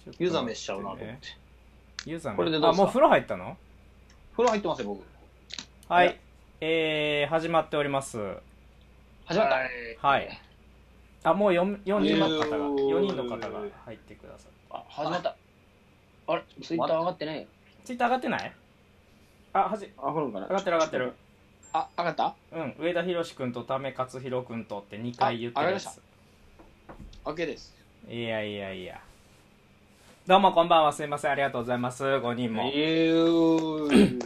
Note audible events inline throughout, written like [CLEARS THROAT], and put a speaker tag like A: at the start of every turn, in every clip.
A: ちょっと
B: 湯冷めしちゃうなと思って。
A: 湯冷め
B: これでどう
A: あ
B: ですか
A: もう風呂入ったの
B: 風呂入ってますよ、僕。
A: は
B: はい
A: いえー、始まっております
B: 始まった。
A: はい。あもう 4, 四人の方が
B: えー
A: 4人の方が入ってください
C: あ、始まった。あれ、ツイッター上がってないよ。
A: ツイッター上がってないあはじ
C: 上がるんか
A: 上がってる上がってる
C: あ、上がった
A: うん上田宏君とため勝弘君とって2回言ってるや
C: あ上
A: つ
C: ?OK です。
A: いやいやいやどうもこんばんはすいませんありがとうございます5人も今
B: [COUGHS]
C: えー、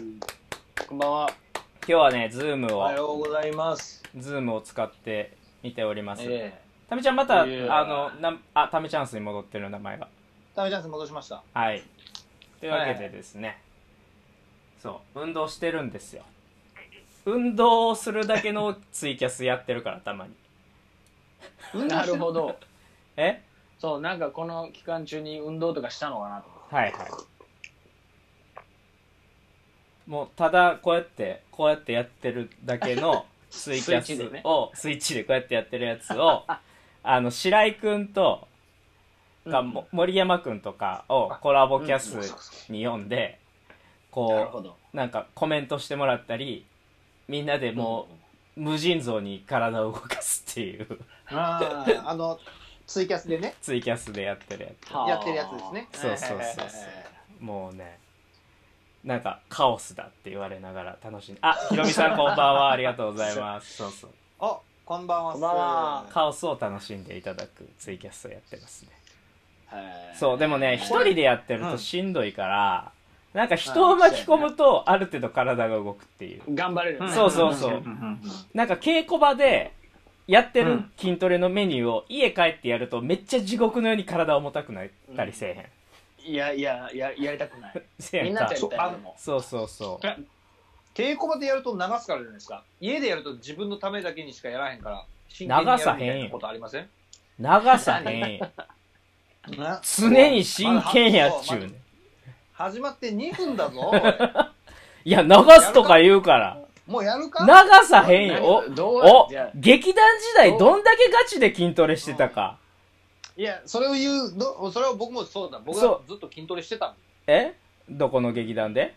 C: こんばんは。
A: 日はねズーム
B: お
A: を
B: はようございます。
A: ズームを使って見ております
B: え
A: ためちゃんまたあ
C: いや
A: のなあためチャンスに戻ってる名前が
B: えダメチャンス戻しました。
A: はいというわけ
B: はいは
A: で
B: い
A: ですね、そう運動してるんですよ運動をするだけのツイキャスやってるからたまに
C: なる
B: [LAUGHS]
C: ほど。
A: え
C: そう、なんかこの期間中に運動とかしたのかなと思って。
A: はいはいもうただこうやってこうやってやってるだけのツイキャ
C: スイッチで
A: ス
C: ね
A: をスイッチでこうやってやってるやつをあの白井君とか、
C: うん
A: も森山君とかをコラボキャス
C: うんうん
A: に読んで
C: な
A: こ
C: るほど。
A: うなんかコメントしてもらったりみんなでもう無尽蔵に体を動かすっていう [LAUGHS]
B: ああ、あの、ツイキャスでね、
A: ツイキャスでやってるや
C: はあ
B: やってるやつですね。
A: そうそうそうそうつもうねなんかカオスだって言われながら楽しんであひろみさんこんばんはありがとうございます [LAUGHS] そうそう
B: あ、こんばんは。
C: こんばんは
A: カオスを楽しんでいただくツイキャスをやってますね
C: はい
A: そうでもね一人でやってる
B: う
A: と
B: ん
A: しんどいから、なんか人を巻き込むとある程度体が動くっていう
C: 頑張れるよね。
A: そうそうそうん
B: ん
A: なんか稽古場でやって
B: う
A: る
B: ん
A: 筋トレのメニューを家帰ってやるとめっちゃ地獄のように体重たくなったりせえへん、
C: いやいや、ややりたくない。
A: せえへ
C: みん
A: ん
C: な
A: か
C: とやりたい
B: あ
C: よ
B: の
C: でも
A: そうそうそう
B: 稽古場でやると流すからじゃないですか。家でやると自分のためだけにしかやらへんから、真剣にやるみたいなことありません
A: 流さへんよ
B: な
A: 常に真剣やっちゅうねん
B: 始まって2分だ [LAUGHS] ぞ。お
A: いや流すとか言うから
B: いもうやるか
A: 流さへんよ
C: 何どう
A: おお
C: じゃあ
A: 劇団時代どんだけガチで筋トレしてたか
B: いや、それを言うど、それは僕もそうだ。僕はずっと筋トレしてたもん。
A: えどこの劇団で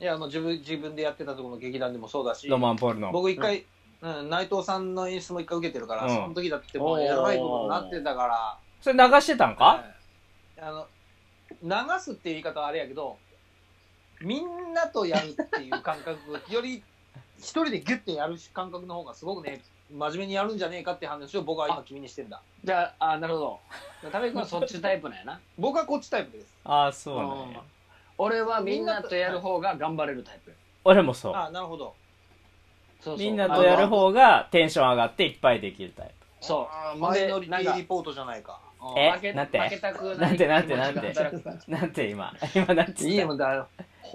B: いや、あの自分自分でやってたところの劇団でもそうだし、
A: ロマンポールの
B: 僕一回、うん内藤さんの演出も一回受けてるから、
A: うん
B: その時だってもうやばいことになってたから、
A: それ流してたんか
B: はいあの流すっていう言い方はあれやけど、みんなとやるっていう感覚、より一人でギュッてやる感覚の方がすごくね、真面目にやるんじゃねえかって話を僕は今君にしてんだ。
C: じゃあ、あなるほど。ためくんはそっちタイプなんやな。
B: 僕はこっちタイプです。
A: ああそうなんや
C: 俺はみんなとやる方が頑張れるタイプ。
A: 俺もそう
B: あなるほど。
C: そうそう
A: みんなとやる方がテンション上がっていっぱいできるタイ
C: そ
B: あー
C: う。
B: マイノリテ
C: なんか
B: ィリポートじゃないか。うん
A: え
C: 負け
A: なんて
C: 負けたく
A: なんてなんて
C: 気持ちが
A: なんて
C: 働く
A: プ。なんて今、今なんつ
B: いい
A: った
B: もんだよ。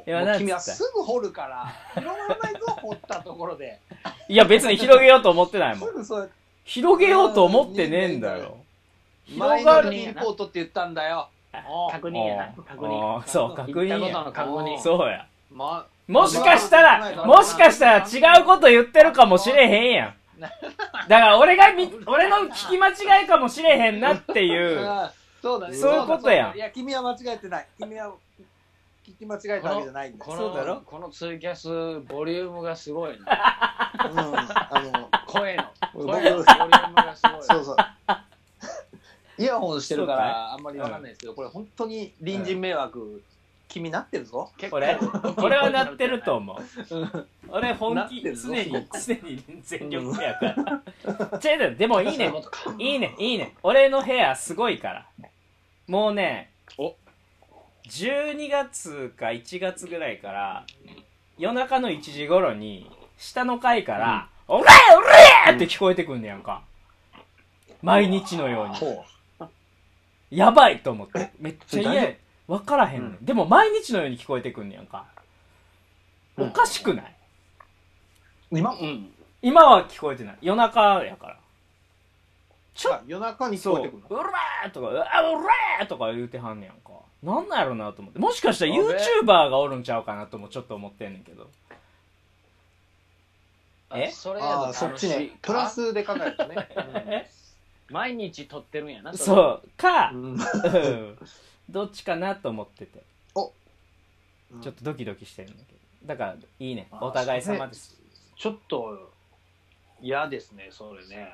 A: 今
B: もう
A: なんつ
B: 君は
A: った
B: すぐ掘るから、広がらないぞ、掘ったところで。
A: いや別に広げようと思ってない
B: [LAUGHS]
A: もん
B: す。ぐそう、
A: 広げようと思ってねえんだよ。
B: マイ
A: 広
B: ノ
A: が
B: リ
A: る。
B: ティリポートって言ったんだよ。おう
C: 確認やな。確認。
A: あーそう、確
C: 言った
A: 認
C: ことの
A: や。
C: 確認。
A: そうや。
B: ま、
A: もしかしたら、もしかしたら違うこと言ってるかもしれへんやん。
C: [LAUGHS]
A: だから俺がみ、俺の聞き間違いかもしれへんなっていう。
B: あそうだね。
A: そういうことやん
B: そうだそうだいや、君は間違えてない。君は聞き間違えたわけじゃないんだよ。
C: こ
A: そうだ
C: の
A: ろ
C: このツイキャスボリュームがすごいな
B: うん、あ
C: 声の
B: 僕
C: 声のボリュームがすごい
B: の、そうそう。イヤホンしてるか
A: そうだ
B: ら、あんまりわかんないですけど、これ本当に隣人迷惑、君なってるぞ。
C: 結構
A: これ、これはなってると
C: う
A: 思う。俺本気、
B: なって
A: 常
B: るぞ
A: に、常に全力や
B: [LAUGHS]
A: から。チェーンでもいいね
C: そういうことか。
A: いいね、いいね。俺の部屋すごいから。もうね、
C: お
A: 12月か1月ぐらいから、夜中の1時頃に、下の階から、おらえおらえって聞こえてくんねやんか。毎日のように。
B: ほ
A: やばいと思って。めっちゃ
B: それ
A: 嫌や。わからへんねん。でも毎日のように聞こえてくんねやんか。おかしくない、
B: う。今、
C: うん
A: 今は聞こえてない。夜中やから。
B: ちょ夜中に聞
A: そ
B: こえ
A: う。
B: てくるの。
A: うらーとか、うわうらーとか言うてはんねやんか。なんなんやろなと思って。もしかしたら YouTuber がおるんちゃうかなともちょっと思ってんねんけど。え
C: あそれや
B: ああ、
C: と
B: そっ
C: 楽し
B: ち
C: い
B: ね。プラスで考えるとね。
C: 毎日撮ってるんやな
A: そう。か、
B: う
A: うんん。 [LAUGHS] どっちかなと思ってて
B: うん
A: ちょっとドキドキしてるんだけどだからいいね
C: あ
A: お互い様です
B: す。
C: ちょっと嫌ですねそれね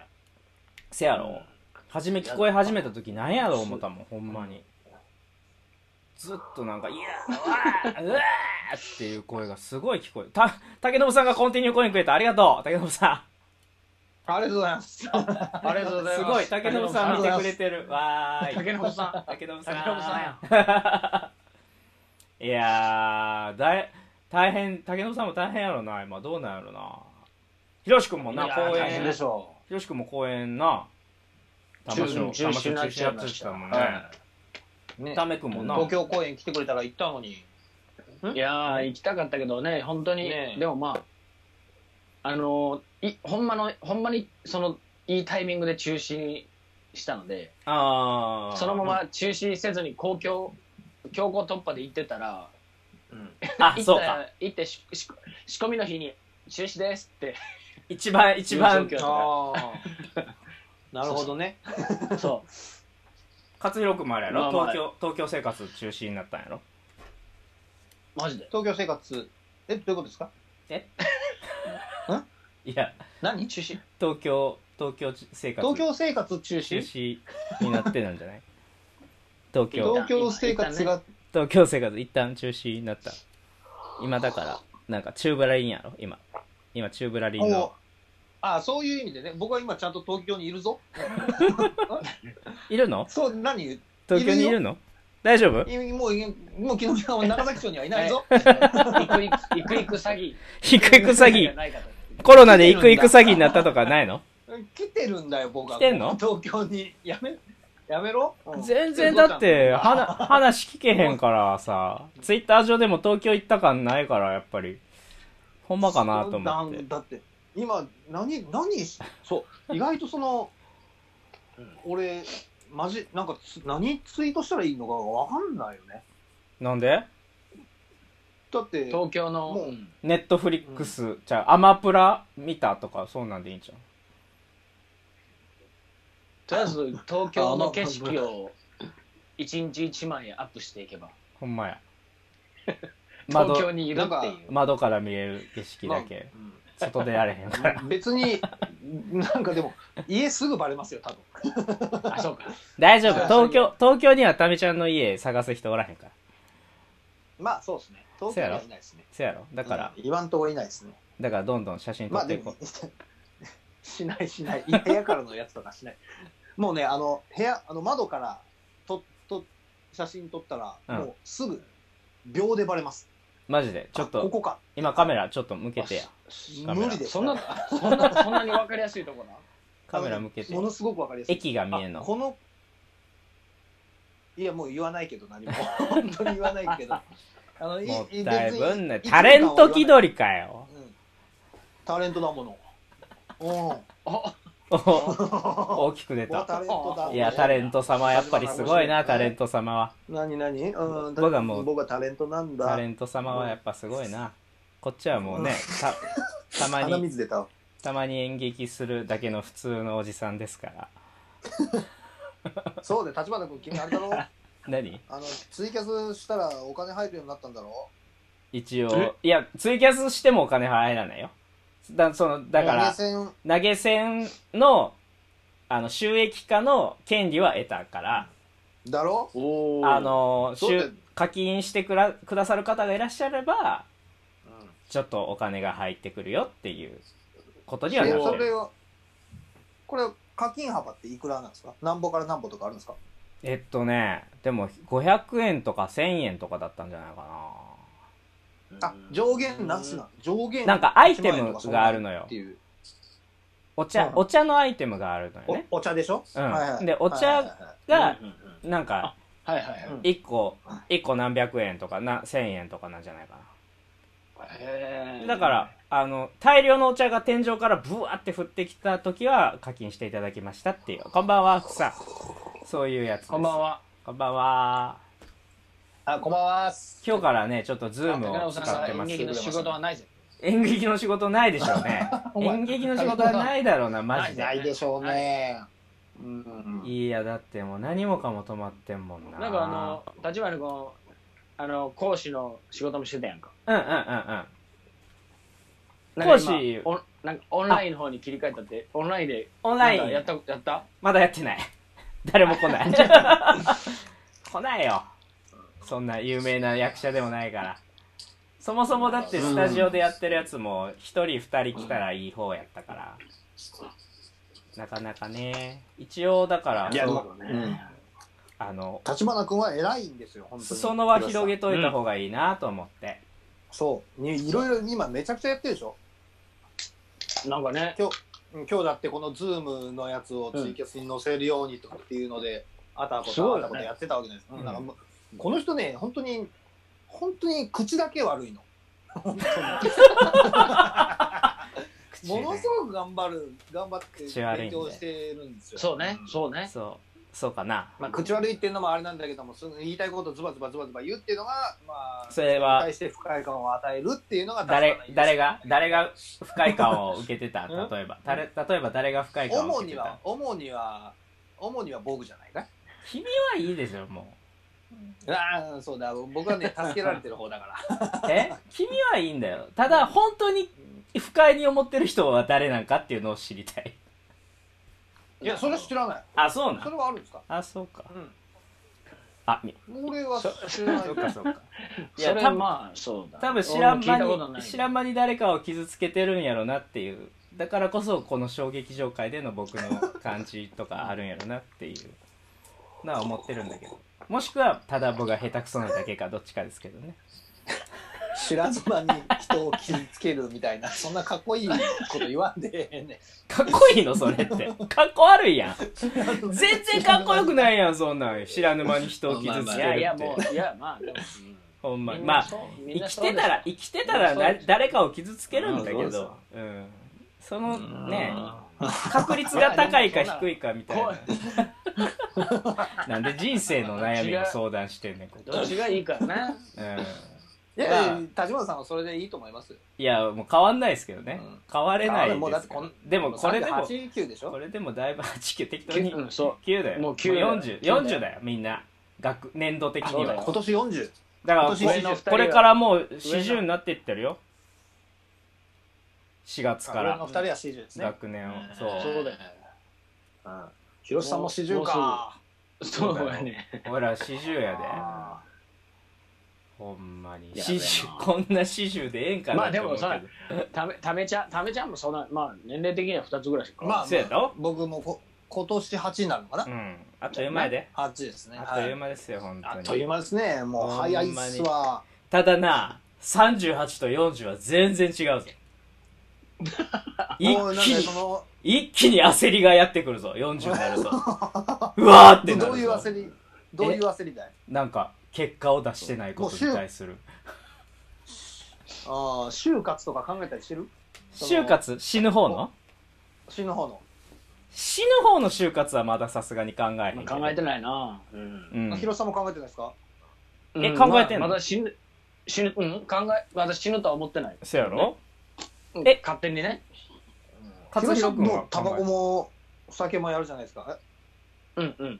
A: せやろ初め聞こえ始めた時なんやろ思ったもんほんまにずっとなんか「いやーうわーうわー」っていう声がすごい聞こえるた竹信さんがコンティニューコインくれたありがとう竹信さ
B: ありがとうございます。
C: ありがとうご
A: ん
C: ざい
A: す
C: ま
A: ご
C: す
A: い竹信さん見てくれてるわーい
C: 竹信さ
A: 竹信
C: ん
A: さん
C: 竹信さんや
A: [LAUGHS] いやーだい大変竹信さんも大変やろな今どうなんやろなひろしくんもない
C: や
A: 公
C: 大変で
A: 演
C: しょ
A: ひろしくんも公演な
C: う
A: 魂を
C: 中
A: 魂を
C: 止に
A: 中
C: なっち
A: 止
C: ゃ
A: や
C: いま
A: つし
C: した
A: たもんね
C: は
B: ね
A: タメくんもな
B: 東京公演来てくれたら行ったのに。
C: いいやー行きたかったけどね本当に
B: ねえ
C: でもまああのいほんまのほんまにそのいいタイミングで中止にしたので
A: ああ
C: そのまま中止せずに公共強行突破で行ってたら
A: あ
C: 行っ
A: そうか
C: た行ってしし仕込みの日に中止です
A: [LAUGHS]
C: って
A: 一番一
C: いう
A: 番
C: 状況
B: ああ。なるほどね。
C: そ
A: 勝弘君もあれやろ、
C: まあまあ
A: 東京東京生活中止になったんやろ
C: うマジで
B: 東京生活。え、どういうことですか
A: いや
B: 何中止
A: 東京東京生活
B: 東京生活中
A: 中
B: 止
A: 止になってなんじゃない
B: [LAUGHS]
A: 東京
B: 東京生活が、
A: 東京生活一旦中止になった今だからなんか中ブラリンやろ今今中ブラリンの
B: おああ、そういう意味でね、僕は今ちゃんと東京にいるぞ。 [LAUGHS]
A: いるの
B: そう、何
A: 東京にいるの大丈夫
B: いもう、いもう昨日は長崎町にはいない [LAUGHS] ぞ。
C: 行く行く行く行く詐欺
A: 行く行く詐
C: じゃ
A: 欺
C: ないかと
A: コロナで行く行く詐欺になったとかないの
B: 来てるんだよ、僕は。
A: 来てんの
B: 東京に。やめ、やめろ。うん
A: 全然だってはな話聞けへんからさツイッター上でも東京行った感ないからやっぱりほんまかなと思って
B: なんだって今何何しそう意外とその、俺マジなんかつ何ツイートしたらいいのか分かんないよね
A: なんで
B: だって
C: 東京の
B: もう
C: うん
A: ネットフリックスじゃあアマプラ見たとかそうなんでいいんじゃん
C: とりあえず東京の景色を一日一枚アップしていけば
A: ほんま
B: [LAUGHS]
A: や
C: 東京
A: 窓
C: にいるって
B: なん
C: いう
A: 窓から見える景色だけ、外出られへんから
B: 別になんかでも家すぐバレますよ多分
C: あそうか
A: [LAUGHS] 大丈夫
B: まあ
A: 東京東京にはタミちゃんの家探す人おらへんから
B: まあそうですね東京にはいないですね
A: そやろだ
B: だ
A: から、
B: 言わんとこいないですね
A: だからどんどん写真撮
B: まあ
A: って
B: で
A: いこう、
B: も [LAUGHS] しないしない部屋からのやつとかしないもうねあの部屋あの窓からとと写真撮ったら、
A: うん
B: もうすぐ秒でバレます
A: マジでちょっ
B: あことこか
A: 今カメラちょっと向けてやカメラ
B: 無理です
C: そんなそんなそんなに分かりやすいとこな
A: カメラ向けて
B: ものすごくわかりやすい
A: 駅が見えん
B: あ
A: の
B: このいやもう言わないけど何も [LAUGHS] 本当に言わないけどあのい
A: も
B: い
A: ったいぶん
B: 別
A: ね
B: に
A: タレント気取りかよ
B: うんタレントだもの
A: [LAUGHS]
B: うん
C: あ
A: お [LAUGHS] 大きく出
B: わ
A: た
B: タレントだもの
A: いやタレント様はやっぱりすごいな
B: 始ま
A: タ
B: らな
A: レ
B: い
A: ント様は
B: 何何うん
A: 僕はもう
B: 僕はタレントなんだ
A: タレント様はやっぱすごいなこっちはもうねたたま
B: 鼻
A: に
B: 水出た
A: たまに演劇するだけの普通のおじさんですから
B: そうで立花君君あれだろ [LAUGHS]
A: 何
B: あのツイキャスしたらお金入るようになったんだろ
A: 一
C: え
A: 応いやツイキャスしてもお金払えないよだそのだから
B: 投げ銭
A: 投げ銭のあの収益化の権利は得たから、
B: だろ
C: お
A: あの
B: そうだよ
A: しゅ課金してくらくださる方がいらっしゃればちょっとお金が入ってくるよっていうことに
B: い
A: は
B: や
A: なっ
B: そ
A: て
B: れ
A: る
B: はこれ課金幅っていくらなんですか何ぼから何ぼとかあるんですか
A: えっとねでも500円とか1000円とかだったんじゃないか
B: あ上限なしな上限
A: なんかアイテム
B: 1万円とかそんな
A: があるのよ
B: ってい
A: な
B: う
A: お
B: う
A: 茶
B: ん
A: お茶のアイテムがあるのよね
B: おお茶でしょ、
A: うん
B: はいはい
A: でお茶
B: はいはいはい
A: が
C: うんうん
A: なんか
C: うんはいはいはい
B: うん
A: 1個1個何百円とかな1000円とかなんじゃないかな
C: へー
A: だから、あの、大量のお茶が天井からブワーって降ってきた時は課金していただきましたっていう。こんばんは、さそういうやつです。
C: こんばん。は
A: こんばんは。
B: あこんばんはっす
A: 今日からね、ちょっとズーム
C: 高
A: を
C: 野
A: 使
C: さんが
A: って
C: 演
A: ます
C: 劇。の仕事はないぜ
A: 演劇
C: [LAUGHS]
A: の仕事ないでしょうね。
B: お前
A: 演劇の仕事はないだろうな、マジで。
B: ないでしょうねうん。
A: いやだってもう何もかも止まってんもんな
C: なんかあの立花君あの講師の仕事もしてたやんか
A: うんうんうんうん
C: なんか今
A: 講師
C: オンなんかオンラインの方に切り替えたってオンラインで
A: オン
C: な
A: ラ
C: んか
A: イ
C: やっ
A: ン
C: たやった
A: まだやってない [LAUGHS] 誰も来ない [LAUGHS] 来ないよそんな有名な役者でもないからそもそもだってスタジオでやってるやつも1人2人来たらいい方やったからなかなかね一応だから
B: いや
C: そうだ
B: うん
C: ね
A: あの
B: 立花君は偉いんですよ、本当に。
A: 裾野は広げ
B: て。
A: といた方がいいなと思って、
B: そう。ねいろいろ今めちゃくちゃやってるでしょ。
C: なんかね
B: うん今日だってこのズームのやつをツイキャスに載せるようにとかっていうので、あたあこ
C: すご
B: と
C: い
B: あ
C: よね
B: たことやってたわけじゃないですか。
A: うん
B: なんかもうこの人ね、本当に、本当に口だけ悪いの。本当に
A: 口
B: ものすごく頑張る、頑張って
A: 口悪いん
B: 勉
A: で
B: 強してるんですよ。
C: そうね
B: ん
C: そうね
A: そうそうかな
B: まあ、口悪いっていうのもあれなんだけども、その言いたいことをズバズバズバズバ言うっていうのが、まあ、
A: それは
B: 対して不快感を与えるっていうのが
A: 誰
B: 立場のい
A: 誰
B: い
A: が誰が不快感を受けてた
B: うん
A: 例えば誰例えば誰が不快感を
B: 主
A: 受け
B: に
A: てた
B: は、主には、主には僕じゃないか
A: 君はいいでしょも
B: ああ、そうだ、僕は
A: [LAUGHS]
B: ね、助けられてる方だから。
A: うえ君はいいんだよただ本当に不快に思ってる人は誰なんかっていうのを知りたい
B: いや、それは知らない。
A: あそうな
B: そ
A: ん
B: れはあるんですか
A: あそうか
B: う
A: あみ
B: ん。俺は知らない
A: そ。うかそうかい
C: そ
A: や
C: れ
A: 多分
C: まあそうだ
A: 多分知らん
C: 俺も聞
A: 間
C: いたことな
A: に
C: い
A: 知らん間に誰かを傷つけてるんやろなっていうだからこそこの衝撃場会での僕の感じとかあるんやろなっていうのは思ってるんだけどもしくはただ僕が下手くそなだけかどっちかですけどね
B: 知らず間に人を傷つけるみたいな、そんなかっこいいこと言わんでええね。
A: かっこいいのそ [LAUGHS] れってかっこ悪いやん全然かっこよくないやんそんなん知らぬ間に人を傷つけるって
C: いやいやもういやまあでも
A: ほんまに
C: みん
A: ま
C: な
A: あ
C: そうみ
A: 生
C: んな
A: き
C: そう
A: て
C: です
A: たら生きてたら
C: みんなそ
A: な
C: うです
A: 誰かを傷つけるんだけ
B: うんそう
A: どうんその [LAUGHS] ね
C: うん
A: 確率が高いか低いかみたい [LAUGHS]
C: 怖い
A: ななんで人生の悩みを相談してんねんここ、
C: どっちがいいかな
A: うん、
B: いや、いや立花さんはそれでいいと思いますよ。
A: いやもう変わんないですけどね
B: うん
A: 変われない
B: あもうだ
A: で
B: っ
A: すけ
B: て
A: ど
B: こん
A: でもこれでも
B: 8、9でし
A: こ
B: ょ
A: れでもだいぶ8 9適当に
C: うんそ
A: 9だよ
C: もう
A: もう
C: 9だよ
A: 4040だよみんな学年度的に
C: そうだ
A: は
C: よ
B: 今年40。
A: だから
B: 今年
C: 上の二人
A: こ
C: は
A: これからもう40になっていってるよ4月か
B: 俺
A: ら
B: の2人は40ですね。
A: 学年を
C: う
A: そ
C: そうだよ
B: うん。広瀬さんも40か。
C: そうだね
A: う俺ら40やで
B: あ
A: ほんまに
C: やべ
A: 四
C: えな
A: 十こんな四十でええんか
C: ま
A: な
C: あ
A: って
C: で
A: 思う
C: も
A: けど、
C: さためためちゃんためちゃんもそんなまあ年齢的には2つぐらいしか
B: ーまあ、
A: そうやろ
B: 僕もこ今年8になるのかな、
A: うんあっという間やで
B: 八 ?8 ですね。
A: あっという
B: は
A: 間ですよ本
B: あっ
A: 当
B: とい
A: に
B: う間ですね。もう早いっすわ。
A: ただな38と40は全然違うぞ一
B: もうなん
A: 気
B: か
A: に
B: その
A: 一気に焦りがやってくるぞ40にな
B: [LAUGHS]
A: るとうわーってな
B: ど
A: る
B: ういう
A: ぞ
B: 焦りどういう焦りだい
A: なんか結果を出してないことに対する
B: ああ就活とか考えたりしてるもう
A: 就活死ぬ方の
B: 死の方の、
A: 死ぬ方の就活はまださすがに考えへん
C: ま
A: け
C: あ
A: ど
C: 考えてないなうん
A: うん、
B: 広さんも考えてないですか
A: え
C: うん
A: 考えてんの
C: まあまだ死ぬ死ぬうん考えまだ死ぬとは思ってない
A: そやろ
C: うん
A: え
C: 勝手にね
A: 勝弘君は
B: もうタバコもお酒もやるじゃないですかえ
C: うんうん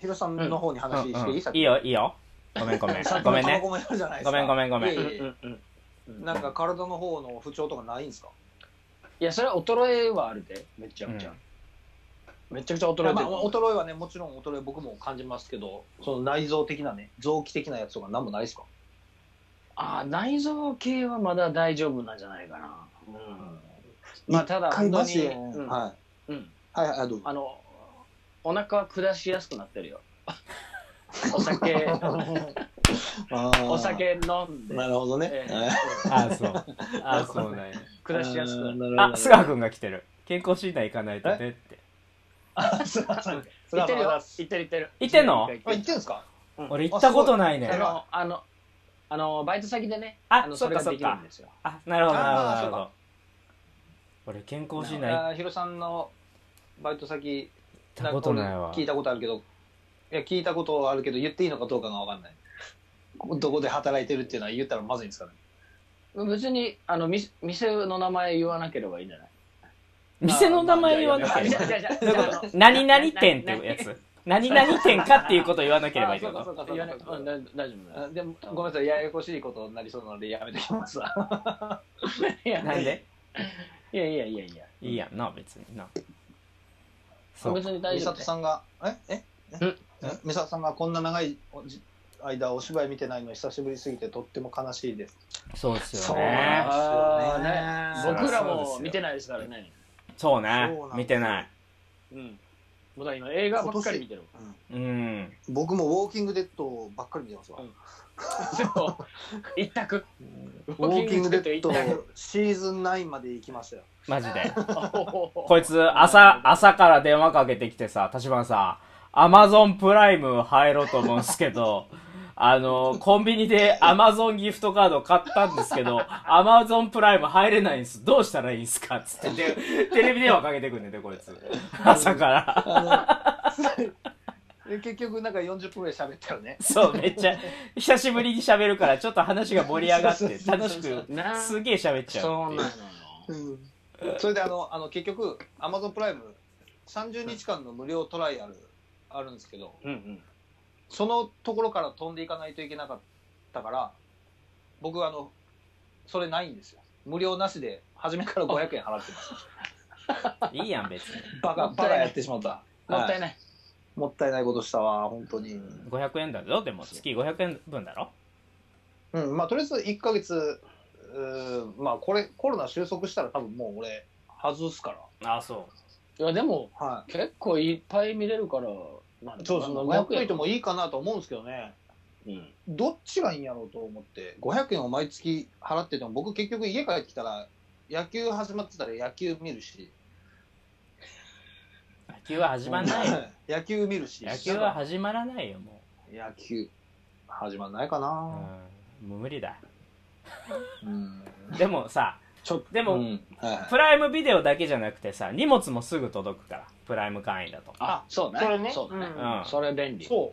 B: 広さんの方に話していい、
A: うんうん
B: さっき
A: いいよいいよごめんごめん
B: さっき
A: ごめん
B: タバ
A: ね
B: コもやるじゃないで
A: ご
B: すか
A: めんごめんごめ
B: いえい
A: ん
B: え
C: うんうんうん
B: なんか体の方の不調とかないんですか
C: いやそれは衰えはあるでめちゃくちゃ、めちゃくちゃ衰えて
B: まあ
C: る、
B: 衰えはねもちろん衰え僕も感じますけどその内臓的なね臓器的なやつとか何もないですか
C: ああ内臓系はまだ大丈夫なんじゃないかな、うん、まあただ
B: 買い
C: 本当
B: ま
C: に、
B: すよ
C: うん
B: は
C: うん、
B: いはいはいどうぞ
C: あのお腹は下しやすくなってるよ [LAUGHS] お [LAUGHS] 酒
B: あー
C: お酒飲んで、
B: なるほどね、
C: え
B: はい
C: え [LAUGHS]
A: あそうあそうなんや
C: 下しやすくな
B: あー
C: る
B: なるほど
A: あ須賀君が来てる健康診断行かないとねって
B: すがさん。す
C: 行っ
B: が
C: て
B: さ
C: る
B: ん
C: よ
B: あ、
C: 行ってる行ってる
A: 行ってんの
B: 行ってんすか。
A: 俺行ったことないね
C: あのあのあのバイト先でね
A: あ
C: の
A: そっか
C: れができるんですよ
A: あなるほどなるほど
B: あー
A: なるほ
B: そう
A: ど俺健康診断行っ
B: あー、ひろさんのバイト先。
A: たことない
B: ん
A: わ
B: か聞いたことあるけど。いや、聞いたことはあるけど、言っていいのかどうかがわかんない。どこで働いてるっていうのは言ったらまずいんですかね。
C: 別にあのみ店の名前言わなければいいんじゃない
A: 店の名前言わな
C: あ
A: け
C: 違う
A: れ
C: 違
A: ば。
C: う違う
A: どういうこと何々店ってやつ。何々店かっていうことを言わなければいいってこと
B: そうかそう
C: 言わ
B: か
C: な
B: そ
C: いうう
B: か
C: ん大大丈夫
B: あでもごめんなさいややこしいことになりそうなのでやめてきますわ
C: いや
A: なんで
C: いやいやいやいや
A: いいやんな、別にな。そう。
C: 別に大
B: 美
C: 丈夫
B: 里さんがええ
C: う
B: ええ美里さんがこんな長いおじ間お芝居見てないの久しぶりすぎてとっても悲しいです
A: そうですよ
B: そう
A: ね
B: ね。
C: あーね僕らも見てないですからね
A: そうね
B: そうなんです。よ
A: 見てない。
C: うん僕は今映画ばっかり見てる
A: うん。
B: 僕もウォーキングデッドばっかり見てますわ、
C: うんそう一択
B: ウォーキングデッド
C: ウォーキングデッド
B: シーズン9まで行きま [LAUGHS] したよ
A: マジで。こ
C: こ
A: いつ、朝、朝から電話かけてきてさ、立花さん、アマゾンプライム入ろうと思うんすけど、 [LAUGHS] あの、コンビニでアマゾンギフトカード買ったんですけど、アマゾンプライム入れないんです。どうしたらいいんすかつってて、テレビ電話かけてくんねんて、こいつ。朝から。
B: あので結局なんか40分ぐらい喋ったよね
A: そう、めっちゃ、久しぶりに喋るから、ちょっと話が盛り上がって、楽しく、
C: な
A: すげえ喋っちゃ
C: そう
A: う
C: な
A: っ
C: の
A: てい
C: よ
A: う。
B: それであのあの結局アマゾンプライム30日間の無料トライアルあるんですけど
C: うんうん
B: そのところから飛んでいかないといけなかったから僕あのそれないんですよ無料なしで初めから500円払ってます
A: いいやん、別に。
B: [LAUGHS] バカバカやってしまった
C: もった
B: はい
C: ない
B: いもったいないことしたわ本当に
A: 500円だぞ、でも、月500円分だろ
B: うんまあとりあえず1ヶ月うーまあこれコロナ収束したら多分もう俺外すか
A: ああ、そ
C: いやでも
B: らはい
C: 結構いっぱい見れるからまあ
B: そうそう
C: まあ
B: 500円ともいいかなと思うんですけどね
C: うん
B: どっちがいいんやろうと思って500円を毎月払ってても僕結局家帰ってきたら野球始まってたら野球見るし
A: う。野球は始まんないよ。
B: [LAUGHS] 野球見るし
A: 野球は始まらないよ、もう。
B: 野球始まんないか
A: う
B: な、
A: んもう無理だ
B: うん、
A: でもさ
B: ちょっと
A: でも
B: うんはいはい
A: プライムビデオだけじゃなくてさ荷物もすぐ届くからプライム会員だと
C: あそうね
B: それね
C: そうだね
A: うん
C: それ便利
B: そ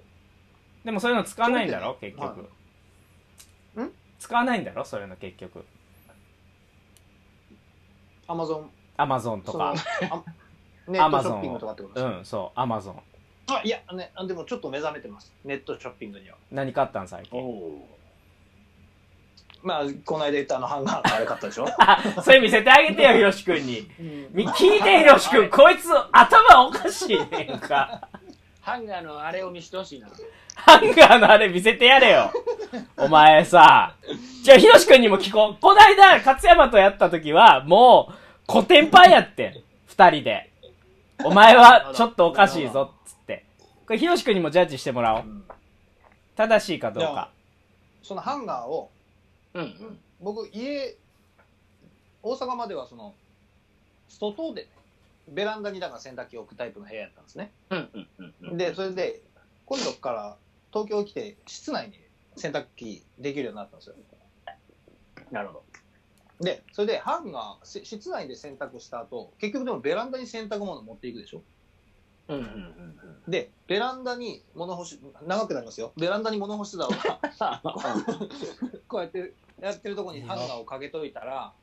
A: でもそういうの使わないんだろ結
B: そうだよ
A: 局、
B: はいん
A: 使わないんだろそういうの結局
B: うアマゾン
A: アマゾンと [LAUGHS] か
B: ネットショッピングとかってことです
A: う
B: か、
A: んそうアマゾン
B: あいや、ね、あでもちょっと目覚めてますネットショッピングには
A: 何買ったん最近
C: お
B: まあこの間言ったあのハンガーがあれ買ったで
A: [LAUGHS]
B: しょ、
A: あそれ見せてあげてよひろしくんに
C: [LAUGHS]
B: うん
A: み聞いてひろしくんこいつ頭おかしいねんか
C: ハンガーのあれを見せてほしいな
A: ハンガーのあれ見せてやれよお前さじゃあひろしくんにも聞こうこないだ勝山とやった時はもうコテンパンやってん二人でお前はちょっとおかしいぞっつってこれひろしくんにもジャッジしてもらおう
B: うん
A: 正しいかどうか
B: そのハンガーを
C: うんうん
B: 僕家大阪まではその外でベランダにだから洗濯機を置くタイプの部屋やったんですね
C: うんうんうんうん
B: でそれで今度から東京来て室内に洗濯機できるようになったんですよ
C: なるほど
B: でそれでハンガーし室内で洗濯した後結局でもベランダに洗濯物持っていくでしょ
C: うんうんうんうん
B: でベランダに物干し長くなりますよベランダに物干し竿がこうやって [LAUGHS] やってるとこにハンガーをかけといたら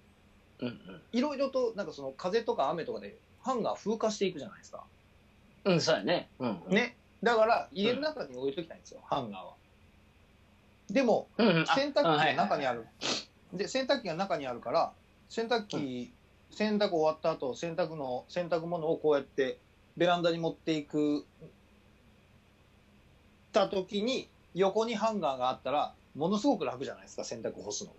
C: うんうん
B: いろいろとなんかその風とか雨とかでハンガー風化していくじゃないですか
C: うん、そうやね。うん。
B: ねだから家の中に置いときたいんですよ、ハンガーはでも
C: うんうん。あ
B: 洗濯機が中にある。で、洗濯機が中にあるから、洗濯機、洗濯終わった後、洗濯の、洗濯物をこうやってベランダに持っていく、た時に、横にハンガーがあったら、ものすごく楽じゃないですか、洗濯干すの。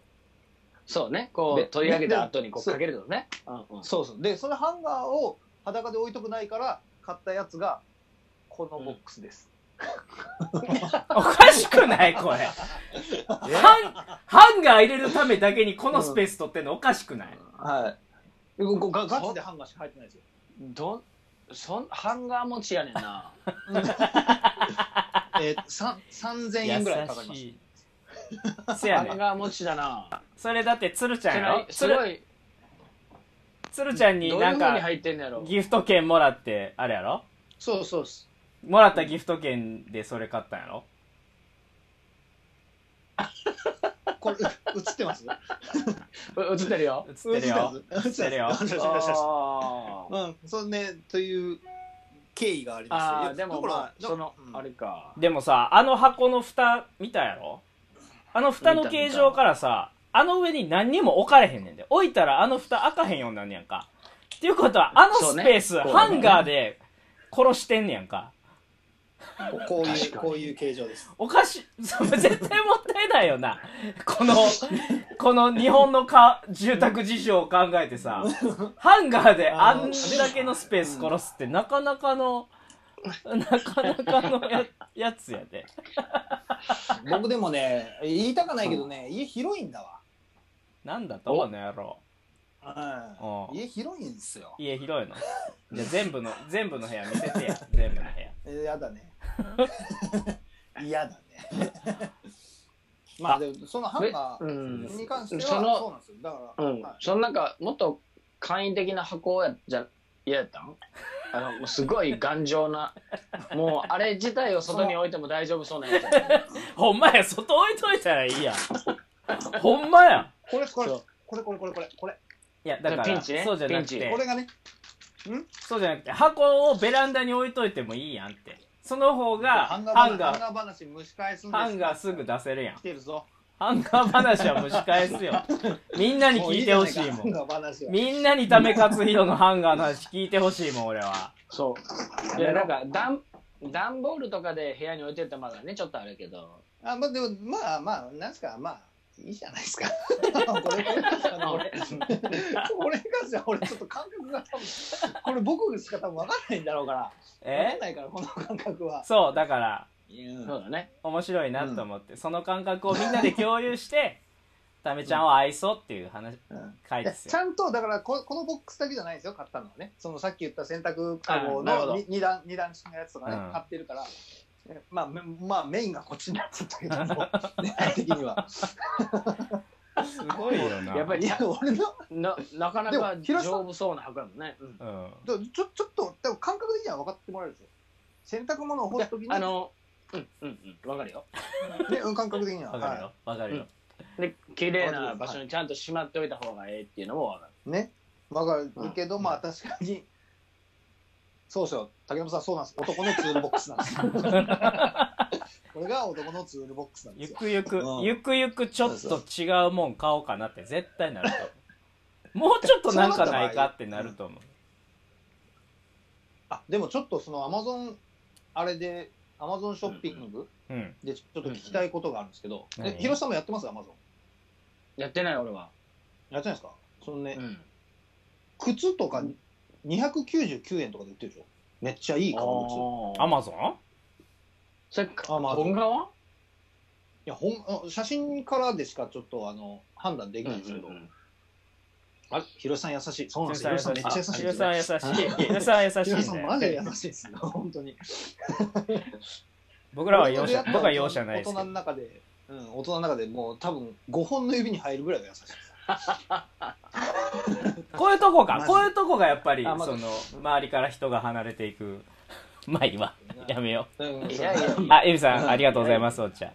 C: そうね。こ
B: で
C: う、取り上げた後にこう
B: そう
C: かけるとね。うんうん。
B: そうそう。で、そのハンガーを裸で置いとくないから、買ったやつが、このボックスです。
A: おかしくないこれハンハンガー入れるためだけにこのスペース取ってんのおかしくない
B: はい。でここガガチでハンガーしか入ってないですよ。
C: どん、そん、ハンガー持ちやねんな。
B: [LAUGHS] えー、さん3000円ぐらいかかりま
A: 優
B: し。
A: したいせ
C: ハ
A: やね
C: ンガー持ちだな。
A: それだってつるちゃんやろ
C: す
A: つ
C: ご
A: る
C: い、
A: つるちゃんに
C: どうい
A: な
C: うんふう
A: か
C: に入ってんのやろ。
A: ギフト券もらって、あれやろ
B: そうそうです。
A: もらったギフト券でそれ買ったんやろ
B: これ、う映ってます
C: 映ってるよ。
A: 映っ
B: [LAUGHS] 映
A: てるよ。
B: 映ってま
A: 映
B: [LAUGHS] す映ってます
C: あー
B: うん、そんね、という経緯がありまして。い
C: あ
B: や
C: ー、でも
B: だから
C: まあ、その
B: う、ん
C: あれか。
A: でもさ、あの箱の蓋見たやろあの蓋の形状からさ、あの上に何にも置かれへんねんで。置いたらあの蓋開かへんようになんねやんか。っていうことは、あのスペース、
C: そうね
A: ハンガーで殺してんねやんか。
B: ここういう、
C: 確かに
B: こういう形状です。
A: おかし、そう [LAUGHS] 絶対もったいないよな。この、この日本のか住宅事情を考えてさ、ハンガーであんだけのスペース殺すってなかなかの、なかなかのややつやで。
B: [LAUGHS] 僕でもね、言いたかないけどね、家広いんだわ。
A: なんだと、この野郎。
B: う
A: お
B: ん、家広いんですよ。
A: 家広いのじゃあ全部の全部の部屋見せてや全部の部屋
B: えーやだ [LAUGHS] ね。嫌だね。 [LAUGHS] まあ、でもそのハンガ
C: う
B: ー
C: ん。
B: に関しては、
C: その
B: そうなんですよ。だから、
C: うん
B: はい、
C: そのなんかもっと簡易的な箱やじゃ嫌やったんあのもうすごい頑
B: [LAUGHS]
C: 丈なもうあれ自体を外に置いても大丈夫そうなやつやった
A: ほんまや外置いといたらいいやんほんまや
B: これ、これ
C: そう、
B: これ、これ、これ、これ、これ、
A: いやだから
C: ピンチね
A: そうじゃなく
C: ピン
A: て
C: チ
B: これがね、
A: そうじゃなくて箱をベランダに置いといてもいいやんってその方が
B: ハ
A: ハ
B: ン
A: ン
B: ガ
A: ガ
B: ー
A: ーハン
B: 話ハンガ
A: ガ
B: ー
A: ー
B: 話蒸し返すんです
A: すぐ出せるやん
B: 来てるぞ。
A: ハンガー話は蒸し返すよみんなに聞いてほしいもん
B: ハンガー話は
A: みんなにため勝弘のハンガーの話聞いてほしいもん俺は
C: そういやなんか段段ボールとかで部屋に置いてるとまだねちょっとあるけど
B: あ、まあ、でも、まあ、まあ、なんすか、まあ、いいじゃないで
A: [LAUGHS]
B: すか。これ、これ、俺、俺に関しては、俺、ちょっと感覚が多分、これ、僕しか多分分かんないんだろうから、分かん
A: え
B: ないから、この感覚は。
A: そうだから
B: うん
C: そうだね
A: 面白いなと思って、その感覚をみんなで共有してためちゃんを愛そうっていう話回です
B: ち
A: よ、
B: ゃんと、だからこ、このボックスだけじゃないですよ、買ったのはね。その、さっき言った洗濯カゴ
C: あなる
B: の
C: ほど
B: に二段、二段式のやつとかね、
A: うん
B: 買ってるから。えまあ、めまあ、メインがこっちになっちゃったけど
A: [LAUGHS]
B: も、狙い的には。
A: すごいよな
C: やっぱ
B: [LAUGHS]
C: り
B: いや、俺の、
C: ななかなか
B: でも広さ
C: 丈夫そうな箱やもんね、うん
A: うん、
B: だからちょちょっとでも感覚的には分かってもらえるんですよ洗濯物を干すときに
C: あのうんうんうんわかるよ
B: ね、うん、感覚的には、
A: わかるよ
B: は
A: わかるよ、
C: で綺麗な場所にちゃんとしまっておいた方がええっていうのもわかる
B: い、ね分かるけど、
C: うん
B: まあ確かにそうですよ竹山さんそうなんです男のツールボックスなんですよこれが男のツールボックスなんで
A: ゆ
B: すよ
A: くゆく、
B: うん
A: ゆくゆくちょっと違うもん買おうかなって絶対なると思うもうちょっとなんかないかってなると思う
B: あでもちょっとそのアマゾンあれでアマゾンショッピング
A: うん
B: でちょっと聞きたいことがあるんですけど、
A: うん
B: え広瀬さんもやってますアマゾ
C: やってない俺は、
B: ンやってないですかそのね、
C: うん、
B: 靴とか299円とかで売ってるでしょめっちゃいい革靴
A: ア
C: あま
A: マゾン
C: それか
B: あまあ
C: 本革はい
B: やほんあ写真からでしかちょっとあの判断できないんですけど、あれ広瀬さん優しいそうなんですよ広瀬さんめっちゃ優しいんで
A: 広
B: すよ
A: さん優しい広さん優しい
B: 広瀬
A: ん
B: さん
A: だよ
B: マジで優しいです
A: [LAUGHS]
B: よ本当に
A: 僕らは
B: 僕
A: 容
B: と出会
A: 赦
B: った
A: 僕は容赦ないです
B: 大
A: け
B: 人
A: ど
B: の中で、うん、大人の中でもう多分5本の指に入るぐらいが優しいです
A: こういうとこ
B: マ
A: か
B: ジ
A: こういうとこがやっぱり
B: あまだ
A: その周りから人が離れていく [LAUGHS] まあいいわやめよ
B: うん
C: いやいや
A: うあエビさんありがとうございますお茶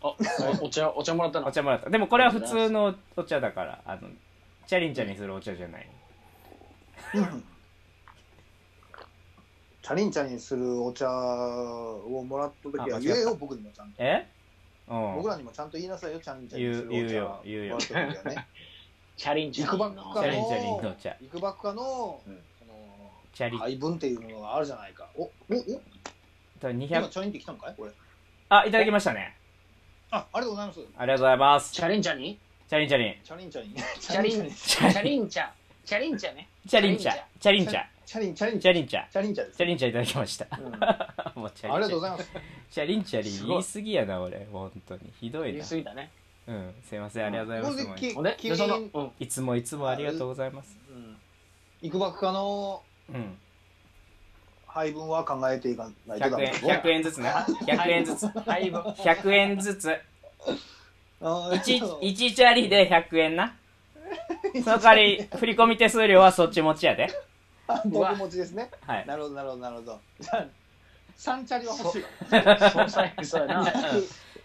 C: あ、おお茶、お茶もらった
A: お
C: の。
A: 茶もらったでもこれは普通のお茶だからあのチャリンチャリンするお茶じゃない
B: うんチャリンチャリンするお茶をもらった時は
A: あ間違った
B: 言えよ僕にもちゃんと
A: えうん
B: 僕らにもちゃんと言いなさいよチャリンチャリンするお茶
A: 言う言うよ言うよ
B: もらった時はね
C: チャリンチャリ
B: 行く
C: ンの。
B: ばっ
A: チ
B: か
A: ャ
B: り
A: リンチャリンのお茶
B: いくばくかの,、
C: うん
B: その
A: チャリ
B: 配分っていうものがあるじゃないか。お、お、お、今
A: 200
B: チャリンって来たのかいこれ。
A: あいただきましたね
B: あ、ありがとうございます。
A: ありがとうございます
C: チャリンチャリン。
A: チャリンチャリン
B: チャリンチャリン。
C: チャリン。
B: チ
C: チャリンチャ。チャリンチャね。
A: チャリンチャチャリンチャ
B: ャリンチャリン。
A: チ
B: チャ
A: ャ
B: リ
A: リ
B: ン
A: ンチャ
B: チャリンチャです。
A: チャリンチャいただきました
B: うん
A: もうチ
B: ありがとうご
A: ャ
B: ざいます。
A: リンチャリン言いすぎやな俺本当にひどい
C: 言い
A: な
C: 過ぎたね。
A: うんすいませんありがとうございます
B: ほ
C: ほ
B: ん
C: ん
B: で
C: で、
B: き
C: でその、う
B: き
C: ん。
A: いつもいつもありがとうございます
B: うんいくばくかの
A: うん
B: 配分は考えていかないとダ
A: 100円
B: メ。
A: 100円ずつね100円ずつ
C: 配分。
A: 100円ずつ
B: あー
A: 1チャリで100円なその代わり振り込み手数料はそっち持ちやで
B: あ僕持ちですね。
A: はい
B: なるほど、なるほど、なるほど。じゃあ、三チャリは欲しいわ。
C: 総裁、そうやな。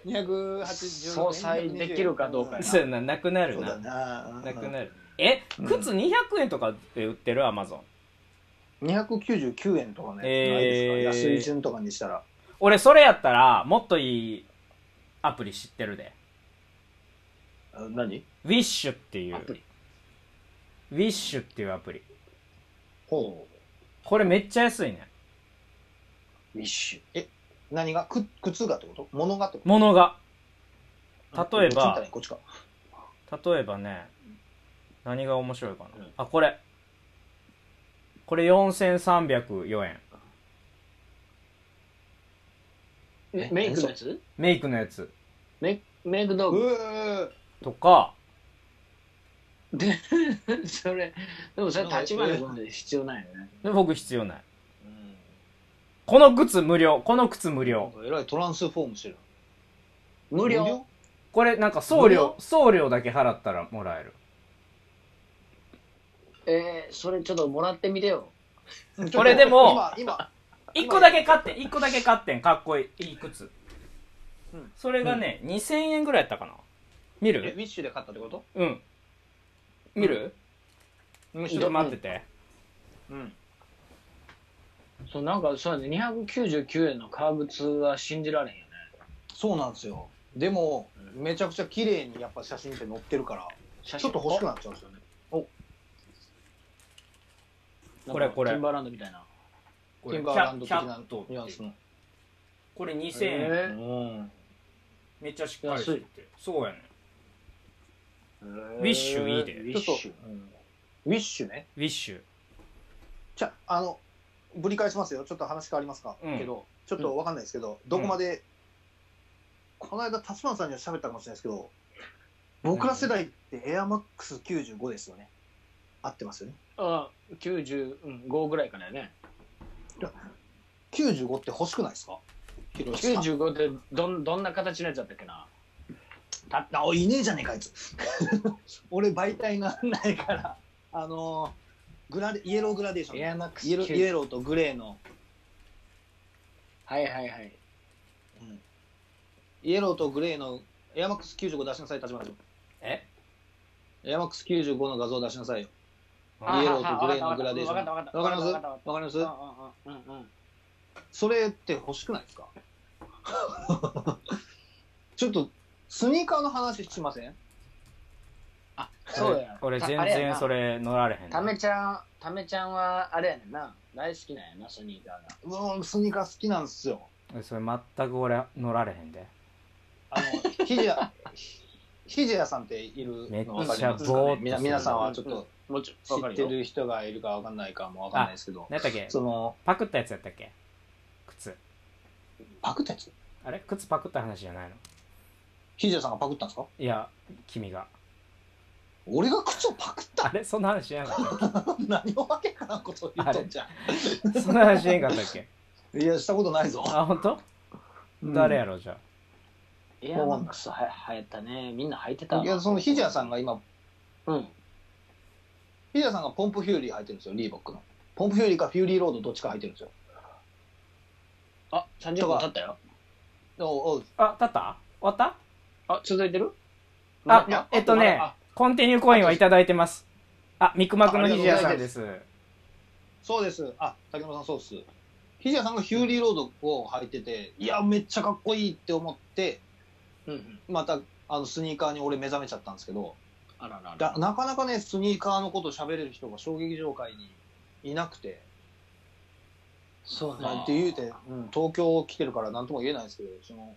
B: 280
C: 相殺できるかどうかや
A: そうやな、なくなる
B: そうだ
A: な。
B: な
A: なく
B: る
A: なる。え、靴200円とかで売ってるアマゾン。
B: 299円とかね、
A: えー
B: ないですか安い順とかにしたら
A: 俺、それやったら、もっといいアプリ知ってるで。
B: あ何
A: ウィッシュっていう
C: ア、プリ
A: ウィッシュっていうアプリ。
B: ほ
A: これめっちゃ安いね。
B: うウィッシュえ何がく靴がってこと物がってこ
A: 物が。
B: と
A: 例えば、
B: こっちか
A: 例えばね、何が面白いか
B: う。
A: なんあ、これ。これ4304円。
B: え
C: メイクのやつ
A: メイクのやつ。
C: メイクメイク道
B: う
C: 具
B: ー
A: とか、
C: でそれでもそれ立花君で必要ないよね
A: で僕必要ない。
B: うん
A: この靴無料。この靴無
B: なん
A: 料。
B: かえらいトランスフォームしてる
C: 無料
A: これなんか送
B: 無
A: 料
B: 料、
A: 送料だけ払ったらもらえる。
C: えー、それちょっともらってみてよ
B: 無料
A: これでも
B: 今今
A: 一個だけ買ってん、一個だけ買ってん。かっこいい、いい靴
B: うん。
A: それがね、2000円ぐらいやったかな。見
B: えウ
A: る
B: ィッシュで買ったってこと
A: うん。見る
B: うん
A: ちょっと待ってて。
B: うん
C: そうなんかそうやね299円の革靴は信じられへんよね
B: そうなんですよでもめちゃくちゃ綺麗にやっぱ写真って載ってるから
C: 写
B: ちょっと欲しくなっちゃうんですよね
A: これこれ
C: ティンバーランドみたいな
A: こ
B: テ
A: れ
B: ィンバーランド
A: キ
B: 的
A: ャ
B: な
A: キャット
B: ニュアンスの
A: これ2000円。
C: えー
B: うん
A: めっちゃしっかりしてて。そうやね。
B: ウ
A: ィッシュいいで
C: ウィ
B: ち
C: ッ
B: ょっと
C: シュ、
B: うんウィッシュね。
A: ウィッシュ。
B: じゃあ、あの、ぶり返しますよ。ちょっと話変わりますか。
A: うん
B: けど、ちょっとわかんないですけど、どこまで、この間、タスマンさんには喋ったかもしれないですけど、僕ら世代ってエアマックス95ですよね。合ってますよね。
C: あ95ぐらいからやね
B: 95って欲しくないですかヒロシさん
C: 95ってどんどんな形のやつだったっけな
B: たあおいねえじゃねえかあいつ俺媒体がないからあのーグラデイエローグラデーション
C: エアマックス
B: イエロー
C: 95
B: イエローとグレーの、
C: はいはいはい
B: うんイエローとグレーのエアマックス95出しなさい立花君
A: え
B: エアマックス95の画像出しなさいよ
C: あ
B: イエ
A: あ
B: ローとグレーのグラデーション
C: わかったわかったわかったわかった
B: わかります
C: うんうんうんうん
B: それって欲しくないですかちょっとスニーカーの話しません
C: あそうや
A: 俺
C: た
A: 全
C: あれや
A: 然
C: な
A: それ乗られへん
C: た
A: な。
C: めちゃんためちゃんはあれやねんな大好きなんやなスニーカーが
B: うわスニーカー好きなんですよ
A: それ全く俺乗られへんで。
B: あの、ひじや、ひじやさんっている
A: めっちゃ
B: のわかりますか
A: ぼーっとす
B: ね
A: る
B: みな皆さんはちょっと
C: もちろん
B: 知ってる人がいるかわかんないかもわかんないですけど、
A: 何やったっけ
B: その、
A: パクったやつやったっけ靴。
B: パクったやつ
A: あれ靴パクった話じゃないの
B: ひじやさんがパクったんですか
A: いや、君が。
B: 俺が靴をパクっ
A: あ
B: た
A: れそんな話しなかっ
B: 何をわけからんことを言っとんじゃ
A: たそんな話しなかったっ
B: [LAUGHS]
A: け
B: ん。いや、したことないぞ。
A: あ、ほんと
B: うん
A: 誰やろじゃあ。
C: エアマックスは流行ったねみんな履いてたわ
B: いや、そのひじやさんが今、
C: うん
B: ひじやさんがポンプフューリー履いてるんですよ、リーボックの。ポンプフューリーかフューリーロードどっちか履いてるんですよ。
C: あ30分経ったよ
B: おうおう
A: あ、立った終わった
C: あ続いてる
A: あ
B: いや
A: えっとね
C: あ
A: コンティニューコインはいただいてます。あ、ミクマクのひじやさんです。
B: そうです。あ、竹村さんそうです。ひじやさんがヒューリーロードを履いてて、いや、めっちゃかっこいいって思って、
C: うんうん
B: またあのスニーカーに俺目覚めちゃったんですけど
C: あらら
B: だなかなかねスニーカーのこと喋れる人が衝撃場会にいなくて
C: そうね
B: なんて言うて、うん東京来てるから何とも言えないですけどそ
C: [LAUGHS]
B: の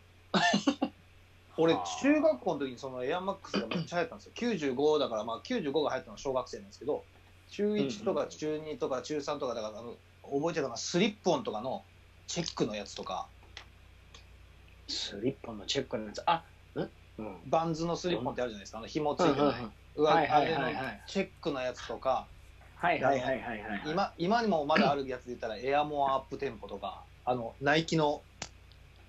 B: 俺
A: はあ
B: 中学校の時にそのエアマックスがめっちゃ流行ったんですよ95だからまあ95が流行ったのは小学生なんですけど中1とか中2とか中3とかだからあの覚えてるかなスリップオンとかのチェックのやつとか
C: スリッポンのチェックのやつあんうん
B: バンズのスリッポンってあるじゃないですかあの紐つ
C: はい
B: いてるね上
C: はい
B: あ
C: はい
B: れ
C: はいはい
B: のチェックのやつとか
C: はいはいはいはいはい
B: 今今にもまだあるやつで言ったらエアモアアップテンポとかあのナイキの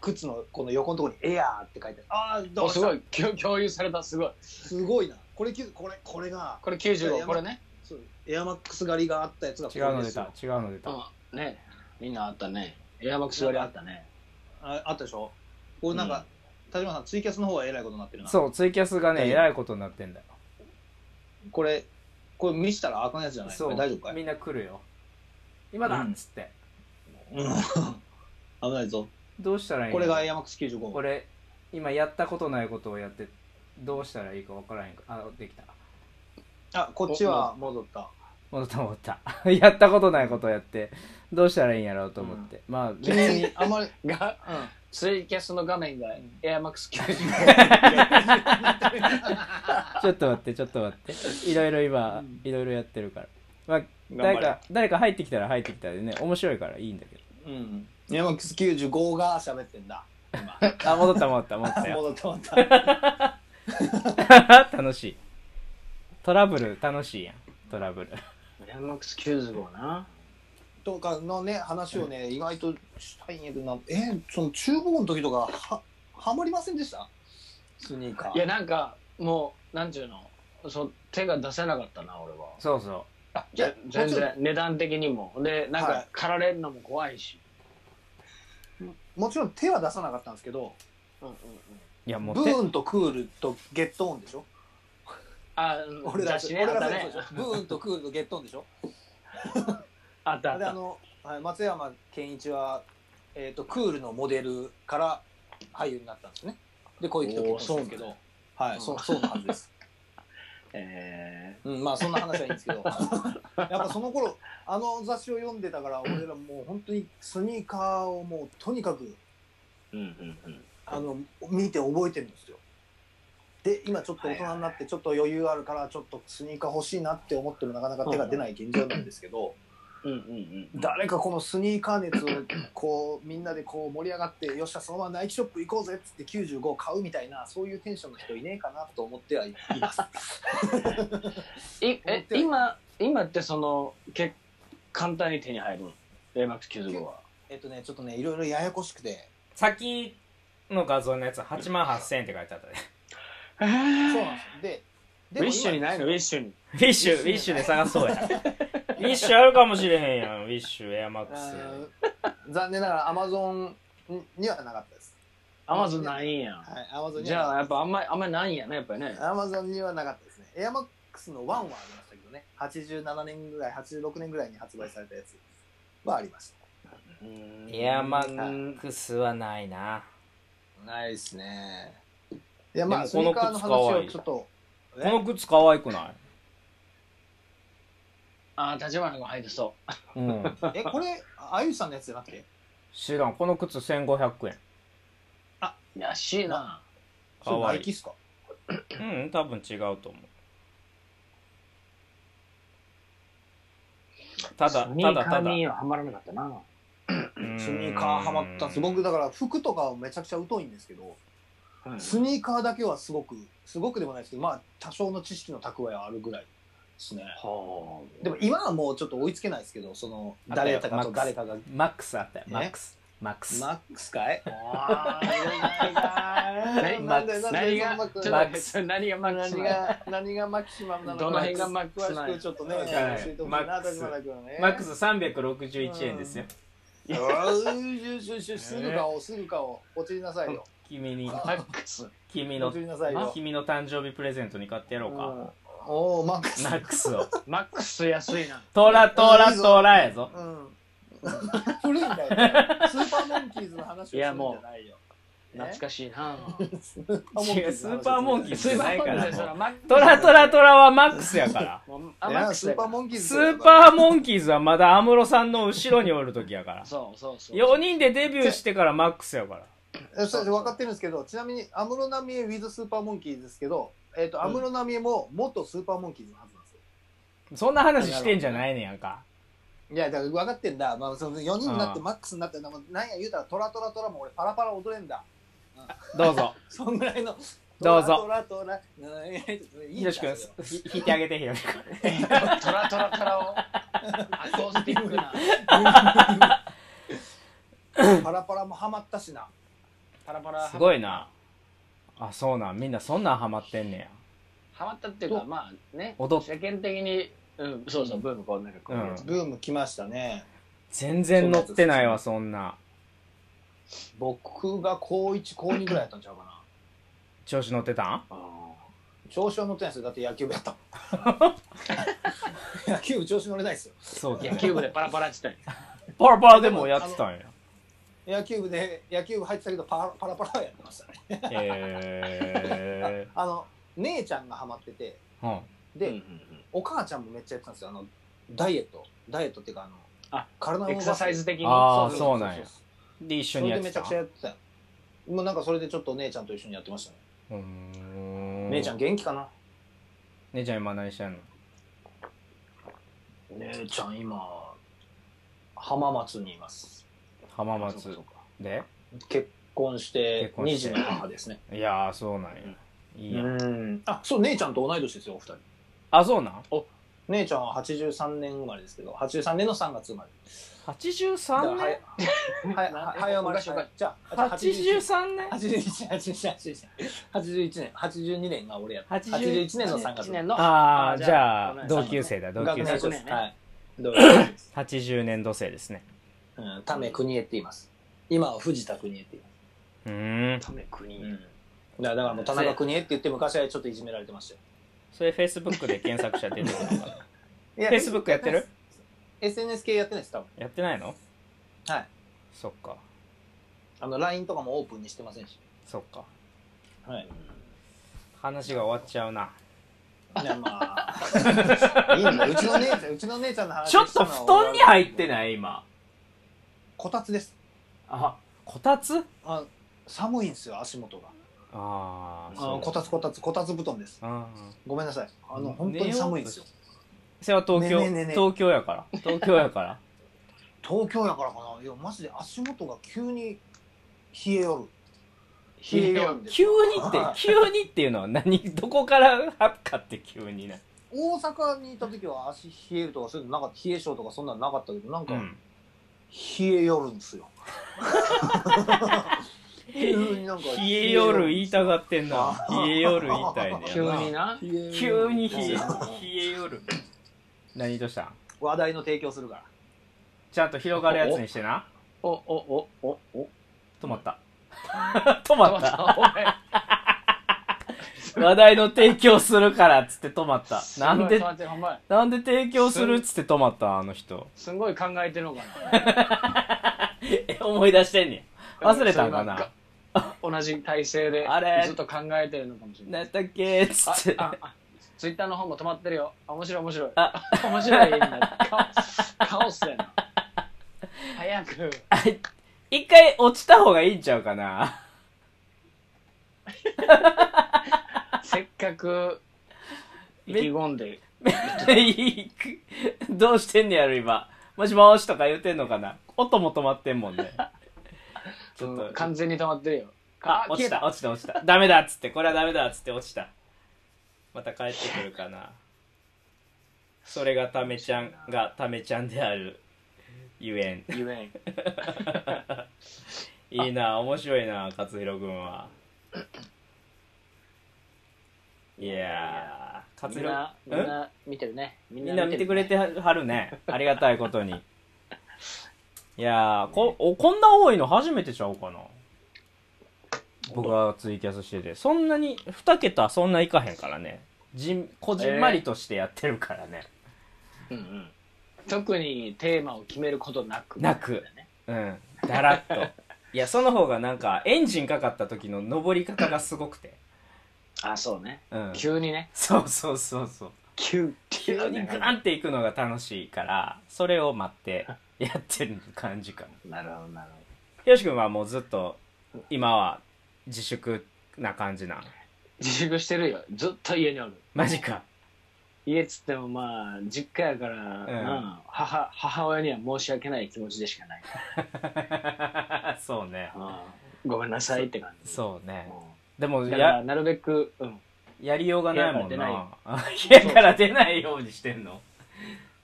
B: 靴のこの横のところに「エアー」って書いてあるあーど
C: お
B: うし
C: すご
B: た
C: い共共有されたすごい
B: すごいなこれきゅこれこれが
C: これ95これね
B: そうエアマックス狩りがあったやつがこ
A: 違
B: れ
A: うの
B: で
A: 出
B: すよ
A: た、違うの出た。
C: うんねみんなあったねエアマックス割りあったね
B: ああったでしょこれなんか、田島さん、ツイキャスの方はえらいことになってるな。
A: そう、ツイキャスが
B: 大
A: ね、
B: 丈夫
A: えらいことになってんだよ。
B: これ、これ見したらあかんやつじゃない
A: そう、
B: 大丈夫かい
A: みんな来るよ。今だ
B: うん
A: っつって。
B: うん危ないぞ。
A: どうしたらいい
B: こ
A: の
B: れが AMAX95。
A: これ、今やったことないことをやって、どうしたらいいかわからへんか。あ、できた。
B: あ、こっちは戻った。
A: 戻った戻った。 [LAUGHS] やったことないことをやって、どうしたらいいんやろうと思って。まあ、別
B: 君
A: に、
B: あんまり、
C: がツイキャスの画面が
B: [LAUGHS]
C: AirMax90
A: ちょっと待って、ちょっと待って。いろいろ今、いろいろやってるから。まあ、
B: うん。
A: 誰
B: 頑張れ
A: か、誰か入ってきたら入ってきたでね、面白いからいいんだけど。
B: うん。AMAX95 が喋って
C: [LAUGHS]
B: んだ。 [LAUGHS]
A: あ、戻った戻った戻ったよ。
B: 戻った戻った。
A: 楽しい。トラブル楽しいやん。トラブル。
C: AirMax95 な
B: とかのね、話をね、意外としたいんやけどな。え、その中国の時とか、は、はまりませんでしたスニーカー。
C: いやなんかもうなんちゅうのそう手が出せなかったな俺は
A: そうそ
B: あいや
C: 全
B: もちろん
C: 然値段的にもでなん
B: は
C: か
B: い
C: 狩られるのも怖いし、
B: もちろん手は出さなかったんですけど、
C: うんうんう
A: う。
C: ん
A: いや、も
B: ブ
A: う手、
B: ーンとクールとゲットオンでしょ
C: あ
B: 俺ら、
C: 雑誌ね
B: 俺
C: あっ
B: ら世
C: た
B: 代
C: ね
B: そうでしょブーンとクールとゲットオン
C: [LAUGHS]
B: でしょ
C: あったあっ
B: であ
C: た
B: の、はい、松山ケンイチは、えー、とクールのモデルから俳優になったんですねで小雪と結婚したんですけ
C: おー
B: どはい、
C: うん
B: そうそうのはずです、
C: え
B: うん、まあそんな話はいいんです
C: [LAUGHS]
B: けどやっぱその頃あの雑誌を読んでたから俺らもう本当にスニーカーをもうとにかく
C: ーうんうんうん
B: あの見て覚えてるんですよで今ちょっと大人になってちょっと余裕あるからちょっとスニーカー欲しいなって思ってもなかなか手が出ない現状なんですけど、
C: うんうんうん
B: 誰かこのスニーカー熱をこうみんなでこう盛り上がってよっしゃそのままナイキショップ行こうぜっつって95買うみたいなそういうテンションの人いねえかなと思ってはいます
C: [LAUGHS] いえ今今ってそのけ簡単に手に入るの AMAX95 は
B: えっとねちょっとねいろいろややこしくて
A: 先の画像のやつ8万8000って書いてあ
B: [LAUGHS]
A: ったね。
C: え
B: そう
C: ー
B: なんですよ
C: ウ
B: でで
C: ィ
B: も今
C: ッシュにないのウィッシュに
A: ウィッシュ、ウィッシュで探
B: [LAUGHS]
A: そうや。ウィッシュあるかもしれへんやん。ウィッシュ、エアマッ
B: あ
A: クス。
B: ー残念ながらアマゾンにはなかったです
C: アマゾンないんや
B: はいアマゾンに
C: じ
B: は
C: ゃあ
B: な
C: や
B: か
C: っぱあんまりあんまりないんやねやっぱりね
B: アマゾンにはなかったですねエアマックスの1はありましたけどね87年ぐらい86年ぐらいに発売されたやつはありました
A: エアマックスはないな。
B: ないですね。いや、まあ、ス
A: で
B: ニ
A: も
B: ー
A: こ
B: カ
A: の
B: ーの
A: 靴
B: 話
A: かわい
B: を
A: い
B: ちょっと、
A: この靴可愛くない
C: ああ立花が入ってそ
A: うん。
B: え、これ、あゆさんのやつじゃなくて
A: 知らん。この靴1500円。
C: う安いな
B: それ
A: かわいい
B: ナイキっすか
A: うん、多分違うと思う。ただ、
C: ス
A: た
C: ニー
A: だ、
C: カー
A: ただ。
C: にはハマらなかったな
B: スニーカーハマったんです。僕、だから服とかはめちゃくちゃ疎いんですけど、スニーカーだけはすごく、すごくでもないですけど、まあ、多少の知識の蓄えはあるぐらいですね。
C: はあ [LAUGHS]
B: でも今はもうちょっと追いつけないですけど、その、誰かと誰かが。
A: マックスあったよ。
B: え
A: マックス。マックス。
B: マ
A: マ
B: ックスかい
C: あ
B: 何
A: マック
B: 何
A: ス
B: が
C: 何が
B: 何
C: ち
A: マ
C: ょ
B: が
A: ッ
C: っ
A: クス
C: と何
B: 何が何
C: がマックス
B: がマキシマムなのか
C: どの辺がマックスなの
B: 詳しくちょっとね
C: はい
B: 教えてほしい
A: マッ
B: な
A: クス
B: 田島君ね
A: ックス361円ですよ。
B: うーよしよしよしすぐ買おうすぐ買おうお釣りなさいよ
A: 君に、
C: マックス
A: 君
B: お
A: の
B: 釣、りなさいよ
A: 君の誕生日プレゼントに買ってやろうか。
B: うんおおマックス
A: マックスを。
C: マックス安いな
A: トラトラトラやぞ。
B: うん古いんだよスーパーモンキーズの話をするんじゃないよ
C: 懐かしいな
B: スーパーモンキ
A: 違
B: ー
A: う、
B: ズ
A: ス
B: の話をするんじゃな
A: ーパー
B: い
A: モンキー
C: ス
A: じゃ
C: ーパ
A: ないか
C: ーモン
A: ら
C: キーズ
A: もう。
C: はマックス
A: トラトラトラはマックスやから。
C: もう
B: い
C: あマッ
B: や
C: ク
B: ス
C: ス
B: ー
C: や
B: パー
C: から
B: モンキーズ
A: ス
B: だよ
A: ーパーモンキーズはまだ安室さんの後ろにおる時やから。
C: そうそうそう
A: 4人でデビューしてからマックスやから。
B: えそれで分かってるんですけどちなみに安室奈美恵 with スーパーモンキーズですけどえっと安室奈美恵も元スーパーモンキーズのはずなんですよ
A: そんな話してんじゃないねやんか。
B: いや、だから分かってんだ。まあ、その4人になってマックスになって、なんかなんや言うたら、トラトラトラも俺パラパラ踊れんだ。
A: どう [LAUGHS] ぞ。
B: そんぐらいの。
A: どうぞ
B: トラトラトラ。うんいやいい
A: ひろし君、ひ弾いてあげて、ひろし君。
C: トラトラトラをアコースティックな
B: 君。パラパラもハマったしな。
C: パラパラ
A: [LAUGHS] すごいな。あ、そうなん。みんなそんなんハマってんねや。
C: ハマったっていうかまあね
A: 踊っ
C: 世間的にうんそうそうブームこうなんかこう
A: うん
B: ブーム来ましたね。
A: 全然乗ってないわ、そんな。
B: 僕が高1、高2ぐらいやったんちゃうかな。
A: 調子乗ってたん
B: 調子は乗ってないですよだって野球部やったもん野球部調子乗れないですよ
A: そう
C: 野球部でパラパラって言った
A: パラパラでもやってたんや
B: 野球部で野球部入ってたけどパラパラパラはやってましたね
A: へえ
B: あの姉ちゃんがハマってて
A: ーうん、
B: で、
C: んや
B: お母ちゃんもめっちゃやってたんですよあのダイエットダイエットっていうかあの
C: あ
B: 体を
C: エクササイズ的に
A: あー
B: そ
A: そうなんやで一
B: そ
A: 緒
B: れ
A: にや
B: で
A: って
B: めちゃ
A: た
B: くちゃやってたよもうなんかそれでちょっと姉ちゃんと一緒にやってましたね、
A: うーん
B: 姉ちゃん元気かな
A: 姉ちゃん今何してんの
B: 姉ちゃん今浜松にいます
A: 浜
B: そうか
A: 松
B: そうか
A: で
B: 結婚して
A: 結婚
B: 2
A: して
B: 児の母ですね
A: いやーそうなんやいいやん
B: うんあそう姉ちゃんと同い年ですよお二人
A: あそうなん
B: 姉ちゃんは83年生まれですけど83年の3月生まれだから
A: 83
B: はい
A: 年
B: はいはい早生まれ
C: おかしいおかしい
B: じゃあじゃあ
A: 83年
B: 81年81年82年が俺やった
A: 81
B: 81年の3月
C: 1年の
A: ああ
C: ー
A: じゃあ
C: ごめ
A: 同
C: ん
A: 級生だ同
B: 学
A: 級
B: 年
A: 生
B: です、
C: 同級生
B: はい同級生です
A: 80年度生ですね
B: うんタメ国江って言います今は藤田国江って言います
A: うーん
C: ため国
B: うんだからだからもう田中邦衛って言って昔はちょっといじめられてましたよ。
A: それフェイスブックで検索したら出てく [LAUGHS] るのか
B: い
A: なフェイスブックやってる
B: ?SNS 系やってないです、多分。
A: やってないの
B: はい。
A: そっか
B: あの、LINE とかもオープンにしてませんし。
A: そっか
B: はい。
A: 話が終わっちゃうない
B: や、まあ、
A: [LAUGHS]
B: いいんだようちの姉ちゃん、うちの姉ちゃんの話
A: ちょっと布団に入って
B: い
A: ない今
B: こたつです。
A: あこたつ
B: あ寒いんですよ、足元が。
A: あー
B: あのこたつこたつ、こたつ布団です。
A: あー
B: ごめんなさい。あの、本当に寒いんですよ。
A: それは東京、
B: ねえねえねえねえ
A: 東京やから東京やから [LAUGHS]
B: 東京やからかな。いや、マジで足元が急に冷えよる。
C: 冷えよる
B: んです
A: 急にって急にっていうのは何どこから発かって急にな
B: 大阪にいた時は足冷えるとかそういうのなかった冷え性とかそんなのなかったけどなんか
A: うん
B: 冷えよるんですよ、急になんか
A: 冷え夜言いたがってんな
B: あー
A: 冷え夜言いたいね
C: 急にな
B: 冷えよる
A: 急に冷え冷え夜何どうしたん
B: 話題の提供するから
A: ちゃんと広がるやつにしてな
C: おおおおお
A: 止まった [LAUGHS] 止まった
C: た
A: 話題の提供するからっつって止まったなんでなんで提供するっつって止まったあの人
C: すごい考えてるのか
A: え思い出してんねん
C: な
A: 忘れたんかな
C: 同じ体勢で
A: あれ
C: ずっと考えてるのかもしれない
A: 何だっけっつ
C: あ
A: って
C: ああツイッターの方も止まってるよあ面白い面白い
A: あ
C: 面白いみんなカオカオスやな早く
A: 一回落ちた方がいいんちゃうかな
C: せっかく意気込んで
A: [LAUGHS] いくどうしてんねやろ今もしもーしとか言うてんのかな音も止まってんもん
C: [LAUGHS]
A: ねちょっと
C: 完全に止まってるよ
A: あ落ちた落ちた落ちたダメだっつってこれはダメだっつって落ちたまた帰ってくるかなそれがためちゃんがためちゃんであるゆえん [LAUGHS]
C: ゆえん
A: いいな面白いな勝弘君はいやー勝
C: みんなみん
A: 弘ん
C: な見てるねみ
A: みんな見てくれてはるね。ありがたいこと [LAUGHS] に。いやーこ、おこんな多いの初めてちゃうかな。僕はツイキャスしてて。そんなに、二桁そんないかへんからね。じん、こじんまりとしてやってるからね。
C: うんうん特にテーマを決めることなく
A: なくうん。だらっと。いや、その方がなんか、エンジンかかった時の登り方がすごくて。
C: あそうね
A: うん。
C: 急にね
A: そうそうそうそう。
C: 急急
A: 急にガンっていくのが楽しいから、それを待ってやってる感じかな。
C: なるほどなる
A: ひろし君はもうずっと今は自粛な感じなん
C: 自粛してるよずっと家におる
A: マジか
C: 家っつってもまあ実家やから、な母母親には申し訳ない気持ちでし
A: [LAUGHS]
C: かな
A: [LAUGHS]
C: い、
A: そうね
C: うんごめんなさいって感じ
A: そうね
C: う
A: でも
C: んだから
A: や
C: なるべく、うん、
A: やりようがないもんな
C: 部
A: [LAUGHS] 家
C: 屋
A: か
C: から
A: 出ないようにしてんの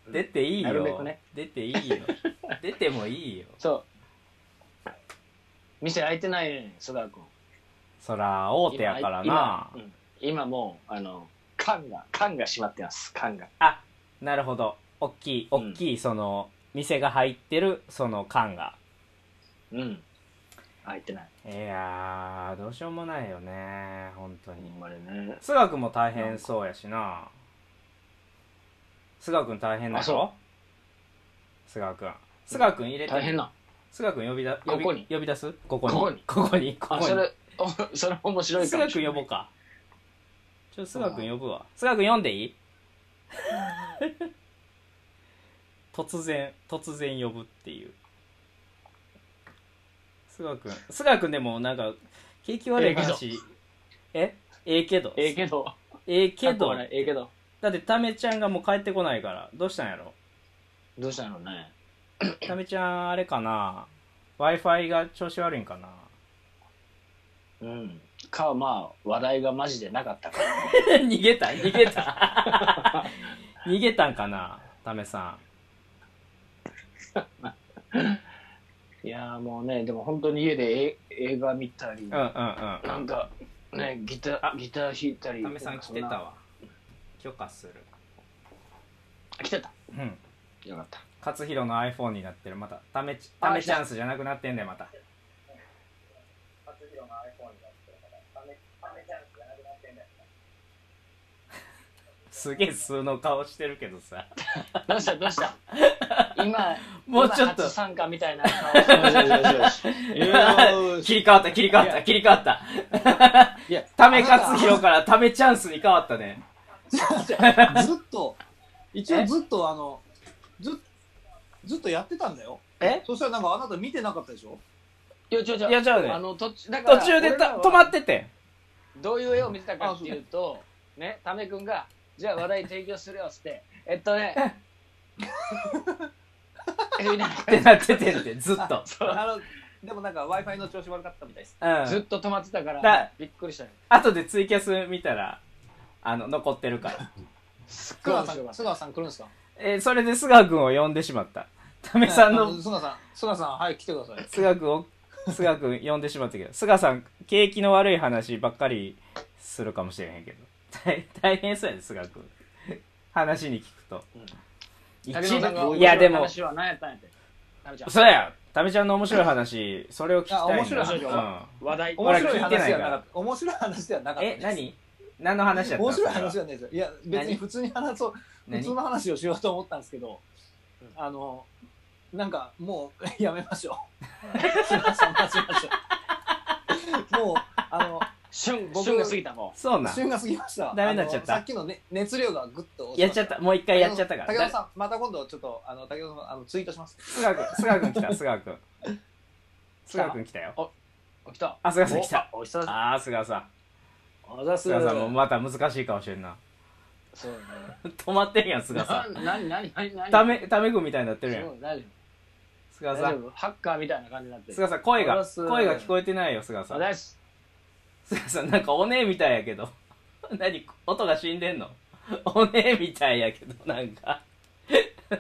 A: 出ていい
C: なるべ
A: よ、
C: くね
A: 出ていいよ出てもいいよ
C: そう店開いてないね須田君
A: そら大手やからな
C: 今,今、うん今もうあの缶が缶が閉まってます缶が
A: あなるほど大きい大きいその店が入ってるその缶が
C: うん入ってない。
A: いやー、どうしようもないよね、本当に。
C: まれね。
A: 菅学も大変そうやしな。菅君大変だ
C: あそ
A: ろ菅君。菅君入れて。
C: 大変な。
A: 菅君呼びだ、呼び
C: ここに
A: 呼び出すここに。
C: ここに
A: ここに。ここ
C: あ、
A: に
C: それ、おそれ面白いか
A: 菅
C: もし
A: 君
C: れ
A: 呼
C: な
A: ぼ。
C: いう
A: か。ちょ、菅君呼ぶわ。菅君呼んで
C: [LAUGHS]
A: いい突然、突然呼ぶっていう。菅君。菅君でもなんか、景気悪い話。えええけど。
C: ええけど。
A: ええけ
C: かっこ
A: ど。
C: 笑いええけど。
A: だって、ためちゃんがもう帰ってこないから。どうしたんやろ
C: どうしたのね。
A: ためちゃん、あれかな ?Wi-Fi が調子悪いん
C: [LAUGHS]
A: かな
C: うん。か、まあ、話題がマジでなかったから。
A: 逃げた逃げた [LAUGHS] 逃げたんかなタメさ
C: [LAUGHS] いやーもうね、でも本当に家でえ映画見たり
A: ん。うん、うんうん。
C: なんか、ね、ギター、ギター弾いたり。
A: タメさん来てたわ。許可する。
C: あ。来てた。
A: うん。
C: よかった。
A: 勝弘の iPhone になってる。また、タメ、タメチャンスじゃなくなってんだよ、また。すげえ数の顔してるけどさ。
C: どうしたど
A: [LAUGHS]
C: うした今、
A: もうちょっと
C: 今初参加みたいな
A: [LAUGHS]
B: よし
C: 顔。
B: よし [LAUGHS] よし
A: 切り替わった、切り替わった、切り替わった。
B: いや、
A: ため勝弘からためチャンスに変わったね。 [LAUGHS]
B: ずっと、一応ずっとあの、ずっずっとやってたんだよ。
A: え
B: そしたらなんかあなた見てなかったで
A: [LAUGHS]
B: しょ
C: いや、ちょちょ、
A: いやちょね
C: あの、途中、だから
A: 途中でた
C: 俺らは
A: 止まってて。
C: どういう絵を見てたかっていうと、ね、タメ君が、じゃあ話題提供するよっ
A: [LAUGHS]
C: つって、えっとね、えみんな
A: ってなっててんて、ずっと。
B: あの、でもなんか Wi-Fi の調子悪かったみたいです。
A: う
C: ずっ
A: ん。
C: と止まってたから、
A: だ
C: びっくりしたよ。
A: 後でツイキャス見たら、あの、残ってるから。 [LAUGHS]
C: すっ
B: 須
C: ごい面
B: 川さ
C: 白
B: ん、
C: かっ
B: 須
C: た。
B: 川さん来るんですか
A: えーそれで菅君を呼んでしまった。ため [LAUGHS] さん
B: あ
A: の、
B: 須川さん、須川さん、はい、来てください。
A: 菅君を、菅君呼んでしまったけど、菅さん、景気の悪い話ばっかりするかもしれへんけど。大大変そうやで、菅君。話に聞くと。一
C: 竹野さんが
A: いや、でも
C: 面、白い話は何やったんやって。タメちゃん、
A: そうやタメちゃんの面白い話、それを聞きたいな。
B: あ面白い話
A: う
B: よ
A: ん
C: 話題。
A: 俺
B: 面
A: ら
B: 白い
A: 聞いてな
B: 話
A: いか
B: ではな
A: ら
B: かった。面白い話ではなかったで
A: え
B: す。
A: 何何の話やった
B: 面白い話じ
A: や
B: ゃないですよ。いや、別に普通に話そう、普
A: 何
B: 通の話をしようと思ったんですけど、あの、なんかもう [LAUGHS] やめましょ
A: [LAUGHS]
B: う。すいません待ちましょう。もう、あの、
C: 旬、
B: 僕
C: 旬が過ぎたも
A: そうなん
B: 旬が過ぎました。
A: ダメになっちゃった
B: あのさっきの、ね、熱量がぐっと落
A: やっちゃったもう一回やっちゃったから
B: 竹
A: だ
B: 田さん、また今度ちょっと、あの、竹田さん、あの、ツイートします。
A: 菅君菅君来た菅君菅君来たよ
C: う。来た。
A: あ菅さん来た
C: お。お久しぶり。
A: ああ菅さん
C: おざす。
A: 菅さんもまた難しいかもしれんな
C: そうね。
A: [LAUGHS] 止まってんやん菅さ
C: なんな、な、な、
A: [LAUGHS]
C: な、
A: ためため君みたいになってるや
C: そ
A: ん
C: う大丈
A: 菅
C: 夫。大
A: さ
C: 丈
A: ん
C: 夫。ハッカーみたいな感じになってる。
A: 菅さん声が
C: 殺す
A: 声が聞こえてないよ菅さ
C: お
A: ん
C: ざっす。
A: 菅さんなんかおねえみたいやけど [LAUGHS] 何音が死んでんの [LAUGHS] おねえみたいやけどなんか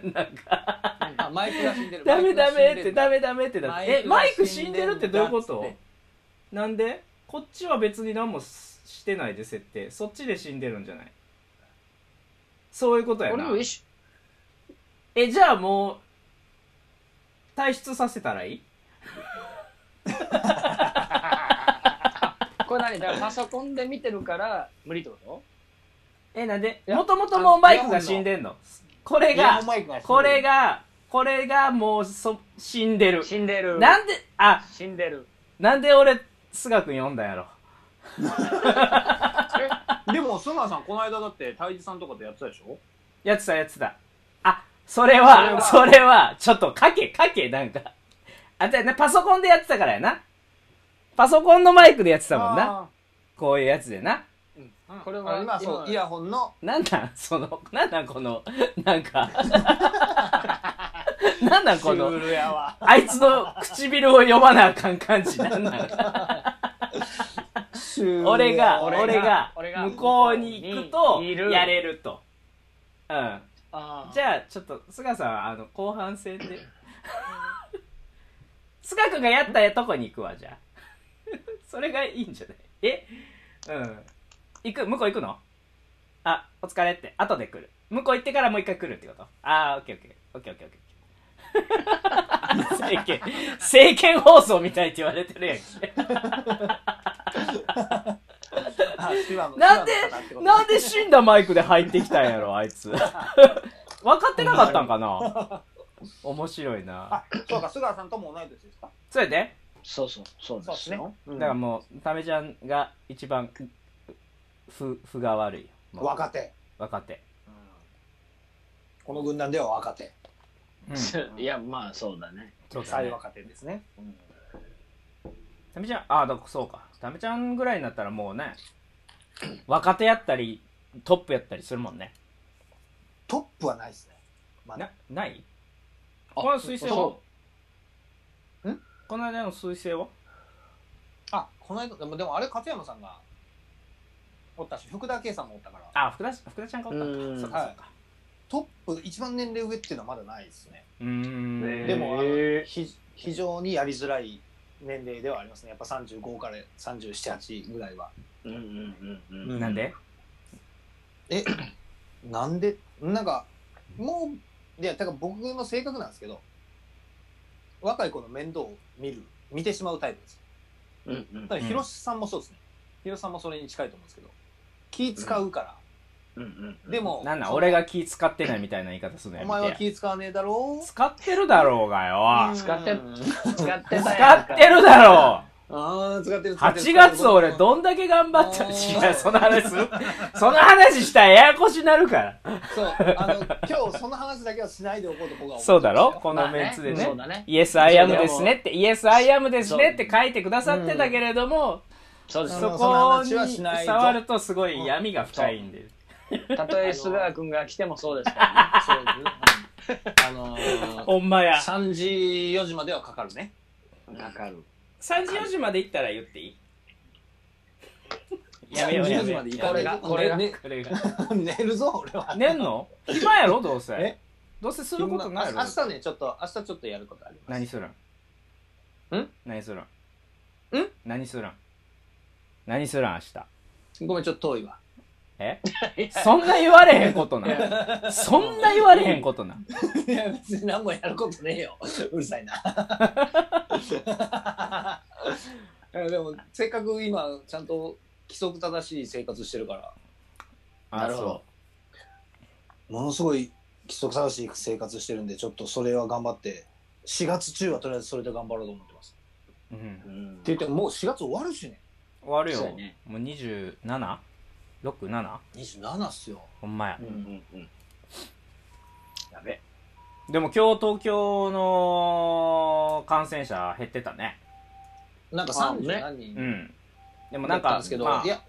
A: なんか
B: あ、マイクが死んでる。
A: [LAUGHS] ダメダメって
B: メ。
A: ダメダメってなってえマ
B: マ
A: イ
B: イ
A: ク
B: ク
A: 死
B: 死
A: ん
B: ん
A: で
B: で
A: る
B: る
A: ってどういうこ
B: だっ
A: と
B: て
A: なんでこっちは別に何もすしてないで設定そっちで死んでるんじゃないそういうことや
C: 俺
A: な
C: も一緒。
A: えじゃあもう退出させたらいい
C: これ何だからパソコンで見てるから無理ってこと
A: えなんで
B: いや
A: もともともうマイクが死んでんのこれ
B: イヤ
A: が
B: ホンマイクが死んでる
A: これがこれがもうそ死んでる
C: 死んでる。
A: なんであ
C: 死んでる。
A: なんで俺菅君読んだんやろ
B: でも、須川さん、この間だって、太一さんとかでやってたでしょ
A: やってたやってた。あ、それは、そ
C: そ
A: れは、ちょっと書け、書け、なんか。あ、じゃあね、パソコンでやってたからやな。パソコンのマイクでやってたもんな。
B: あ
A: こういうやつでな。
B: ー。
C: これ
B: あ
C: は
B: 今、そう、イヤホンの、
A: なんなん、その、なんなん、この、なんか。なんなん、この、
B: ルやわ。
A: あいつの唇を読まなあかん感じ。なんなん。俺が、
C: 俺が
A: 俺が
C: 俺、が
A: 向こうに行くと、
C: にいる
A: やれると。うん。
C: あ
A: じゃあちょっと菅さんあの後半戦で [LAUGHS] 菅君がやったとこに行くわじゃあ [LAUGHS] それがいいんじゃないえうん行く向こう行くのあお疲れって後で来る向こう行ってからもう一回来るってことああオッケーオッケーオッケーオッケーオッケー政 [LAUGHS] 権、政見放送みたいって言われてるやん [LAUGHS] け。
B: あ手話の
A: なんで
B: 手話の方ってこと
A: なんで死んだマイクで入ってきたんやろ、あい [LAUGHS] つ。分かってなかったんかな面白いな。
B: あそうか菅原さんとも同い年ですか
A: そうやで。
C: そうそう、そうですよ。
A: だからもう、ためちゃんが一番、ふ、ふが悪い。もう
B: 若手、
A: 若手。
B: この軍団では若手
A: うん。
C: うん [LAUGHS] いや、まあそうだね。
A: そうだ
B: 最
A: ね
B: 若手ですね、うん
A: タメちゃん、ああ、だからそうか。タメちゃんぐらいになったらもうね、若手やったり、トップやったりするもんね。
B: トップはないですねまだ
A: な、ない
C: あ
A: この彗星は
C: そ
A: この間の彗星は
B: あこの間でもでもあれ勝山さんがおったし福田圭さんもおったから
A: あ、福田、福田ちゃんがおった
C: うん
A: か。そうか、そうか。
B: トップ一番年齢上っていうのはまだないですね
A: うーん。
B: でもあ
C: へ
B: の
C: え
B: ひ非常にやりづらい年齢ではありますねやっぱ35から378ぐらいは
C: うんうんうんうん。
A: なんで [CLEARS THROAT]
B: えなんでなんかもういやだから僕の性格なんですけど若い子の面倒を見る見てしまうタイプです
C: うんうん
B: だから広瀬さんもそうですね、広瀬さんもそれに近いと思うんですけど気使うから、
C: うんうん。
B: でも
A: なんなん
B: その
A: 俺が気使ってないみたいな言い方するのや
B: お前は
A: めてや。
B: 気使わねえだろう
A: 使ってるだろうがよ。
C: 使って
B: うん
C: 使ってたやん
A: 使ってるだろ
B: [LAUGHS] あー使ってる
A: う
B: 使ってる
A: !8 月俺どんだけ頑張った違
B: うん
A: う、その話する。 [LAUGHS] その話したらややこしになるから。
B: そうあの今日その話だけはしないでおこうと僕は思って
A: そうだろこ
C: ま
A: の
C: あね
A: メンツで
C: そ
A: ね
C: う。だね。
A: イエス・アイ・アムですねって、イエス・アイ・アムですねって書いてくださってたけれども、
C: そうです
A: そ
B: ん
C: よ。
B: その
A: こ
B: 話は
A: に
B: しないと
A: 触るとすごい闇が深いんで。
C: たとえ菅原君が来てもそうですからね。
B: そうですうんあのー
A: ほんまや。
B: 3時4時まではかかるね
C: かかる。
A: 3時4時まで行ったら言っていいやめようや
B: 3時
A: めよ
B: 4時まで
A: う。
B: 行かない
A: やめよう
C: これが
B: ね
A: これが。
B: ね寝るぞ俺は
A: 寝んの暇やろどうせ
B: え。
A: どうせすることないやろ
B: あ明日ねちょっと明日ちょっとやることあります
A: 何するん
B: ん
A: 何するん
B: ん
A: 何するん何するん明日。
B: ごめんちょっと遠いわ
A: えそんな言われへんことな。そんな言われへんことな。
B: いや別に何もやることねえ
A: [LAUGHS]
B: ようるさいないやでもせっかく今ちゃんと規則正しい生活してるから
A: あ
C: なるほど
A: そう
B: ものすごい規則正しい生活してるんでちょっとそれは頑張って4月中はとりあえずそれで頑張ろうと思ってます
A: うん
C: う、ん
B: って言ってももう4月終わるしね
A: 終わる
C: そう
A: よ、
C: やね
A: もう 27?67?
B: 27っすよ
A: ほんまや
C: うんうんうん。やべ。
A: でも今日東京の感染者減ってたね
B: なんか
C: あね
B: 30何人
A: うんでもな
B: だ
A: ん
B: った
A: か
B: んですけど、
A: まあ
B: いや、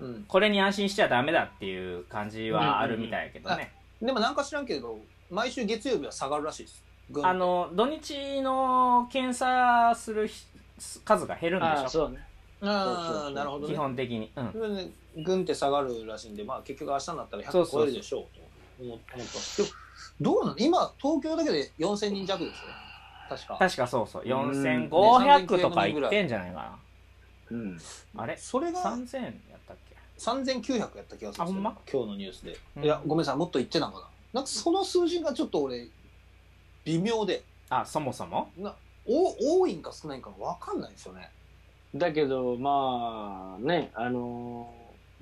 B: うん、
A: これに安心しちゃダメだっていう感じはあるみたいやけどね、
B: でもなんか知らんけど毎週月曜日は下がるらしいですぐん
A: あの土日の検査するひ数が減るんで
C: ああ、
A: しょ
C: そうね。そうそう
B: あ
C: そ
B: ー
C: う
B: なるほど
A: 基
B: ね
A: 本的にうん
B: それでぐんって下がるらしいんで、まあ、結局明日になったら
A: そうそ
B: 100
A: うそう
B: 超えるでしょうと思思ってます。でも、どうなの今、東京だけで4000人弱ですよ。確か。
A: 確かそうそう
C: うん
A: 4500とかいってんじゃないか
C: うん。
A: なあれ
B: それが
A: 3000やったっけ
B: 3900やった気がするんですよ
A: あほんま
B: 今日のニュースで。
A: うん
B: いや、ごめんなさい、もっと言ってたのかな。なんかその数字がちょっと俺、微妙で、
A: あそもそも
B: お多いんか少ないんか分かんないですよね。
C: だけど、まあね、あの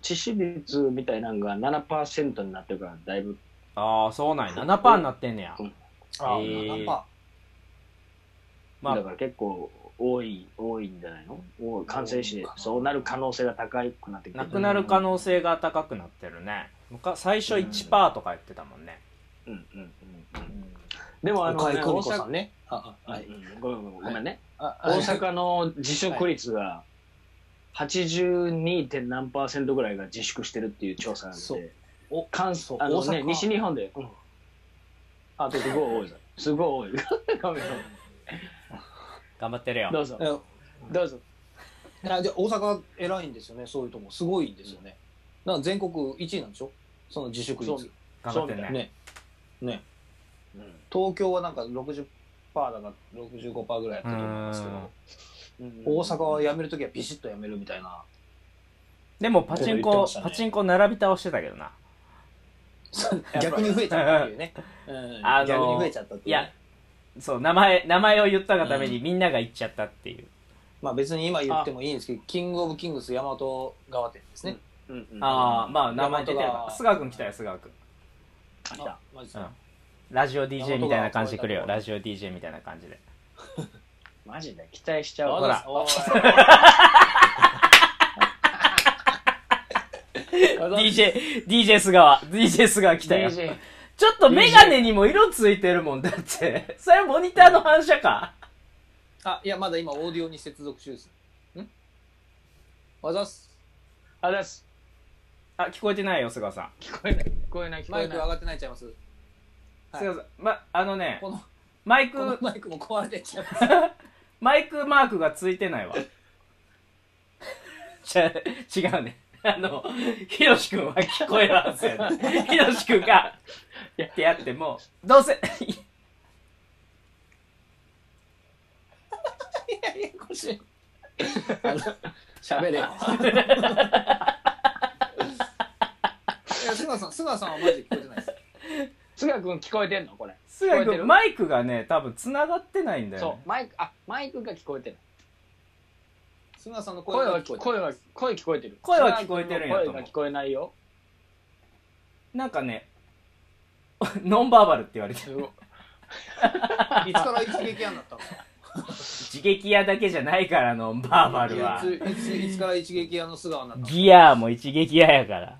C: ー、致死率みたいなのが7%になってるから、だいぶ。
A: ああそうなんや7%になってんねや
B: あ
A: へー
B: なんか
A: まあ
C: だから結構多い、多いんじゃないの多い感染して、そうなる可能性が高くなってきて
A: な
C: る。
A: くなる可能性が高くなってるね昔最初1%とか言ってたもんね
C: うんうんうんうん。でも、あの
B: 岡井
C: ね、
B: 久美子さんね。ああはい
C: うんうんごめんごめんごめんね。
B: ああ
C: 大阪の自粛率が 82. 点何パーセントぐらいが自粛してるっていう調査なん
B: そう
C: で、お関
B: そう
C: あの、
B: 大
C: ね、
B: 阪
C: 西日本で、うんあとすごい多いぞ [LAUGHS] すごい多い。ごめんご
A: 頑張ってる
C: めんど
A: よ
C: うぞ
B: え、
C: どうぞ。
B: いやじゃあ大阪偉いんですよねそういうとこすごいんですよね、だから全国1位なんでしょその自粛率
C: そう
A: 頑張ってる
C: そ
A: ね
C: う
B: ねね東京はなんか60%だか65%ぐらいやったと思いますけ
A: う
B: ど
A: ん
C: うん
B: 大阪は辞めるときはビシッと辞めるみたいな
A: でもパチン
B: そう言って
A: コ
B: ましたね
A: パチンコ並び倒してたけどな
B: 逆に増えちゃったっていうね、うん
A: あの
B: 逆に増えちゃったって
A: い
B: いう、
A: や
B: ね、
A: そう、名前、名前を言ったがためにみんなが言っちゃったっていう。
B: まあ別に今言ってもいいんですけど、キングオブキングス大和川店ですね。
C: うんうん
A: ああ、まあ名前出てる
B: 大和
A: か
B: が
A: ら。菅君来たよ、菅君。
B: あ
C: 来た。
B: マジ
A: う
B: で
A: ん。ラジオ DJ みたいな感じで来るよ、
B: 大和が
A: ラジオ DJ みたいな感じで。
C: マジで期待しちゃう
A: ほら
C: [LAUGHS]
B: おい
C: わ
A: DJ、DJ 菅は、DJ 菅は来たよ。
C: DJ
A: ちょっとメガネにも色ついてるもんだって。それモニターの反射か。
B: あ、いや、まだ今オーディオに接続中です。んわざっす。
C: あれです
A: あ、聞こえてないよ、菅さん。
C: 聞こえない聞こえない聞こ
B: マ
C: え
B: イク
C: ない
B: 上がってないちゃいます。はい
A: 菅さん、ま、あのね
B: この、
A: マイ
B: この
A: ク、
B: マイクも壊れてっ [LAUGHS] ちゃいます。
A: [LAUGHS] マイクマークがついてないわ。ちゃ、違うね。あの、ひろしくんは聞こえるはずやな。ひろしくんが、
C: いや
A: ってやっても、どうせ、
B: 腰あの喋
C: [LAUGHS]
B: れよ。いや、菅さん、菅さんはマジで聞こえてないです。
C: 菅君聞こえてんのこれ
A: [LAUGHS] 菅井
C: 聞こえて
A: 君、
C: る
A: マイクがね、多分繋がってないんだよ
C: そ
A: ね。
C: うマイクあマイクが聞こえてる
B: 菅さんの声
C: 声
B: が
C: は
B: 聞こえて
C: 声は声聞こえてる
A: 声は聞こえてるんやと思う
C: 菅君の声が聞こえないよ
A: なんかね、 [LAUGHS] ノンバーバルって言われてる。
C: すごい
B: ない。いつから一撃やんだったの
A: 刺激屋だけじゃないから、ノンバーバルは。
B: いついついつから一撃屋の素顔になったの
A: ギアも一撃屋や
C: [LAUGHS]
A: から。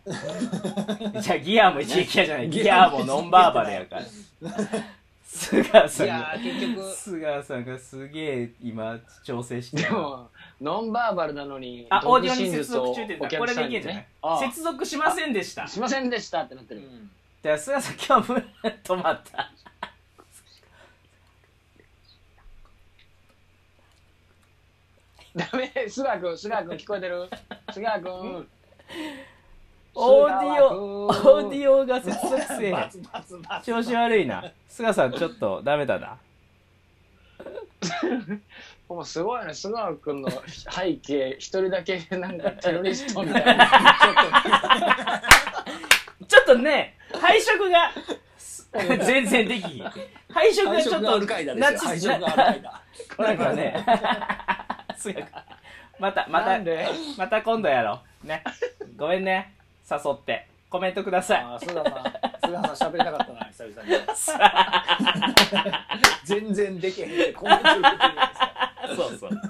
A: じゃあギアも一撃屋じゃない。ギアもノンバーバルや
C: [LAUGHS]
A: から。菅さん
B: いや
A: が、
B: ー結局
A: 菅さんがすげえ今、調整して
C: で
A: る。
C: もノンバーバルなのに
A: あ、オーディオ
C: 独
A: に
C: 身
A: 接
C: 術を
A: 続中って言ってた。こ
C: お
A: れで
C: 客さ
A: い
C: ん
A: けん
C: に
A: じゃない
C: ねああ
A: 接続しませんでした。
C: すいませんでしたってなって
B: う
C: る、
B: ん
A: だから菅さん今日無 [LAUGHS] 止まった
C: ダメ菅君菅君聞こえてる菅君
A: オーディオオ
C: 菅君
A: ーディオが接続せ [LAUGHS] えへん
B: バツバツバツ
A: 調子悪いな菅さんちょっとダメだな
C: もうすごいね菅君の背景一人だけなんかテロリストみた
A: [LAUGHS]
C: いな
A: ちょっとね配色がす [LAUGHS] 全然できひん配色が
B: 配
A: ちょっと
B: 色がアルカイダですよ。配色がアルカイダ。
A: ななんか [LAUGHS] ね菅君またま
C: な
A: た
C: んで
A: また今度やろうねごめんね誘ってコメントください
B: ああ、菅さん、菅さん喋りたかったな、久々に。全然できへんって、こんな中途で
A: そうそう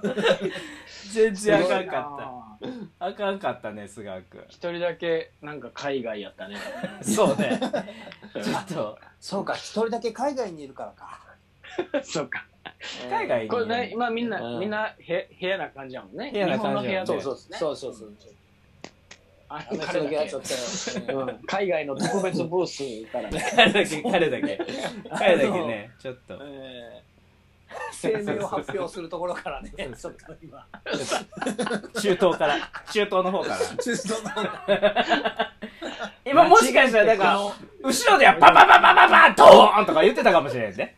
A: 全然あかん
C: すごい
A: か
C: な
A: ったあかんかったね菅君
C: 一人だけなんか海外
A: [LAUGHS]
C: やったね
A: そう [LAUGHS] ね。ちょっと、
B: そうか、一人だけ海外にいるからか。
C: そっか
A: 海外に。
C: これね今みんな、
B: うん
C: みんなへ部屋な感じやもんね
A: 部屋な感じやもんね
C: 日本の部屋
B: そう
C: で
B: そうそうそうそう。
C: あ
B: あの人だけはちょっと。うん
C: うん海外の特別ブースからね
A: 彼だけ、彼だけ。彼だけね、ちょっと。
B: えー声明を発表するところからね、ちょっと今、
A: 中東から。中東の方から。
B: 中途の
A: 今もしかしたら、だから、後ろではババババババドーンとか言ってたかもしれないね。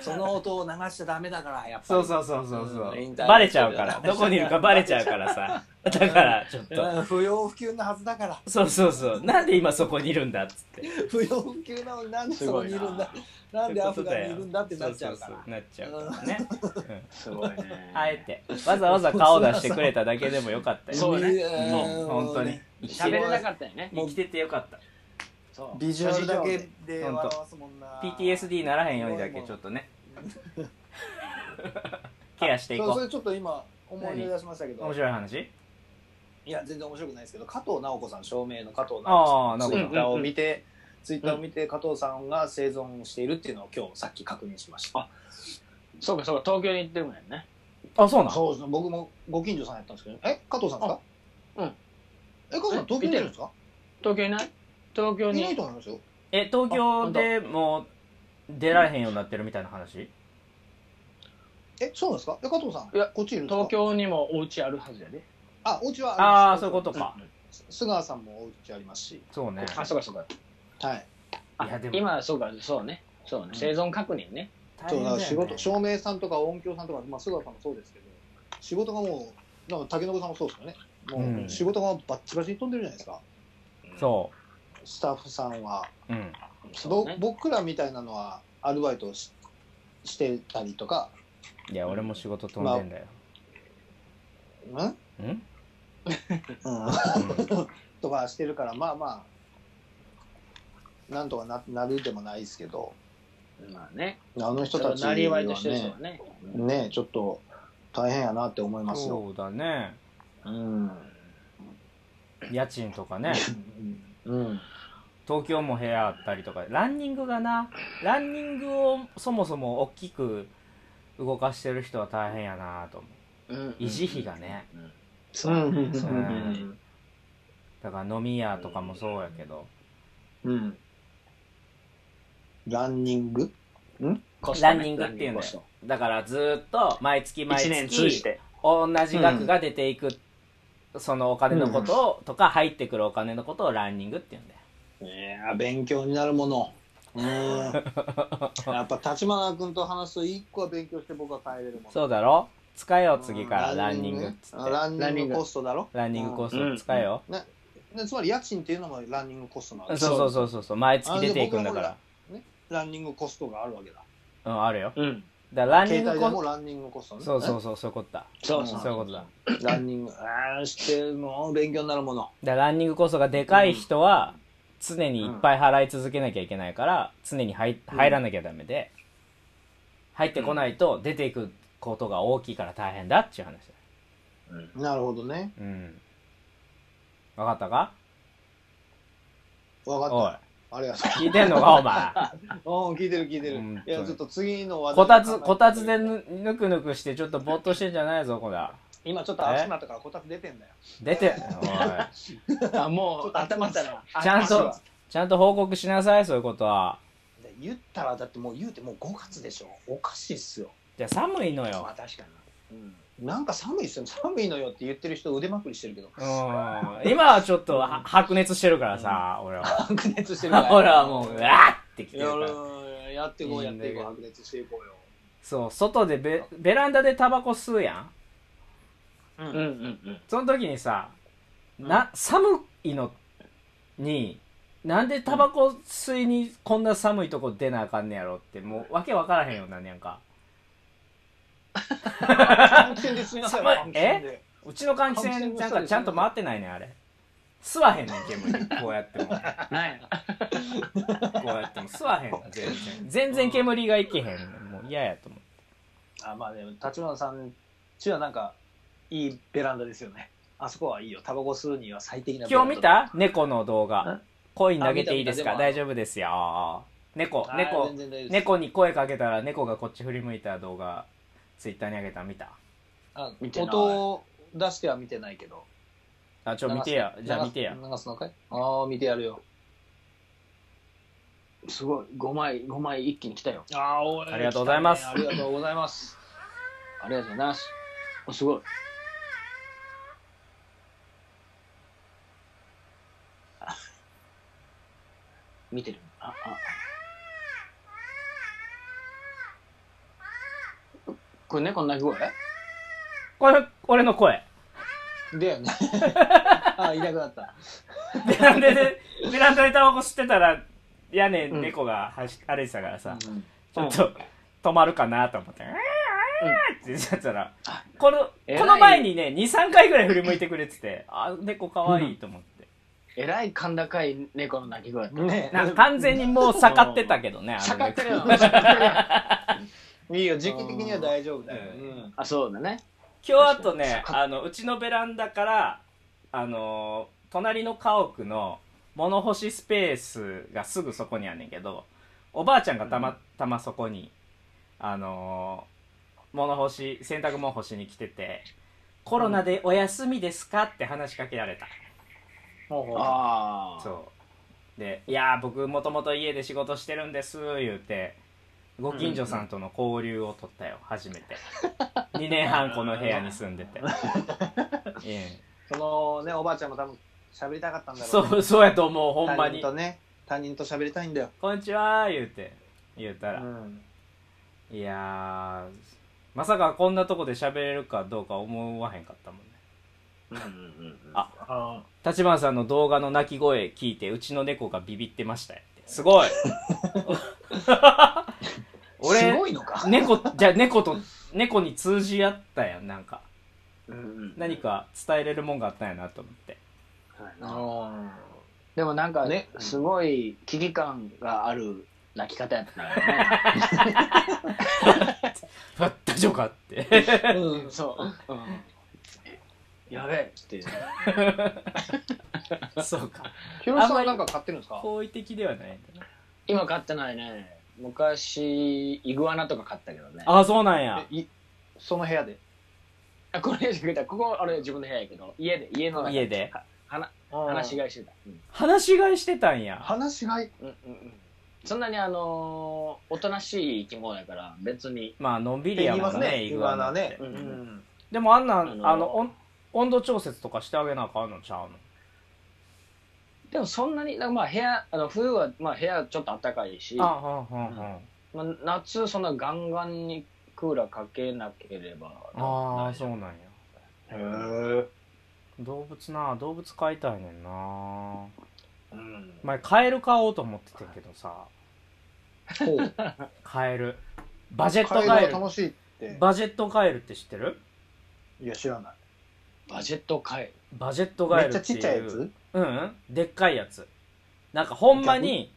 B: その音を流しちゃダメだから、やっぱり。。
A: そうそうそうそうそううんバレちゃうから。どこにいるかバレちゃうからさ。だから、ちょっと。
B: うん不要不急なはずだから。
A: そうそうそう。なんで今そこにいるんだっつって。
B: 不要不急なのになんでそこにいるんだなんでアフガンにいるんだってなっちゃうか
A: そ
B: ら
A: そそなっちゃうからね。うん
C: すごいね
A: あえて。わざわざ顔出してくれただけでもよかったよ。
C: そうね
A: そう本当に
C: 喋れなかったよね
A: 生きててよかった。
C: そう
B: ビジュアルだ
C: 諸事情
B: け
C: で
B: で笑わすもんな
A: PTSD ならへんようにだけちょっとね [LAUGHS] ケアしてい
B: そうそ
A: こ
B: れちょっと今思い出しましたけ
A: う面
B: ど
A: 白い話
B: いや全然面白くないですけど加藤直子さん照明の加藤
A: ああ
B: 直子
A: なる
B: さん
A: ほど
B: ツイッターを見てツイッターを見て加藤さんが生存しているっていうのを今日さっき確認しました
C: そうかそうか東京に行ってるもんやね
A: あそうなの
B: そうですね僕もご近所さんやったんですけどえ加藤さんですか
C: うん
B: え加藤さん東京にいるんですか
C: 東京いない東京
B: いない
C: に
B: と思いますよ
A: え東京でもう出られへんようになってるみたいな話
B: えそうなんですかえ加藤さん
C: いや
B: こっちいるんですか
C: 東京にもお家あるはずやで
B: あ、お家は
A: あ
B: あ
A: あ
B: ります
A: そういうことか
B: 須川さんもお家ありますし。
A: そうね
C: あそうかそうか
B: はい。
A: いや
C: あ
A: でも
C: 今そうかそうねそうね
A: ん
C: 生存確認ね
A: 大
B: そう
A: 変
B: だ
A: だよ
B: から
A: ね
B: 仕事、照明さんとか音響さんとか、まあ須川さんもそうですけど、仕事がもう、なんか竹の子さんもそうですよね。
A: う
B: も
A: ん
B: う仕事がバッチバチに飛んでるじゃないですか。
A: そ
B: スタッフさんは。
A: ううん
C: そう
B: ぼ
C: ね
B: 僕らみたいなのはアルバイトをししてたりとか、
A: いや、俺も仕事飛んでんだよ。
B: んうん、
A: うん
B: [LAUGHS] とかしてるから、まあまあ、なんとかななるでもないですけど、
C: まあね。
B: あの人
C: ちょ
B: た
C: っ
B: ち
C: となりわいとしてる人はね。
B: ね、ちょっと大変やなって思いますよ。
A: そうだね。
B: うん。
A: 家賃とかね。
B: うん。
A: 東京も部屋あったりとかランニングがなランニングをそもそも大きく動かしてる人は大変やなと思
C: うん
A: う維持費がね
C: うん
B: そううん
A: そう
C: うん
A: だから飲み屋とかもそうやけど
B: うん。ランニング
C: コスト
A: ラ
C: ね
A: ンニングっていうの
C: コスト
A: だからずーっと毎月毎
C: 一年通じ
A: 月
C: て。
A: 同じ額が出ていくそのお金のことをとか入ってくるお金のことをランニングって言うんだよ
B: いやー勉強になるもの。 [LAUGHS] うん。やっぱ立花君と話すと一個は勉強して僕は帰れるもの。
A: そうだろ使えよ次からランニングっつって
B: ラン
C: ラン
B: ニ
C: ニン
B: ン
C: グ
B: グコストだろ
A: ランニングコース使えよ
B: でつまり家賃っていうのもランニングコストなわけ
A: そうそうそうそうそう毎月出ていくんだから
B: ランニングコストがあるわけだ。
A: うんあるよ
C: うん。
A: だからランニン
B: 携
A: グ
B: 帯
A: コー
B: で
A: ス
B: もランニングコストね。
A: そうそうそうそういうことだ
C: そう
A: そ
C: [LAUGHS] そうう。
A: いうことだだか
B: え。ランニング、ああ、してもう勉強になるもの。
A: らランニングこそがでかい人は常にいっぱい払い続けなきゃいけないから常に入入らなきゃダメで入ってこないと出ていくことが大きいから大変だっていう話だ
B: なるほどね。
A: うん分かったか
B: わ
A: お
B: か
A: い
B: った。ありがとう。
A: 聞いてんのかお前
B: うん、 [LAUGHS] 聞いてる聞いてる。
A: うん
B: いや、ちょっと次の話題
A: こたつこたつでぬぬくぬくしてちょっとぼーっとしてんじゃないぞこら
B: 今ちょっと暑くなったからこたつ出てんだよ。
A: 出ておい
C: あ、もう頭たら。
A: ちゃんとちゃんと報告しなさいそういうことは
B: で言ったら、だってもう言うてもう5月でしょ。おかしいっすよ。
A: じゃあ寒いの
B: ま
A: よ
B: あ確かに。うんなんか寒いっすよ。寒いのよって言ってる人腕まくりしてるけど。
A: うん今はちょっとは白熱してるからさ、俺は
B: 白熱してるか
A: [LAUGHS]
B: ら。
A: 俺はもう、うわーってき
B: い
A: てる
B: や
A: か
B: 俺
A: ら。
B: はやっていこうやっていこう白熱していこう
A: そう、外でベベランダでタバコ吸うやん。
C: うんうんうん。
A: その時にさ、な、寒いのに、なんでタバコ吸いにこんな寒いとこ出なあかんねやろって、もうわけわからへんようになんねやんか。
B: よ換気扇ですみません
A: 寒い
B: 換気扇で
A: うちの換気扇なんかちゃんと回ってないねんあれ。吸わへんねん、 [LAUGHS] 煙。こうやっても。こ
C: ない。
A: うやっても吸わへんの全然。全然煙がいけへんねん。もう嫌やと思う。
B: あまあでも立花さんちはなんかいいベランダですよねあそこはいいよタバコ吸うには最適なベラ
A: 今
B: ンダ
A: 日見た猫の動画
C: ん。
A: コイン投げていいですか
B: あ見た見たでも
A: 大丈夫ですよ。猫、
B: あー
A: 猫
B: 全、然大丈夫です
A: 猫に声かけたら猫がこっち振り向いた動画、ツイッターにあげた見た
B: あ
C: 見てない
B: 音を出しては見てないけど
A: あ、ちょ、見てや。
B: 流す
A: じゃあ見てや
B: 流。す流すのかいああ見てやるよ
C: すごい。5枚、5枚一気に来たよ。
B: ああお
A: ありがとうございます
B: ありがとうございます
C: ありがとうございます。おすごい。見てる。あ、あ。これ猫の鳴き声
A: これ、俺の声。
B: だよね [LAUGHS] ああいなくなった
A: ベラン
B: [LAUGHS]
A: ダで、ベランダでタバコ吸ってたら、屋根、猫が走歩いてたからさ、
B: うん
A: ちょっと、止まるかなと思って、うーって言ってたら、この、
C: 偉い
A: この前にね、2、3回ぐらい振り向いてくれてて、あ、猫かわいいと思って。
C: えらい甲高い猫の鳴き声。 [LAUGHS]
B: ね
A: なんか完全にもう盛ってたけどね、あの
C: かかっ
A: 猫
C: てるよ。盛ってるよ
B: いいよ時期的には大丈夫だよ、
A: う
B: うん
C: [LAUGHS] あ、そうだね。
A: 今日あと
C: [LAUGHS]
A: ねあのうちのベランダからあのー隣の家屋の物干しスペースがすぐそこにあんねんけどおばあちゃんがたまたまそこに、あのー物干し洗濯物干しに来てて「コロナでお休みですか?」って話しかけられた、
B: ほうほう
C: ああ。
A: そうで「いやー僕もともと家で仕事してるんです」言うてご近所さんとの交流を取ったよ初
B: [LAUGHS]
A: めて2年半この部屋に住んでて [LAUGHS] ええ
B: [LAUGHS] そのねおばあちゃんも多分喋りたかったんだろうね
A: そう、そうやと思う、ほんま
B: 他人
A: に。
B: とね他人と喋りたいんだよ、
A: こんにちは、言うて、言うた
B: う
A: ら。
B: ん、
A: いやー、まさかこんなとこで喋れるかどうか思わへんかったもんね。
C: うんうんうんうん
A: あ
B: あ
A: 立花さんの動画の鳴き声
B: [LAUGHS]
A: 聞いて、うちの猫がビビってましたよって。すごい俺
C: すごいのか。
A: 猫じゃあ猫と猫に通じ合ったやんなんか
C: うん
A: 何か伝えれるもんがあったんやなと思って
C: でもなんか、
D: ね
C: ね、すごい危機感がある泣き方やったね。
A: 「あ大丈夫か?」って
C: うん、そう。やべえって。
A: そうか
B: ヒロシさんなんか買ってるんですか
A: 好意的ではないんだな
C: 今買ってないね。昔、イグアナとか買ったけどね。あ、
A: ああそうなんや
B: えいその部屋で。
C: これじゃここ、あれ自分の部屋やけど、家で、家の中
A: 家で
C: は話し飼いしてた。うん
A: 話し飼いしてたんや
B: 話し合い。
C: うんうんうんそんなにあのーおとなしい生き物だから、別に。
A: まあのんびりやもん
B: って言います
A: ね
B: ね
A: イグアナって
B: イグアナね
C: うん
B: うん。
A: でもあんなん、
C: あ
A: あ
C: の
A: の温温度調節とかしてあげなあかんのちゃうの
C: でもそんなに、だからまあ部屋、あの冬はまあ部屋ちょっと暖かいし、
A: あはんはんはん
C: まあ、夏そんなガンガンにクーラーかけなければ
A: ああそううなんや
B: へえ。
A: 動物な動物飼いたいねんな
C: うん
A: 前カエル買おうと思っててんけどさ
B: ほう。
A: カエルバジェット
B: 会
A: カ
B: 話
A: エル
B: 楽しいって。
A: バジェットガエルって知ってる
B: いや、知らない。
C: バジェット買え
A: バジェットガ
B: め
A: エ
B: っ
A: ル
B: ち
A: っ
B: ゃ
A: て
B: ち
A: いう
B: っちゃいやつ
A: うん、うん、でっかいやつなんかほんまに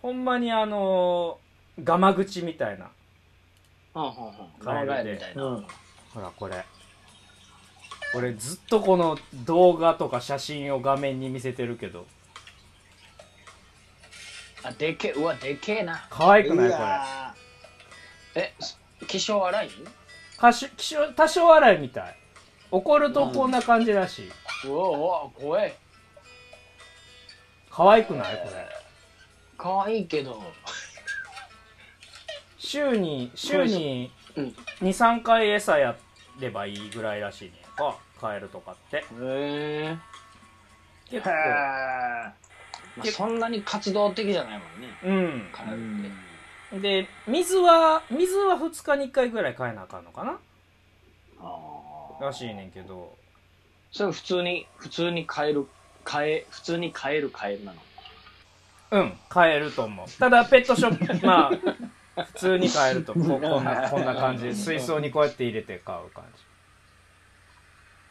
A: ほんまにあのー、ガマ口みたいな
C: うんうんうんガマガエルみたいな、
B: うん。
A: ほらこれ俺ずっとこの動画とか写真を画面に見せてるけど
C: あでけえうわでけえな
A: 可愛くないこれ
B: や
C: えす気性荒い
A: 多少気性多少荒いみたい怒るとこんな感じらしい、
C: うわうわ怖え
A: 可愛くないこれ
C: 可愛いけど
A: 週に週に
C: うん
A: 23回餌やればいいぐらいらしいねあカエルとかって
C: へえ、
A: 結
B: ー
A: 構
C: まあ、そんなに活動的じゃないもんね
A: うん
C: カエルって
A: で水は水は2日に1回ぐらい変えなあかんのかな
C: あ
A: らしいねんけど
C: それ普通に普通に買える買え普通に買える買えるなの
A: うん変えると思うただペットショップ [LAUGHS] まあ普通に変えるとこうこんなこんな感じ水槽にこうやって入れて買う感じ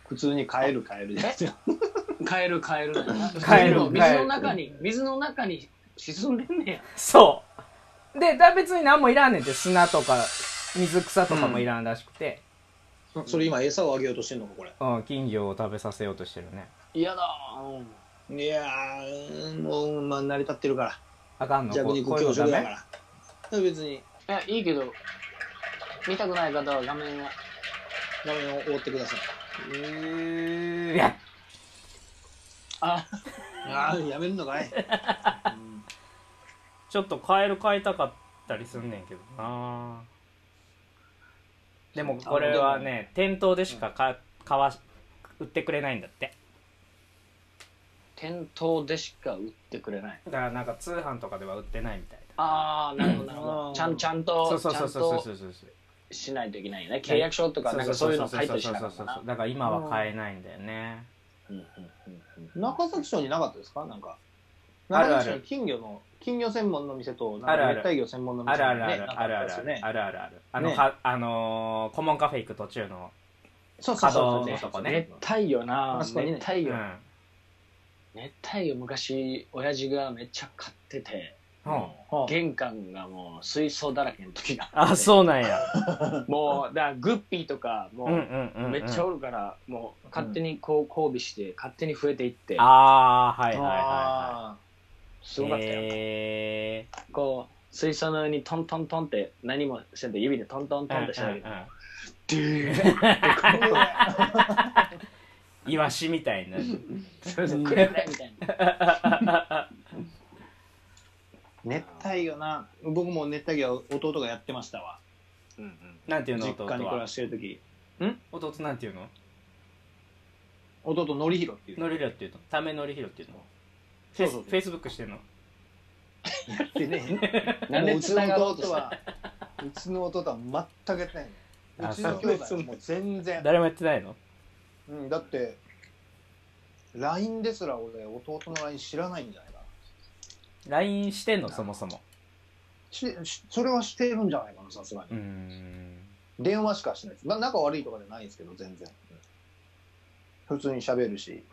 B: 普通に買える買えるじゃん。
C: カエルカエルだよ
A: [LAUGHS]
C: な
A: カエル
C: 普通に水の中に水の中に沈んでんねや
A: そうでだ別に何もいらんねんって砂とか水草とかもいらんらしくて、
B: それ今餌をあげようとしてんのかこれ。
A: うん、金魚を食べさせようとしてるね
C: 嫌だうん
B: いやー、もう、まあ、成り立ってるから。
A: あかんの
B: 弱
A: こ
B: 肉
A: こういう
B: 強
A: のダ
B: 食
A: メ
B: だから。別に、
C: いやいいけど見たくない方は画面を
B: 画面を覆ってください。
A: うーいや
C: あ
B: ああ、やめるの
A: [LAUGHS]
B: かい。
A: ちょっとカエル飼いたかったりすんねんけどなでもこれはね店頭でしかか買わし売ってくれないんだって
C: 店頭でしか売ってくれない
A: だからなんか通販とかでは売ってないみたいな
C: ああなるほどなるほ
B: う
C: ど
B: ん
C: ちゃんちゃん
A: そう
C: と
A: そう
C: ちゃ
A: そうんそう
C: と
A: そうそうそう
C: しないといけないよね契約書とかなんかそういうの書いてしなかったな
A: だから今は買えないんだよね
C: うんうんうんうん
B: 中崎町になかったですかなんか。
A: ある
B: 中
A: ある
B: 崎町に金魚の、金魚専門の店と、
A: あ
B: なん
A: るあ
B: か
A: る
B: 熱帯魚専門の
A: あ
B: 店
A: るある
B: ね
A: あるあるあるあるあるあるあるあの
B: ね
A: かあのーコモンカフェ行く途中の
B: そうそうそう
A: 角の
B: そ
A: と
B: う
A: こね
C: 熱帯魚な
B: あ
C: 熱
B: そこにね
A: う
C: 帯
A: ん
C: 魚熱帯魚昔親父がめっちゃ飼ってて
A: うん
B: はあ
C: 玄関がもう水槽だらけの時が
A: あそうなんや
C: うもうだからグッピーとか
A: うんうんう
C: も
A: んう
C: うんめっちゃおるからもう勝手にこう交尾して勝手に増えていって
A: ああはいはいはいは
B: あ
A: い
C: すごかったよ
A: へー
C: こう水槽の上にトントントンって何もせんと指でトントントンってしただけでドゥ
B: ー
C: ー
A: イワシみたいになる
C: そうそうくれくれみたいな
B: 熱帯魚な。僕も熱帯魚弟がやってましたわ。
C: うんうん
A: なんていうの
B: 実
A: 弟
B: 家に暮ら
A: は
B: してる時。
A: 弟なんていうの
B: 弟、のりひろっていう。
A: ノリヒロっていうのためノリヒロっていうのフ
B: そ
A: ェ
B: う
A: イス
B: そうそ
A: フ
B: う
A: ェイスブックしてんの
B: でね、
C: なん
B: [LAUGHS] も
C: で
B: ううちの
C: 繋がろうとし
B: 弟
C: た
B: は、うちの弟は全くやってないの。
A: あ
B: うちの兄弟はもう全然。
A: 誰もやってないの
B: うん、だって、LINE ですら俺、弟の LINE 知らないんじゃないか
A: LINE してんのそもそも
B: ししそれはしてるんじゃないかなさすがに
A: うん
B: 電話しかしないですな仲悪いとかじゃないんですけど全然普通に喋るし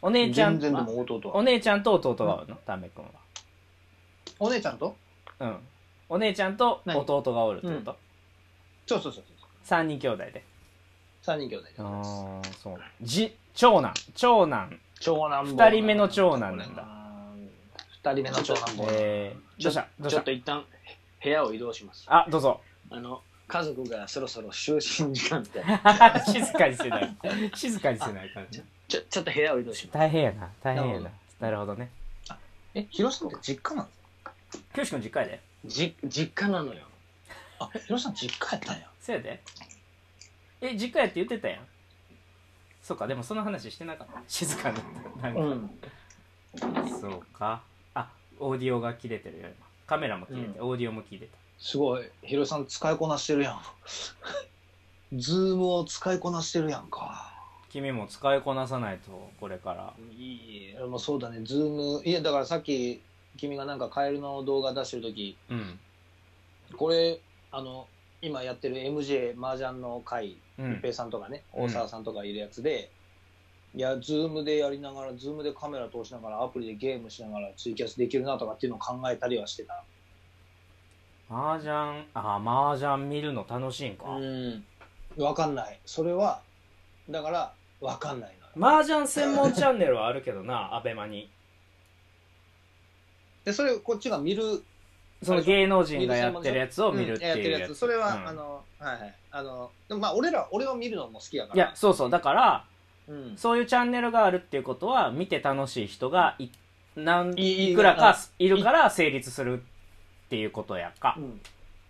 A: お姉ちゃ
B: 全
A: ん
B: 然でも弟
A: お
B: は
A: 姉ちゃんと弟がおるのタメ君
B: お姉ちゃんと
A: はうんお姉ちゃんと弟がおるってこと、
B: そうそうそうそう
A: 三人兄弟で
B: 3人兄弟でございます
A: ああそうじ長男長男
C: 長男坊
A: [LAUGHS] 二人目の長男なんだ
C: 二人目の長男坊
A: えー、
C: ち
A: ど
C: ょ
A: うしたどうし
C: ちょったと一旦部屋を移動します
A: あどうぞ [LAUGHS]
C: あの家族がそろそろ就寝時間で
A: 静かにしてない静かにしてない感じ
C: ちょちょっと部屋を移動します
A: 大変やな大変や
C: な
A: な
C: る
A: なるほどね
B: え広島って実家なんですか
A: 教師君実家やで
C: じ実家なのよ
B: あ広島実家やったんや
A: そうやでえ実家やって言ってたやんそうかでもその話してなかった静かになんか
C: うん
A: そうかあオーディオが切れてるよ今カメラも切れて、オーディオも切れて
B: すごい広島さん [LAUGHS] 使いこなしてるやんズームを使いこなしてるやんか
A: 君も使いこなさないとこれから
B: いやもうそうだねズームいやだからさっき君がなんかカエルの動画出してる時
A: うん
B: これあの今やってる MJ 麻雀の会
A: う
B: 一
A: ん
B: 平さんとかね、
A: うん
B: 大沢さんとかいるやつで、いや、ズームでやりながら、ズームでカメラ通しながら、アプリでゲームしながら、ツイキャスできるなとかっていうのを考えたりはしてた。
A: 麻雀あ麻雀見るの楽しいんか、
B: うん。わかんない。それは、だから、わかんないのよ。
A: 麻雀専門チャンネルはあるけどなアベマに
B: で、それ、こっちが見る、
A: その芸能人がやってるやつを見る
B: う
A: っ
B: ん
A: て
B: やって
A: い
B: る
A: う
B: やつ。それは、
A: うん
B: あの、はいはい。あの、でもまあ、俺ら、俺は見るのも好きやから。
A: いや、そうそうだから
B: うん。
A: そういうチャンネルがあるっていうことは見て楽しい人がいなん
B: い
A: いくらかいるから成立するっていうことやんか
B: うん。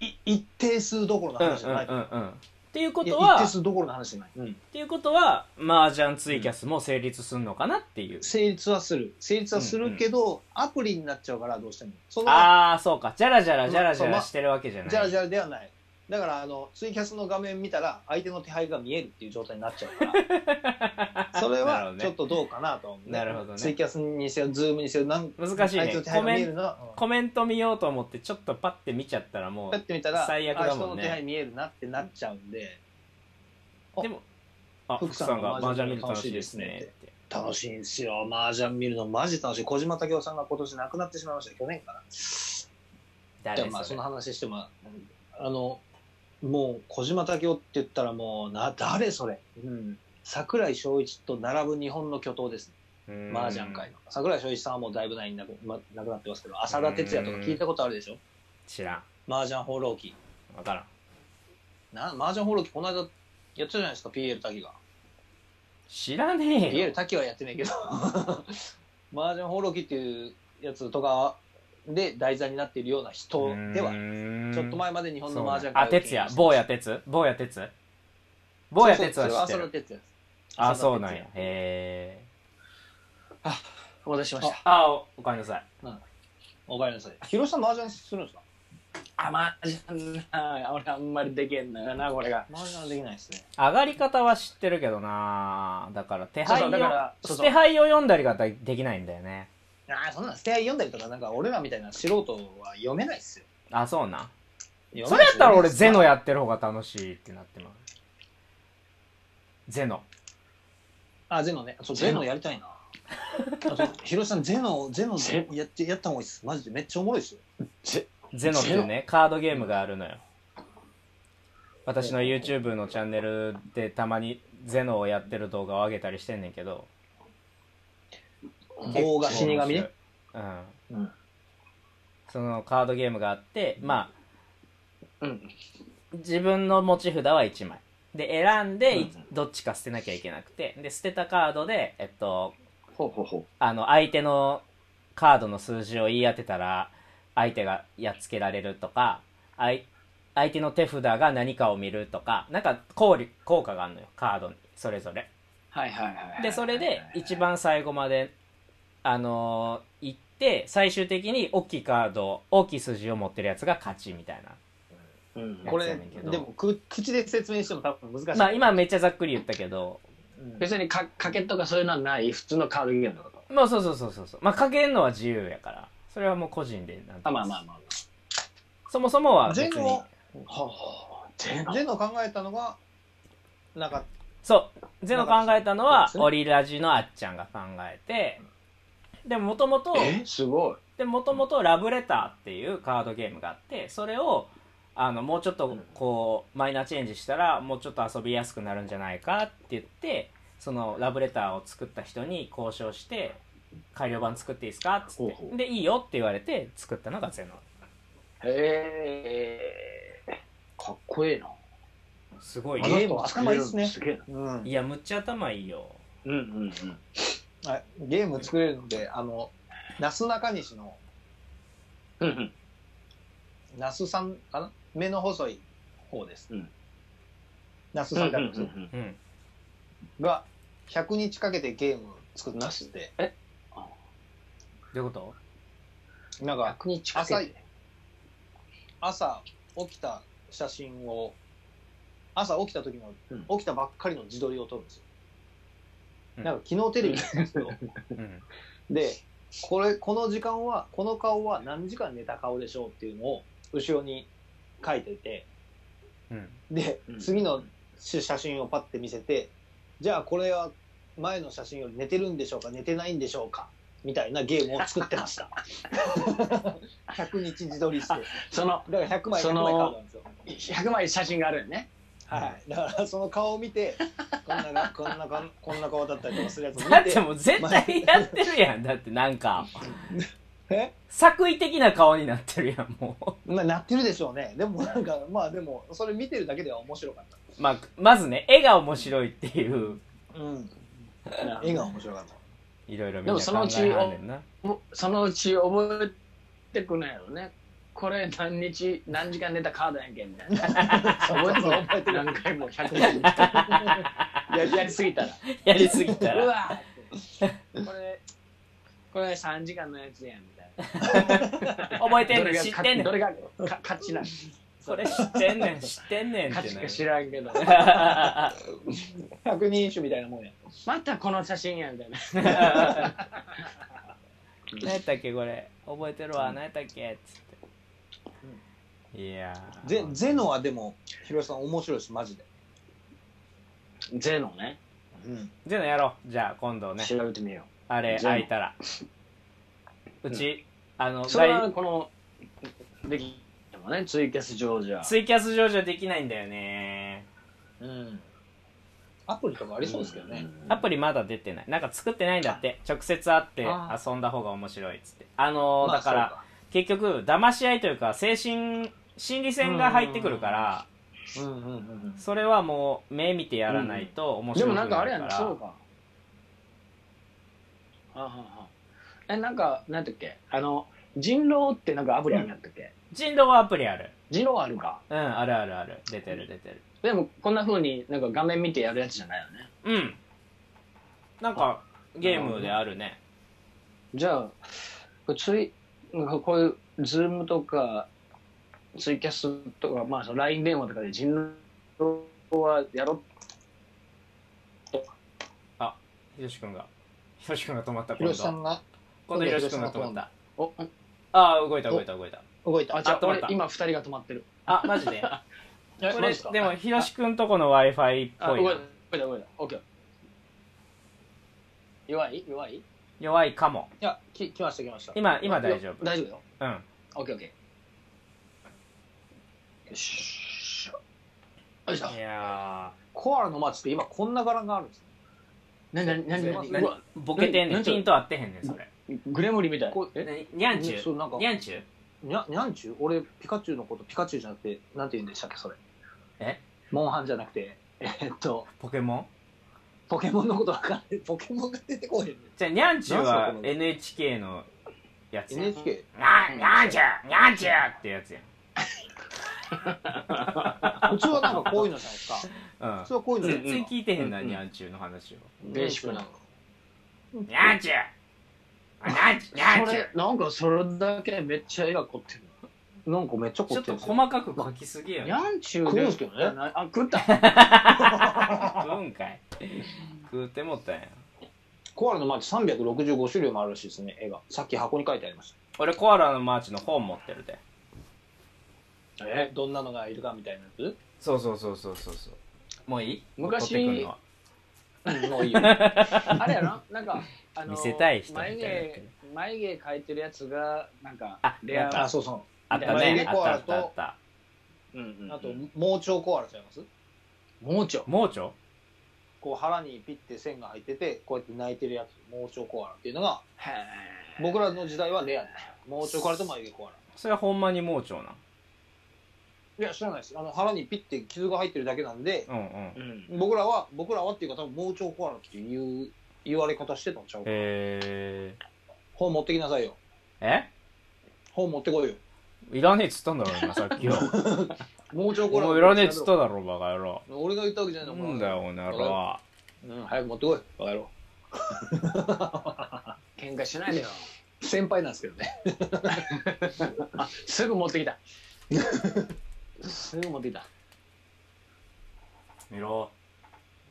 B: い一定数どころの
A: うんうん
B: 話じゃ
A: う
B: ない。
A: んうんっていうこ
B: いや
A: と
B: 一
A: は
B: 定数どころの話じゃない。うん。
A: っていうことは、麻雀ツイキャスも成立すんのかなっていう。
B: 成立はする成立はするけど、アプリになっちゃうからどうしてもその
A: ああ、そうか。じゃらじゃらじゃらじゃらしてるわけじゃない。
B: ジャラジャラではないだからあのツイキャスの画面見たら相手の手配が見えるっていう状態になっちゃうから
A: [LAUGHS]
B: そ
A: なる
B: れ
A: ほ
B: は
A: どね
B: ちょっとどうかなと思う、
A: なるほどね
B: ツイキャスにせよズームにせよなん
A: 難しい
B: 相手
A: ね
B: の手。
A: コ
B: 配が見
A: メ
B: える
A: ン
B: のは、うん
A: コメント見ようと思って、ちょっとパッて見ちゃったらも
B: やっ
A: う、
B: てみたら
A: 最悪だ
B: あ人
A: もん
B: の
A: ね
B: 手配見えるなってなっちゃうんで
A: でも、あ、
B: 福
A: 福
B: さ
A: さ
B: ん
A: んが
B: が
A: 麻
B: 麻
A: 雀見
B: 雀
A: る
B: 見
A: の楽
B: るの楽
A: し
B: し
A: い
B: い
A: で
B: ですす
A: ね
B: ね
A: って。
B: 楽しいんですよ麻雀見るのマジ楽しい小島武夫さんが今年亡くなってしまいました去年かな
A: 誰
B: じゃあ
A: そ
B: まあそ
A: れ
B: の話してもあのもう小島武夫って言ったらもうな誰それ、うん、桜井翔一と並ぶ日本の巨頭ですね
A: うん
B: 麻雀界の桜井翔一さんはもうだいぶないなく,、ま、亡くなってますけど浅田哲也とか聞いたことあるでしょ
A: 知らん。
B: 麻雀放浪記
A: わからん。
B: な麻雀放浪記この間やってたじゃないですか PL 滝が
A: 知らねえ
B: PL
A: よ。
B: 滝はやってないけど [LAUGHS] 麻雀放浪記っていうやつとかで題材になっているような人ではち
A: ち
B: ょっと前まで日本の麻
A: 前
B: 雀
A: あ、
B: 界を
A: 哲也。坊や哲坊や哲坊や哲は知って
B: そうそうそれ浅田
A: る。
B: 哲也です
A: あ、そうなんや
B: 浅田。哲也
A: へえ。
C: お待たせしました
A: あ、おおかえりなさい。
B: おかえりなさい広島麻雀するんですか
C: あマジな俺あんまりできんのよなこれが
B: 麻雀できないですね
A: 上がり方は知ってるけどなだから手
C: そう
A: 配
C: そ
A: を
C: うだからそうそ
A: 手
C: う
A: 配を読んだりができないんだよね
B: ああそんなん捨て合い読んだりとかなんか俺らみたいな素人は読めないっすよ
A: あそうな
B: 読めないっす
A: それやったら俺ゼノやってる方が楽しいってなってますゼノ
B: あゼノねそうゼノやり
A: [LAUGHS]
B: たいなあそう広島さんゼノゼノ
C: ゼ
B: やってやった方がいいっすマジでめっちゃおもろいっすよ
A: ゼノっていうねカードゲームがあるのよ私の YouTube のチャンネルでたまにゼノをやってる動画を上げたりしてんねんけど
B: 棒が死神ね
A: うん、
B: うん
A: そのカードゲームがあってまあ
C: うん
A: 自分の持ち札は1枚で選んで、い
C: うんうん
A: どっちか捨てなきゃいけなくてで捨てたカードで、えっと、
C: ほうほうほ
A: あの相手のカードの数字を言い当てたら相手がやっつけられるとかあい相手の手札が何かを見るとかなんか効力効果があるのよカードにそれぞれ
C: うはいはいはいはい
A: でそれで一番最後まであのー行って最終的に大きいカード大きい数字を持ってるやつが勝ちみたいな
C: うん
B: こ
A: やつや
B: れ
A: ねんけど
B: でもく口で説明しても多分難しい、
A: まあ今めっちゃざっくり言ったけど
B: うん
C: 別にか賭けとかそういうのはない普通のカードゲームってこと
A: まあそうそうそうそうそうまあかけるのは自由やからそれはもう個人でなんと
C: あ
A: か
C: まあまあまあまあ
A: そもそもは別
B: 全
A: に
B: を。
C: はあ、ゼノ。
B: 全の考えたのがなんか
A: そう。ゼノ考えたのは、
B: そうですね
A: オリラジのあっちゃんが考えて、でもともと、
C: え、すごい。
A: でもともとラブレターっていうカードゲームがあって、それを、あの、もうちょっとこう、マイナーチェンジしたら、もうちょっと遊びやすくなるんじゃないかって言って、そのラブレターを作った人に交渉して、改良版作っていいですかっつっ
C: ほうほ
A: て。
C: う
A: で、いいよって言われて作ったのがゼノ。
C: へえ。かっこええな。
A: すごい
B: ゲ
A: ね。
B: ーム頭いいっすね
C: すげえな。
B: うん
A: いや、むっちゃ頭いいよ。
C: うんうんうん。
B: はいゲーム作れるのであのなすなかにしの
C: うんうん。
B: 那須さんかな目の細い方です、
C: うん
B: 那須
C: うん
B: さん
C: う
B: だっ
C: んうん
B: た
C: うん
B: です
C: ん。
A: うん。
B: が100日かけてゲーム作ったっつって
A: どういうこと
B: なんか
C: 100日かけて。
B: 朝起きた写真を朝起きた時の、
C: うん
B: 起きたばっかりの自撮りを撮るんですよ、
A: うん
B: なんか昨日テレビ見たんですけど
A: うん。
B: でこれこの時間はこの顔は何時間寝た顔でしょうっていうのを後ろに書いてて
A: うん。
B: で
C: うん
B: 次の写真をパッて見せてじゃあこれは前の写真より寝てるんでしょうか寝てないんでしょうかみたいなゲームを作ってました100日自撮りして
C: その、
B: だから100枚100
C: その
B: 枚カードなんですよ
C: 100枚写真があるよね。
B: はいだからその顔を見てこんながこんなかこんな顔だったりとかするやつを
A: だっ
B: 見
A: て
B: て
A: もう絶対やってるやん。だってなんか、
B: え
A: 作為的な顔になってるやん、もう。
B: まあなってるでしょうねでもなんかまあでもそれ見てるだけでは面白かっ
A: まあ、まずね、絵が面白いっていう、
B: たうん絵が面白かった
A: いろいろみん
C: で
A: な
C: もその
A: 考
C: うち
A: えはんねんな。
C: もそのうち覚えてくないよね。これ何日、何時間寝たカードやんけみたい [LAUGHS] な。覚えて覚えて何回も100枚 [LAUGHS] 見たややりすぎたら。
A: やりすぎた
C: う
A: ら。
C: わーこれ、これ3時間のやつやんみたい
A: [LAUGHS]
C: な。
A: 覚えてんねん、知
C: ど
A: ってんねん
C: れ。がどれがか勝ちなん
A: [LAUGHS] それ知ってんねん、知ってんねんっ
C: 勝
A: て
C: ち
A: な
C: か
A: る。
C: 知らんけど。
A: [LAUGHS]
B: 百人一首みたいなもんや
C: またこの写真やみたいな。
A: 何やったっけ、これ。覚えてるわ、何やったっけ、つって。いやー
B: ゼゼノはでもヒロさん面白いしマジで、
C: ゼノね。
B: うん、
A: ゼノやろう。じゃあ、今度ね、
C: 調べてみよ
A: あれ、
C: ゼノ
A: 開いたら。うち、あの、
C: う。それ
A: 外
C: はこの、できてもね、ツイキャス上じゃ。
A: ツイキャス上じゃできないんだよね。
B: うん、アプリとかありそうですけどね、
A: アプリまだ出てない。なんか作ってないんだって。直接会って
C: あ
A: 遊んだ方が面白いっつって。あのー
B: まあ
A: だから、結局、騙し合いというか、精神、心理戦が入ってくるから、
B: そうかうんうんうん
A: それはもう、目見てやらないと面
C: で
A: 白
C: も
A: くな
C: なん
A: い
C: か
A: か
C: あれやな、
A: ら。
C: そうか。はあはあはあえ、なんか、なんだっけあの、人狼ってなんかアプリあるんやったっけ、
A: 人狼はアプリある。
C: 人狼あるか。
A: うん、あるあるある。出てる出てる。
C: でも、こんな風になんか画面見てやるやつじゃないよね。
A: うん。なんか、ゲームであるね。
C: じゃあ、これツイ、なんかこういう、ズームとか、ツイキャスとか、まあ、その LINE 電話とかで人狼はやろ
A: ひろしくんが。ひろしくんが止まった、
B: ヒ
A: 今
B: ロさ
A: 度。
B: んが
A: 今度ひろしくんが止ま
B: ヒロシさんが止ま
A: っ
B: ったた。
C: お
A: ああ、動いた動いた動いた。
B: 動いた
C: あ、じゃ
A: あ
C: あ、
A: 止まっ
C: 俺
A: た、
C: 今二人が止まってる。
A: あ、マジで。
B: え
A: こ
B: マ
A: れ
B: ジか
A: でもひろしくんとこの w i f i っ
C: あ、
A: ぽい
C: 動い
A: な
C: た、動いた、動いた。オッケー。弱い弱い
A: 弱いかも
B: いやき来ました来ました
A: 今今大丈夫
C: 大丈夫よ。
A: うん
C: オッケーオッケー。よしょ。よいしょ。
A: いや
B: コアラの街って今こんな柄があるんですね
C: なになになにな
B: すいませ
C: に
A: ー
B: ん
C: うわ
A: ボケてんねん
C: 何それ
A: ピンと合ってへんねんそれ
C: グレムリンみたい
B: こ。う
C: え
A: なにゃんちゅ
B: そうなんか
A: うにゃんちゅう
B: にゃにゃんちゅう俺ピカチュウのことピカチュウじゃなくてなんて言うんでしたっけそれ
A: え
B: モンハンじゃなくてえーっと
A: ポケモン
B: ポケモンのことわかんないポケモンが出てこへんね
A: じゃあにゃんちゅう
B: なん
A: は
B: すかこの
A: NHK のやつやん
B: NHK
A: なにゃんちゅうにゃんちゅうってやつやん
B: 普通はなんかこういうのじゃないですか
A: うん
B: 普通はこういうのじゃ
A: 全
B: ないです
A: 然
B: か
A: 聞いてへんな
C: うん
A: にゃんちゅうの話を
C: ベーシックな
A: にゃんちゅうあにゃんちゅうにゃん
C: そ
A: ちゅ
C: れ
A: う、
C: なんかそれだけめっちゃ絵が凝ってる。
B: なんかめっちゃ
A: ち
B: 凝
A: ょ
B: っ
A: ってと
B: るんですよ
A: 細かく書きすぎや
C: に
A: ろ
C: ゃんちゅう
B: 食うんすけどね
C: あ、食った。
A: 食うんかい食うてもったんや
B: コアラのマーチ365種類もあるらしいですね絵がさっき箱に書いてありまし
A: 俺コアラのマーチの本持ってるで
B: えどんなのがいるかみたいなや
A: そうそうそうそうそうそうもういい
C: 昔
A: 取ってくんのは
B: つもういいよ。
C: あれやな、なんか、あの
A: 見せたい人みたい
C: 眉
A: になって
C: 毛
A: る、
C: 眉毛描いてるやつが、なんか、
A: あ
C: レ
A: な
C: ア
A: ん
B: [LAUGHS] あ、
A: か
B: そうそ
A: あった
B: 眉
A: ね
B: 毛
A: あっ
B: コア
A: たあ
B: ラ
A: っ
B: と
A: たあった
C: うんう
B: う。
C: ん
B: あと、盲腸コアラちゃいます
C: 盲腸。
A: 盲腸
B: こう腹にピッて線が入ってて、こうやって泣いてるやつ、盲腸コアラっていうのが、
C: へー
B: 僕らの時代はレアでしたよ。盲腸コアラと眉毛コアラ。
A: それはほんまに盲腸なん
B: いや、知らないです。あの、腹にピッて傷が入ってるだけなんで、
A: うんうん
C: うん。
B: 僕らは、僕らはっていうか多分盲腸コアラっていう言われ方してたんちゃうか。
A: えー、
B: 本持ってきなさいよ。
A: え
B: 本持ってこいよ。
A: いらねえっつったんだろ [LAUGHS] 今さっきは
B: 盲腸コ
A: お
B: アラ。
A: 前いらねえっつっただろバカ野郎
B: 俺が言ったわけじゃない
A: なんだよこの野郎
B: うん、早く持ってこい。バカ野郎。
C: 喧嘩しないでよ。
B: 先輩なんですけどね。
C: あ、すぐ持って
B: [LAUGHS]
C: きた。すぐ持ってきた。
A: 見ろ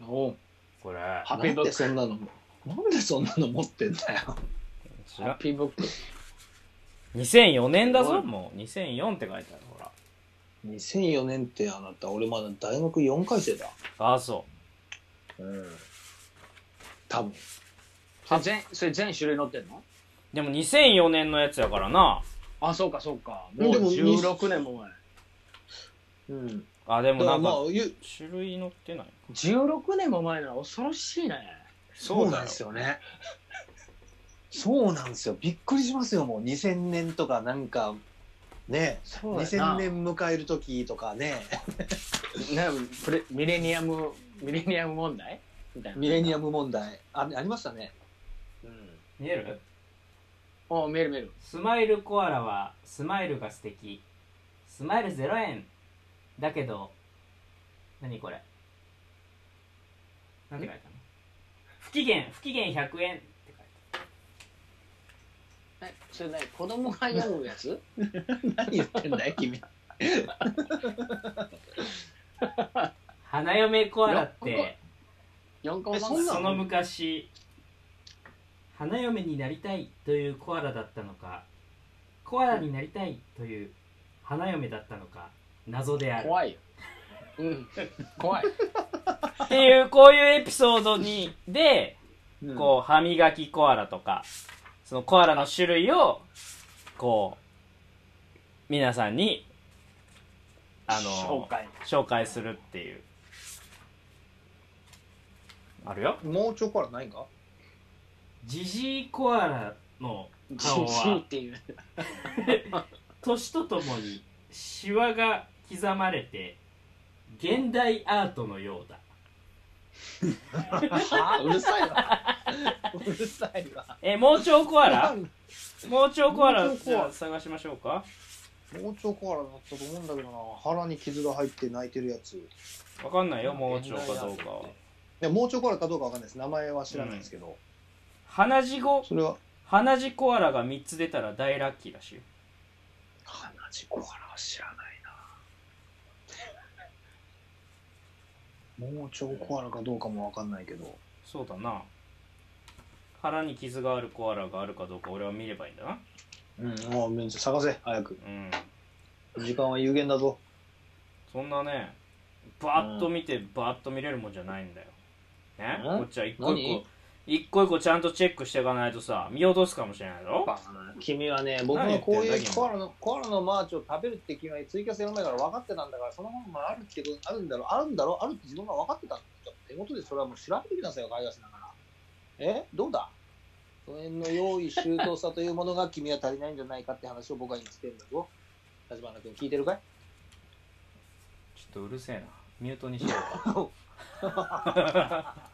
B: お
A: これ
C: ハッピーブック
B: そんなの、なんでそんなの持ってんだよ。
A: 知
C: ハ
A: ら
C: ッ
A: ん
C: ピーブック。
A: 2004年だ
C: すご
A: ぞ
C: い
A: もう2004って書いてあるほら
B: 2004年ってあなた、俺まだ大学4回生だ。
A: ああそ
B: うん。多分。
C: それ全、それ全種類載ってんの
A: うでも2004年のやつやからな
C: あ、そうか、そうか。もう
B: でも
C: 16年も前。
B: うん。
A: あで
B: だ
A: も
B: か
A: な
B: ら
A: ん
B: まあ
A: か、
B: 言う
A: 種類載ってない
C: 16年も前なら恐ろしいね。
B: そうなん
A: よ
B: ですよね。そうなんですよ。びっくりしますよ、もう。2000年とかなんか、ね。
C: そ
B: 2000年迎える時とかね。
C: なプレミレニアムミレニアム問題みたい
B: [LAUGHS]
C: な
B: ミレニアム問題。あありましたね。
C: うん
A: 見える
C: おメールメール
A: スマイルコアラはスマイルが素敵スマイル0円だけど何これ何て書いたの不機嫌不機嫌100円って書いて
C: えそれ何子供が読むやつ
B: 何言ってんだよ、君。
A: ある花嫁コアラっ
C: いやこ
A: て
C: 四コマ
B: えそんな
A: その昔花嫁になりたいというコアラだったのかコアラになりたいという花嫁だったのか謎である
C: 怖いようん怖い
A: っていうこういうエピソードにで
B: うん
A: こう歯磨きコアラとかそのコアラの種類をこう皆さんにあの
C: 紹介
A: 紹介するっていうあるよ
B: 盲腸コアラないんか
A: ジジイコアラの
C: ジ
A: 顔
C: ジイっ
A: は
C: ていう
A: 年とともにシワが刻まれて現代アートのようだ
B: あうるさいわ。 [LAUGHS] うるさいわ。
A: え盲腸コアラ [LAUGHS] 盲腸コアラ
B: 盲腸コアラ
A: じゃあ探しましょうか
B: 盲腸コアラだったと思うんだけどな。腹に傷が入って泣いてるやつ。い
A: わかんないよ盲腸かどうかは
B: や、盲腸コアラかどうかわかんないです。名前は知らないですけど。
A: 鼻血後
B: それは、
A: 鼻血コアラが3つ出たら大ラッキーらしいよ
B: 鼻血コアラは知らないな。 [LAUGHS] 盲腸コアラかどうかもわかんないけど。
A: そうだな腹に傷があるコアラがあるかどうか俺は見ればいいんだな
B: うん、もうめっちゃ探せ、早く。
A: うん
B: 時間は有限だぞ。
A: そんなねバーッと見てバーッと見れるもんじゃないんだよね
B: うん
A: こっちは一個一
B: 何
A: 個一個一個ちゃんとチェックしていかないとさ見落とすかもしれないだろ
B: 君はね、僕のこう
A: 何言って
B: い
A: んだ
B: うコアラの、コアラのマーチを食べるって君はツイキャスやる前から分かってたんだから、そのものもあるってこと、あるんだろう、あるんだろう、あるって自分が分かってたんだよ。ってことで、それはもう調べてきなさいよ、海外しながら。えどうだその辺の用意周到さというものが君は足りないんじゃないかって話を僕は今してるんだぞ。立花君聞いてるかい
A: ちょっとうるせえなミュートにしようか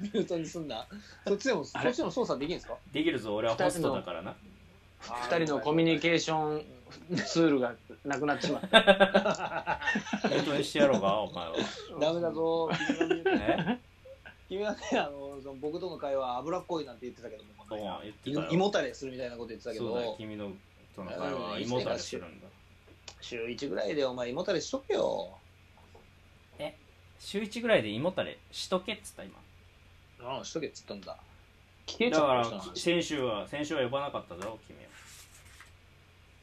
B: ミュートにすん
C: [LAUGHS]
B: な。そっちでも、そっちでも操作できるんですか
A: [LAUGHS] できるぞ俺はホストだからな
C: [LAUGHS] 二人のコミュニケーションツールがなくなっちまった
A: ミュートにしてやろうかお前は
B: ダメだぞ。君はミュート
A: え
B: 君はね、あの、その僕との会話は脂っこいなんて言ってたけども、こ
A: どう
B: の間
A: も言って
B: い
A: たよ
B: 胃もたれするみたいなこと言ってたけ
A: そうだよ
B: ど、
A: 君のとの会話は胃もたれするんだ
B: 週1ぐらいでお前胃もたれしとけよ。
A: 週1ぐらいで胃もたれしとけっつった今
B: うん、しとけっつったんだ。聞けち
A: だ
B: ゃ
A: か
B: う
A: ら先週は先週は呼ばなかっただろ君は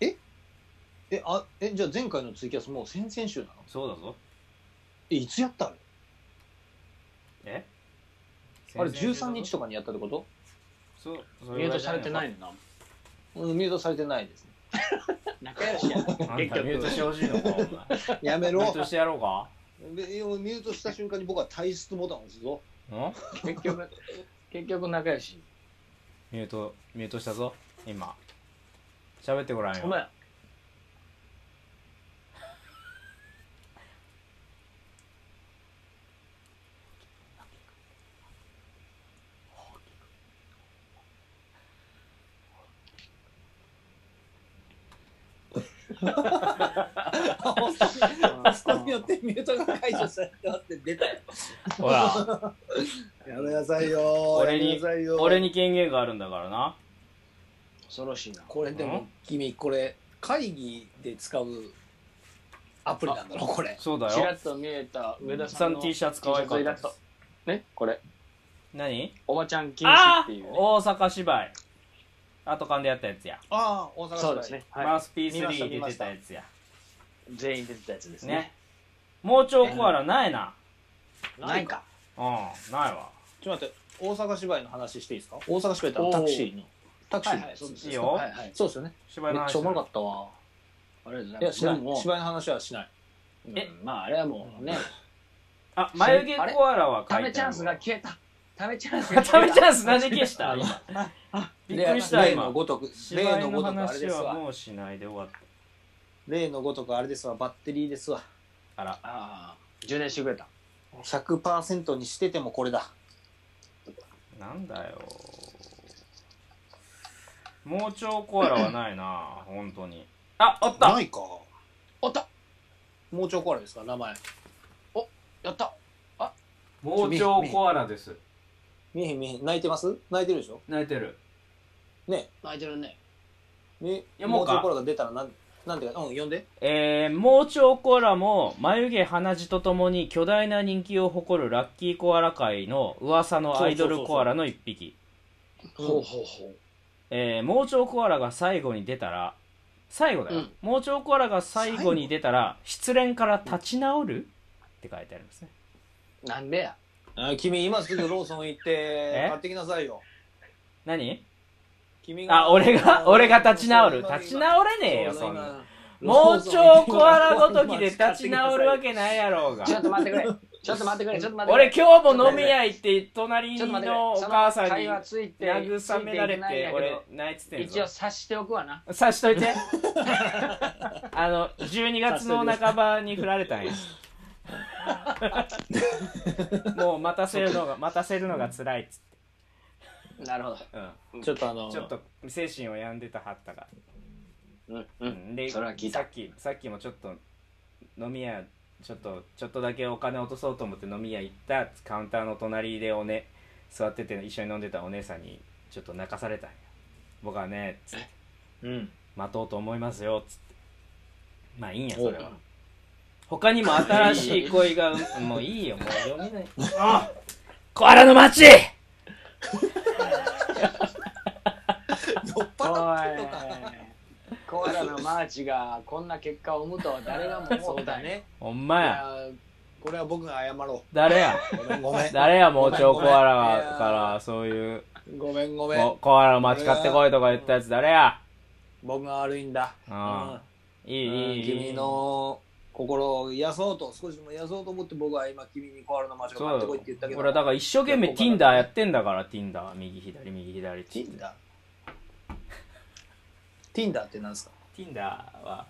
B: ええ、あ、え、じゃあ前回のツイキャスもう先々週なの
A: そうだぞ。
B: え、いつやったの
A: え
B: あれ13日とかにやったってこと
A: そう、そ。
C: ミュートされてないいのな。
B: うん、ミュートされてないですね。 [LAUGHS]
C: 仲良しやな。
A: あんたミ
C: 結局
A: ュートしてほしいのか、お前。ミ
B: やめろ
A: ュートしてやろうか
B: でえミュートした瞬間に僕は退出ボタンを押す [LAUGHS] ぞ。
A: ん
C: 結局、結局仲良し。
A: ミュート、ミュートしたぞ、今。喋ってごらん
C: お
A: よ。
C: 前、
B: あそこによってミュートが解除されてますって出たよ。
A: ほら、
B: やめなさいよ。
A: 俺に
B: やめなさいよ
A: 俺。に権限があるんだからな。
C: 恐ろしいな。
B: これで
A: う
B: も
A: ん
B: 君、これ会議で使うアプリなんだろ、これ。
A: そうだ
C: ちら
A: よ。
C: っと見えた上田
A: さ
C: さん
A: ん
C: の
A: T シャツ可愛かったです。
C: ね、これ、
A: 何
C: おばちゃん禁止
A: あ
C: っていうね、
A: ー大阪芝居。後勘でやったやつや。
B: ああ、大阪
C: そうですね。はい
A: マウスピース
B: 見ました
A: 3
B: 見
A: で
B: ま
A: 出て
B: した
A: やつや。
C: 全員出てたやつですね。
A: ね。盲腸コアラないな。
C: ないか。
A: うん、ないわ。
B: ちょっと待って、大阪芝居の話していいですか大阪芝居ってあのタクシーの。タクシーの。
C: そうです
A: いいよ
C: はいはい。
B: そうですよね。
A: 芝居
B: めっ
A: の話。
B: ちゃおもろかったわ。
C: ありがとうござい
B: い
C: ま
B: や、
C: す。
B: しな
C: で
B: い。
C: も、
B: 芝居の話はしない。
C: うんまあ、あれはもうね、
A: あ、眉毛コアラは書い
C: 食
A: てあ
C: べ
A: る。
C: チャン
A: [LAUGHS]
C: スが消えた。食べチャンスが
A: 食
C: 消
A: べ
C: え
A: チ
C: た。
A: ャンス何消した今びっくりした
B: 例
A: 今
B: のごとく、
A: 芝
B: 例の
A: 居の
B: ごとくあれ
A: 話
B: です
A: は
B: わ。
A: もうしないで終わっ
B: 例のごとくあれですわ。バッテリーですわ。
A: たあら
C: ああ、充電してくれた。
B: 100%にしててもこれだ。
A: なんだよ盲腸コアラはないな本当にああった
B: ないか。
C: おった
B: もうちょこあれですか、名前。
C: やった
A: 盲腸コアラです
B: 見えへん見えへん。泣いてます泣いてるでしょ
A: 泣いてる
B: ね
C: 泣いてるね。
B: え。
A: やもうか
B: ちょこらが出たらなん、なんていうか、うん、呼んで。
A: えー、盲腸コアラも眉毛鼻血とともに巨大な人気を誇るラッキーコアラ界の噂のアイドルコアラの一匹
C: ほうほうほ
A: えー、盲腸コアラが最後に出たら最後だよ、
C: うん
A: 盲腸コアラが最後に出たら失恋から立ち直るって書いてありますね
C: う。なんでや。
B: あ君、今すぐローソン行って、買ってきなさいよ。
A: 何
B: 君
A: あ俺
B: [LAUGHS]
A: が俺が立ち直る
B: そう
A: 立ち直れねえよ
B: そう
A: そんな盲
B: 今ローソン
A: 腸コアラごときで立ち直るわけないやろうが
C: ちょっと待
A: [LAUGHS]
C: ってくれ。ちょっと待ってくれ。ちょっと待ってくれ。
A: 俺今日も飲み屋行って隣
C: ちょっと待ってくれ
A: のお母さ
C: その
A: ん
C: 会
A: に
C: 話ついて
A: 慰められ
C: ついいけない
A: て
C: ん
A: 俺
C: だ
A: 泣いて
C: け
A: てん
C: ど一
A: ぞ
C: 応察しておくわな。
A: 察しとい
C: [LAUGHS]
A: てあの12月の半ばに振られたんやもう待たせるのが待たせるのが辛いっつっ
C: なるほど。
A: て、うん
B: ちょっとあの、
A: ちょっと精神を病んでたはったが、
C: うんうん。
A: で
C: それは聞いた
A: さっきさっきもちょっと飲み屋ちょっとちょっとだけお金落とそうと思って飲み屋行ったカウンターの隣でおね座ってて一緒に飲んでたお姉さんにちょっと泣かされたんや僕はねつって
B: うん。
A: 待とうと思いますよつってまあいいんやそれは
C: おう
A: 他にも新しい恋がうんもういいよもう読みないあコアラの街
B: [LAUGHS] 酔っ払ってんのか。
C: コアラのマーチがこんな結果を生むとは誰がも思
B: そうう
C: た
B: だ
C: んや。
B: ね。
A: ほんま
B: い
A: や
B: やこれは僕が謝ろ
A: 誰や
B: う。ごめんごめ
A: [LAUGHS]
B: ん。
A: 誰やもうちょコアラ
B: ごめ
A: は
B: ん
A: い
B: や
A: からそういう
B: ごめんごめん
A: コ。コアラの街買ってこいとか言ったやつ誰や
B: 僕が悪いんだ。
A: あいい
B: うん
A: いいいい
B: 君の心を癒そうと、少しでも癒そうと思って僕は今君にコアラの街を
A: そ
B: 買って
A: う
B: こいって言ったけど。
A: 俺はだから一生懸命
B: いやコアラ
A: Tinder やってんだから Tinder 右左右左
B: ティンダティンダってなんですか
A: Tinder は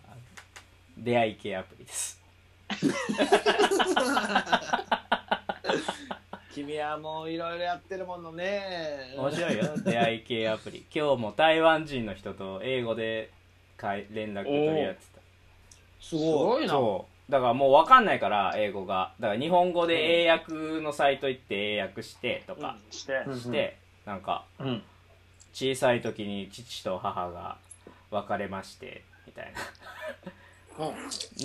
A: 出会い系アプリです [LAUGHS]
B: 君はもういろいろやってるものね。
A: 面白い
B: [LAUGHS]
A: よ出会い系アプリ今日も台湾人の人と英語でかい連絡取り合って
B: す
C: す
B: ご
C: ごい
A: た
C: な。
A: そうだからもう分かんないから英語がだから日本語で英訳のサイト行って英訳してとか
C: うんして
B: い。
A: して、なんか
B: うん、うん。
A: 小さい時に父と母が別れましてみたいな、
C: うん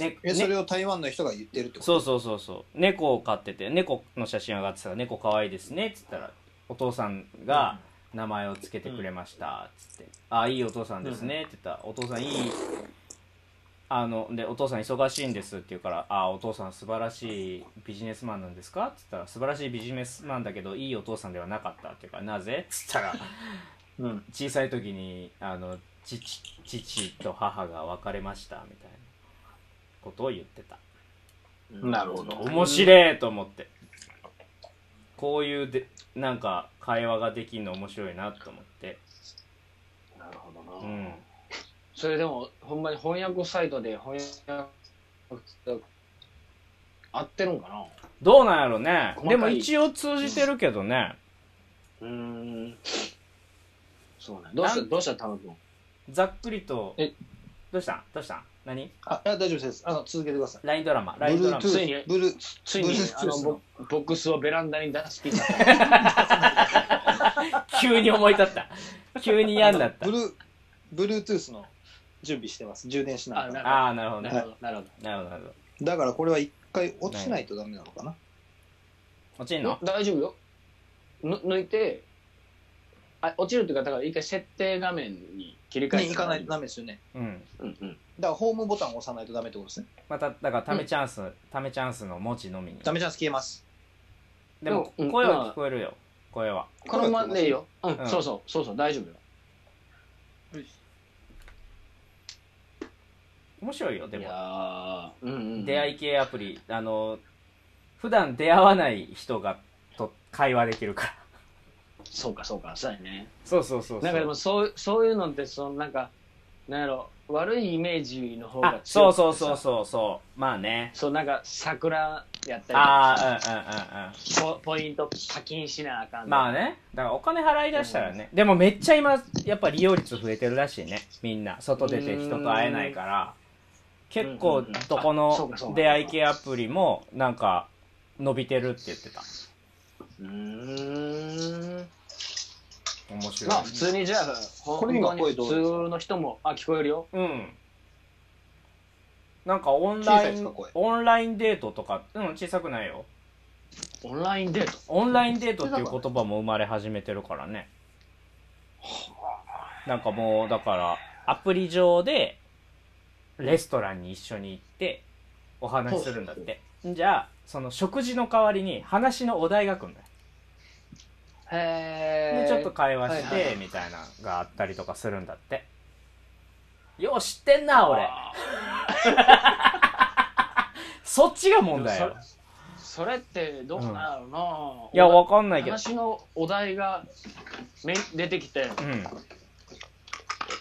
A: ね
B: [LAUGHS] え、
A: ね
B: それを台湾の人が言ってるってこと
A: そうそうそうそう猫を飼ってて猫の写真上がってたら「猫可愛いですね」っつったらお父さんが名前をつけてくれましたっつって「ああいいお父さんですね」って言ったら「お父さんいいあのでお父さん忙しいんですって言うから「あお父さん素晴らしいビジネスマンなんですか?」って言ったら「素晴らしいビジネスマンだけどいいお父さんではなかった」っていうから「なぜ?」っつったら
B: うん。
A: 小さい時にあの父父と母が別れましたみたいなことを言ってた
B: なるほど。
A: 面白いと思ってこういうでなんか会話ができるの面白いなと思って
C: なるほど
A: う
C: な、
A: ん
C: それでもほんまに翻訳サイトで翻訳合ってるんかな
A: どうなんやろね
C: 細か
A: で
C: い
A: も一応通じてるけどね
C: うーんそうねどうした
A: なん
C: どうした田野君
A: ざっくりと
C: え
A: どうしたんどうしたん何
B: あ、いや大丈夫です。あの、続けてください。
A: ラインドラマラインドラマ
C: Bluetooth ついに
B: Bluetooth、ブル
C: ついに
B: Bluetooth
C: あのボボックスをベランダに出し切った
A: 急に思い立った急に嫌になった
B: ブル、ブルートゥースの準備してます。充電しなが
C: あ
B: ら。
A: ああなるほど
C: な
A: ね
C: るほどなる
A: な
C: ほ
A: るほどなるほど
B: だからこれは一回落ちないとダメなのかな。
A: 落ちん
C: ど
A: の
C: 大丈夫よぬ抜いてあ落ちるというかだから一回設定画面に切り替え
B: ね
C: て
B: 行かないとダメですよね。
A: うん
C: うんうん
B: だからホームボタンを押さないとダメってことですね。
A: まただからためチャンスためチャンスの文字のみに
B: ダメチャンス消えます。
A: でも
C: うん
A: 声
C: ま
A: は
C: あ
A: 聞こえるよ声は
C: このままでいいよ、うん
A: うん
C: そうそうそうそう大丈夫よ
A: 面白いよで
C: い
A: も
C: やーうんうんうん
A: 出会い系アプリあの普段出会わない人がと会話できるから [LAUGHS]
C: そうかそうかそうやね
A: そうそうそうそう
C: なんかでもそうそういうのってそのなんかなんやろ悪いイメージの方が
A: あ
C: 強くてさ
A: そうそうそうそうそうまあね
C: そうなんか桜やったりとか
A: ああうんうんうんうん
C: ポポイント課金しなあかん
A: ま
C: あ
A: あねだからお金払い出したらねでもめっちゃ今やっぱ利用率増えてるらしいねみんな外出て人と会えないから結
C: う
A: 構
C: んうんうん
A: どこ
C: あそう
A: の
C: かそうか
A: 出会い系アプリもなんか伸びてるって言ってた
C: うーん
A: 面白い
C: まあ普通にじゃあ
B: こ
C: 本
B: れ今
C: 当に
B: 声
C: 普
B: どうです
C: 通の人もあ聞こえるよ
A: うん。なんかオン
B: 小
A: ラ
B: さい
A: イ
B: ですか
A: ン
B: 声、
A: オンラインデートとか、うん、小さくないよ。
C: オンラインデート
A: オンラインデートっていう言葉も生まれ始めてるからね。なんかもう、だから、アプリ上で、レストランに一緒に行って、お話しするんだって。じゃあ、その食事の代わりに話のお題が来るんだよ。
C: へ
A: で
C: え
A: ちょっと会話し
C: はいはいは
A: てみたいなのがあったりとかするんだってよう知ってんな俺そっちが問題よ
C: それってどうなるの、
A: いやわかんないけど
C: 話のお題がめ出てきて
A: うん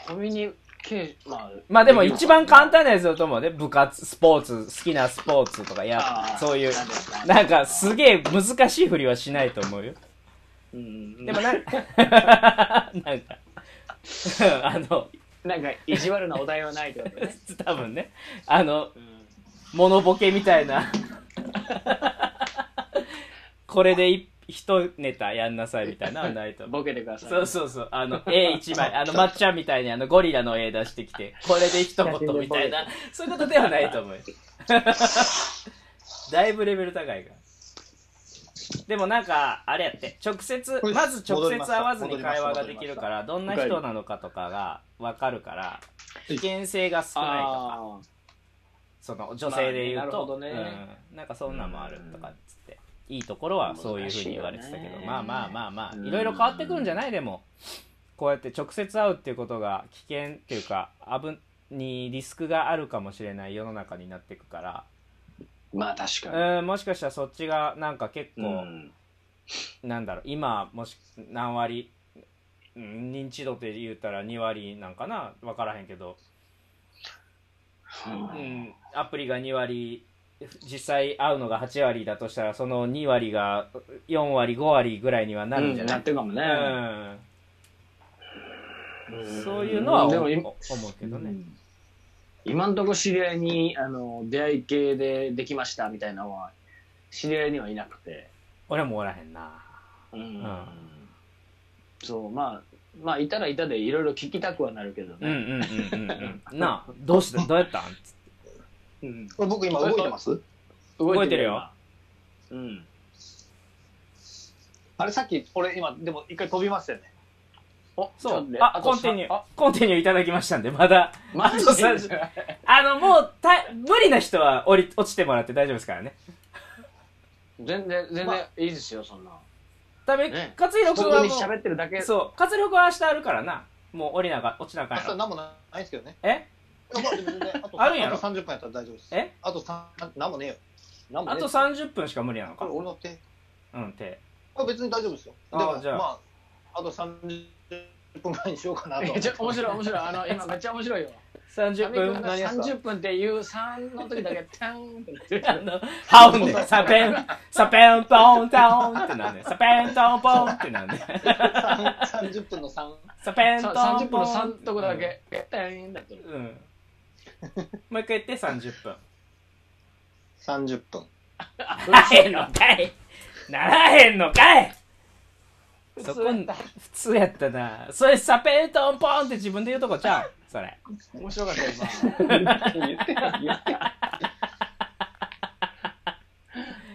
C: コミュニケーションまあ
A: まあでも一番簡単なやつだと思うね部活スポーツ好きなスポーツとかや
C: あー
A: [LAUGHS] そういう
C: なんですか
A: なんかすげえ難しいふりはしないと思うよ
C: うん
A: でもなんか [LAUGHS] なんかあの
C: なんか意地悪なお題はないってことね、
A: 多分ねあの
C: [LAUGHS] うん
A: モノボケみたいなこれでい一ネタやんなさいみたいなのはないと思う
C: ボケてください
A: そうそうそうあの絵一
C: [LAUGHS]
A: 枚あのまっちゃんみたいにあのゴリラの絵出してきてこれで一言みたいなそういうことではないと思うよ [LAUGHS] だいぶレベル高いからでもなんかあれやって直接
B: これ
A: まず直接会わず
B: 戻
A: に
B: りまし
A: 会
B: た
A: 話ができるからどんな人なのかとかが分かるから
B: い
A: 危険性が少ないとか
C: あー
A: その女性で言うと、
C: まあねなるほどね
A: うん、なんかそんなんもあるとかっつって、いいところはそういうふうに言われてたけ
C: 難しい
A: ど、
C: よね
A: まあまあまあまあ
C: うん
A: いろいろ変わってくるんじゃないでもこうやって直接会うっていうことが危険っていうか危にリスクがあるかもしれない世の中になっていくか
C: まあ確かに
A: ら、うん、もしかしたらそっちがなんか結
C: う
A: 構、
C: ん
A: なんだろう今もし何割うん認知度って言ったら2割なんかな分からへんけど
C: うん
A: うん、アプリが2割実際会うのが8割だとしたらその2割が4割5割ぐらいにはなるんじゃな
C: なっ
A: い、
C: てるかも
A: う
C: ね、
A: ん
C: ん
A: そういうのは
C: で
A: 思
C: も
A: う
C: 今
A: 思うけどね、
C: 今んとこ知り合いにあの出会い系でできましたみたいなのは知り合いにはいなくて、
A: 俺もおらへんな
C: うん
A: ん
C: そうまあまあいたらいたでいろいろ聞きたくはなるけど
A: うんう
C: ね、
A: んうんうんうんなあどうしたどうやったん
C: うん
B: これ僕今動いてます
A: 動いてるよ
C: 今うん
B: あれさっき、俺今、でも一回飛びましたよね。
C: お
A: そう
C: ちょっと
A: あコンティニューコンティニューいただきましたんでまだ
C: マ
A: あと
C: ジ
A: 30
C: で
A: ああの、もう、た、無理な人は降り、落ちてもらって大丈夫ですからね。
C: 全然、全
D: ま
C: 然いいですよ、そんな。
A: ダメ、
C: ね
A: 活力
C: 普
A: は
C: 通に
A: も
C: 喋ってるだけ。
A: う、そう、活力は明日あるからな。もう降りなが、落ちなあか
B: 明
A: んや
B: 日は
A: ろ。
B: 何もないですけどね。
A: え
B: いやまあでも全然あと
A: あるんやろ
B: あと30分やったら大丈夫です。
A: え
B: あと3、何もねえよ。何も
A: あ
B: ねえ
A: と30分しか無理なの
B: こ
A: か
B: れ。俺の手。
A: うん、て。
B: これ別に大丈夫ですよ。
A: あ
B: だから
A: じゃあ
B: まあ、あと30分ぐらいにしようかなと。
C: めっちゃ面白い、面白い。あの、今めっちゃ面白いよ。
A: 30
C: 神君
A: 分。
C: が
B: 何やった
C: 30分っていう3の時だ [LAUGHS] け、タンってなってる
A: あの、ハウン
C: [LAUGHS]
A: で、サペン、サペン、ポン、タオンってなんで、サペン、トン、ポンってなんで、
B: [LAUGHS] 30分の3。
A: サペン、
C: [LAUGHS] さ
A: トン、
C: 30
A: ポ
C: 分
A: ン。
C: の3とこだけ、タンってなってる。
A: うん。うん。もう一回言って30分。
C: [LAUGHS]
B: 30分。
A: ならへんのかいならへんのかいそこ、普通やったな。それ、サペン、トン、ポンって自分で言うとこちゃうそれ。
C: 面白かった、
B: 言
C: 今。
B: ってない言ってない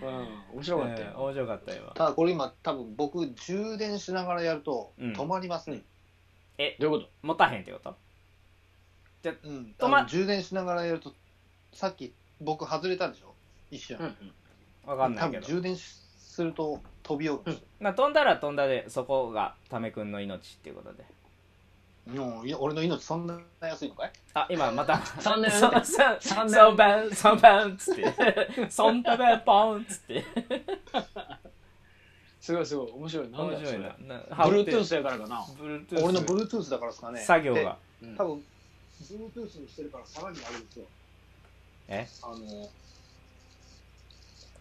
C: うん、面白かった
A: うん
C: よ。
A: 面白かったよ。
B: ただこれ今多分僕充電しながらやると
A: うん
B: 止まりますね。
C: どういうこ
A: 持たへんってこと
B: うん。
A: 止ま
B: あの充電しながらやると、さっき僕外れたでしょ一瞬
C: と。うん
A: わかんないけ
B: 多
A: ど。
B: 分充電すると飛び降るんです
A: まあ、飛んだら飛んだで、そこがタメ君の命っていうことで。
B: よ。もういや俺の命そんな安いのかい
A: あ、今また。
C: 三年
A: [LAUGHS] そそ
C: 三年
A: そんばん、そんばんっつって。そんばんぽんっつって。
C: すごいすごい、面白い。なんだ
A: 面
C: よ
A: 白いな。
C: そ
A: ス。
C: れ。Bluetooth やからかな。
A: Bluetooth
B: 俺の Bluetooth だからですかね。
A: 作業
B: で
A: が。
B: 多分、Bluetooth にしてるからさらにあれですよ。
A: え
B: あの、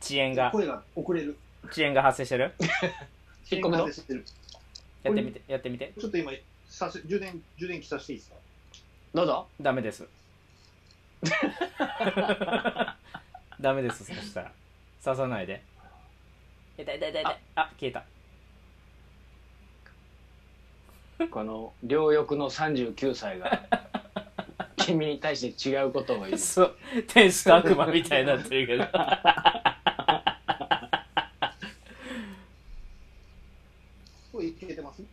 A: 遅延が、
B: 声が遅れる。
A: 遅延が発生してる
C: 一個目の
B: 遅れる
A: やってみて、やってみて。
B: ちょっと今、させ充電、充電器させていいですか
C: どうぞ。
A: ダメです。ダメです、そしたら。刺さないで。痛い痛い痛い痛い。あ、消えた。
C: この、両翼の39歳が、君に対して違うことを言う。
A: そう。天使と悪魔みたいになってるけど。
B: これいけてますい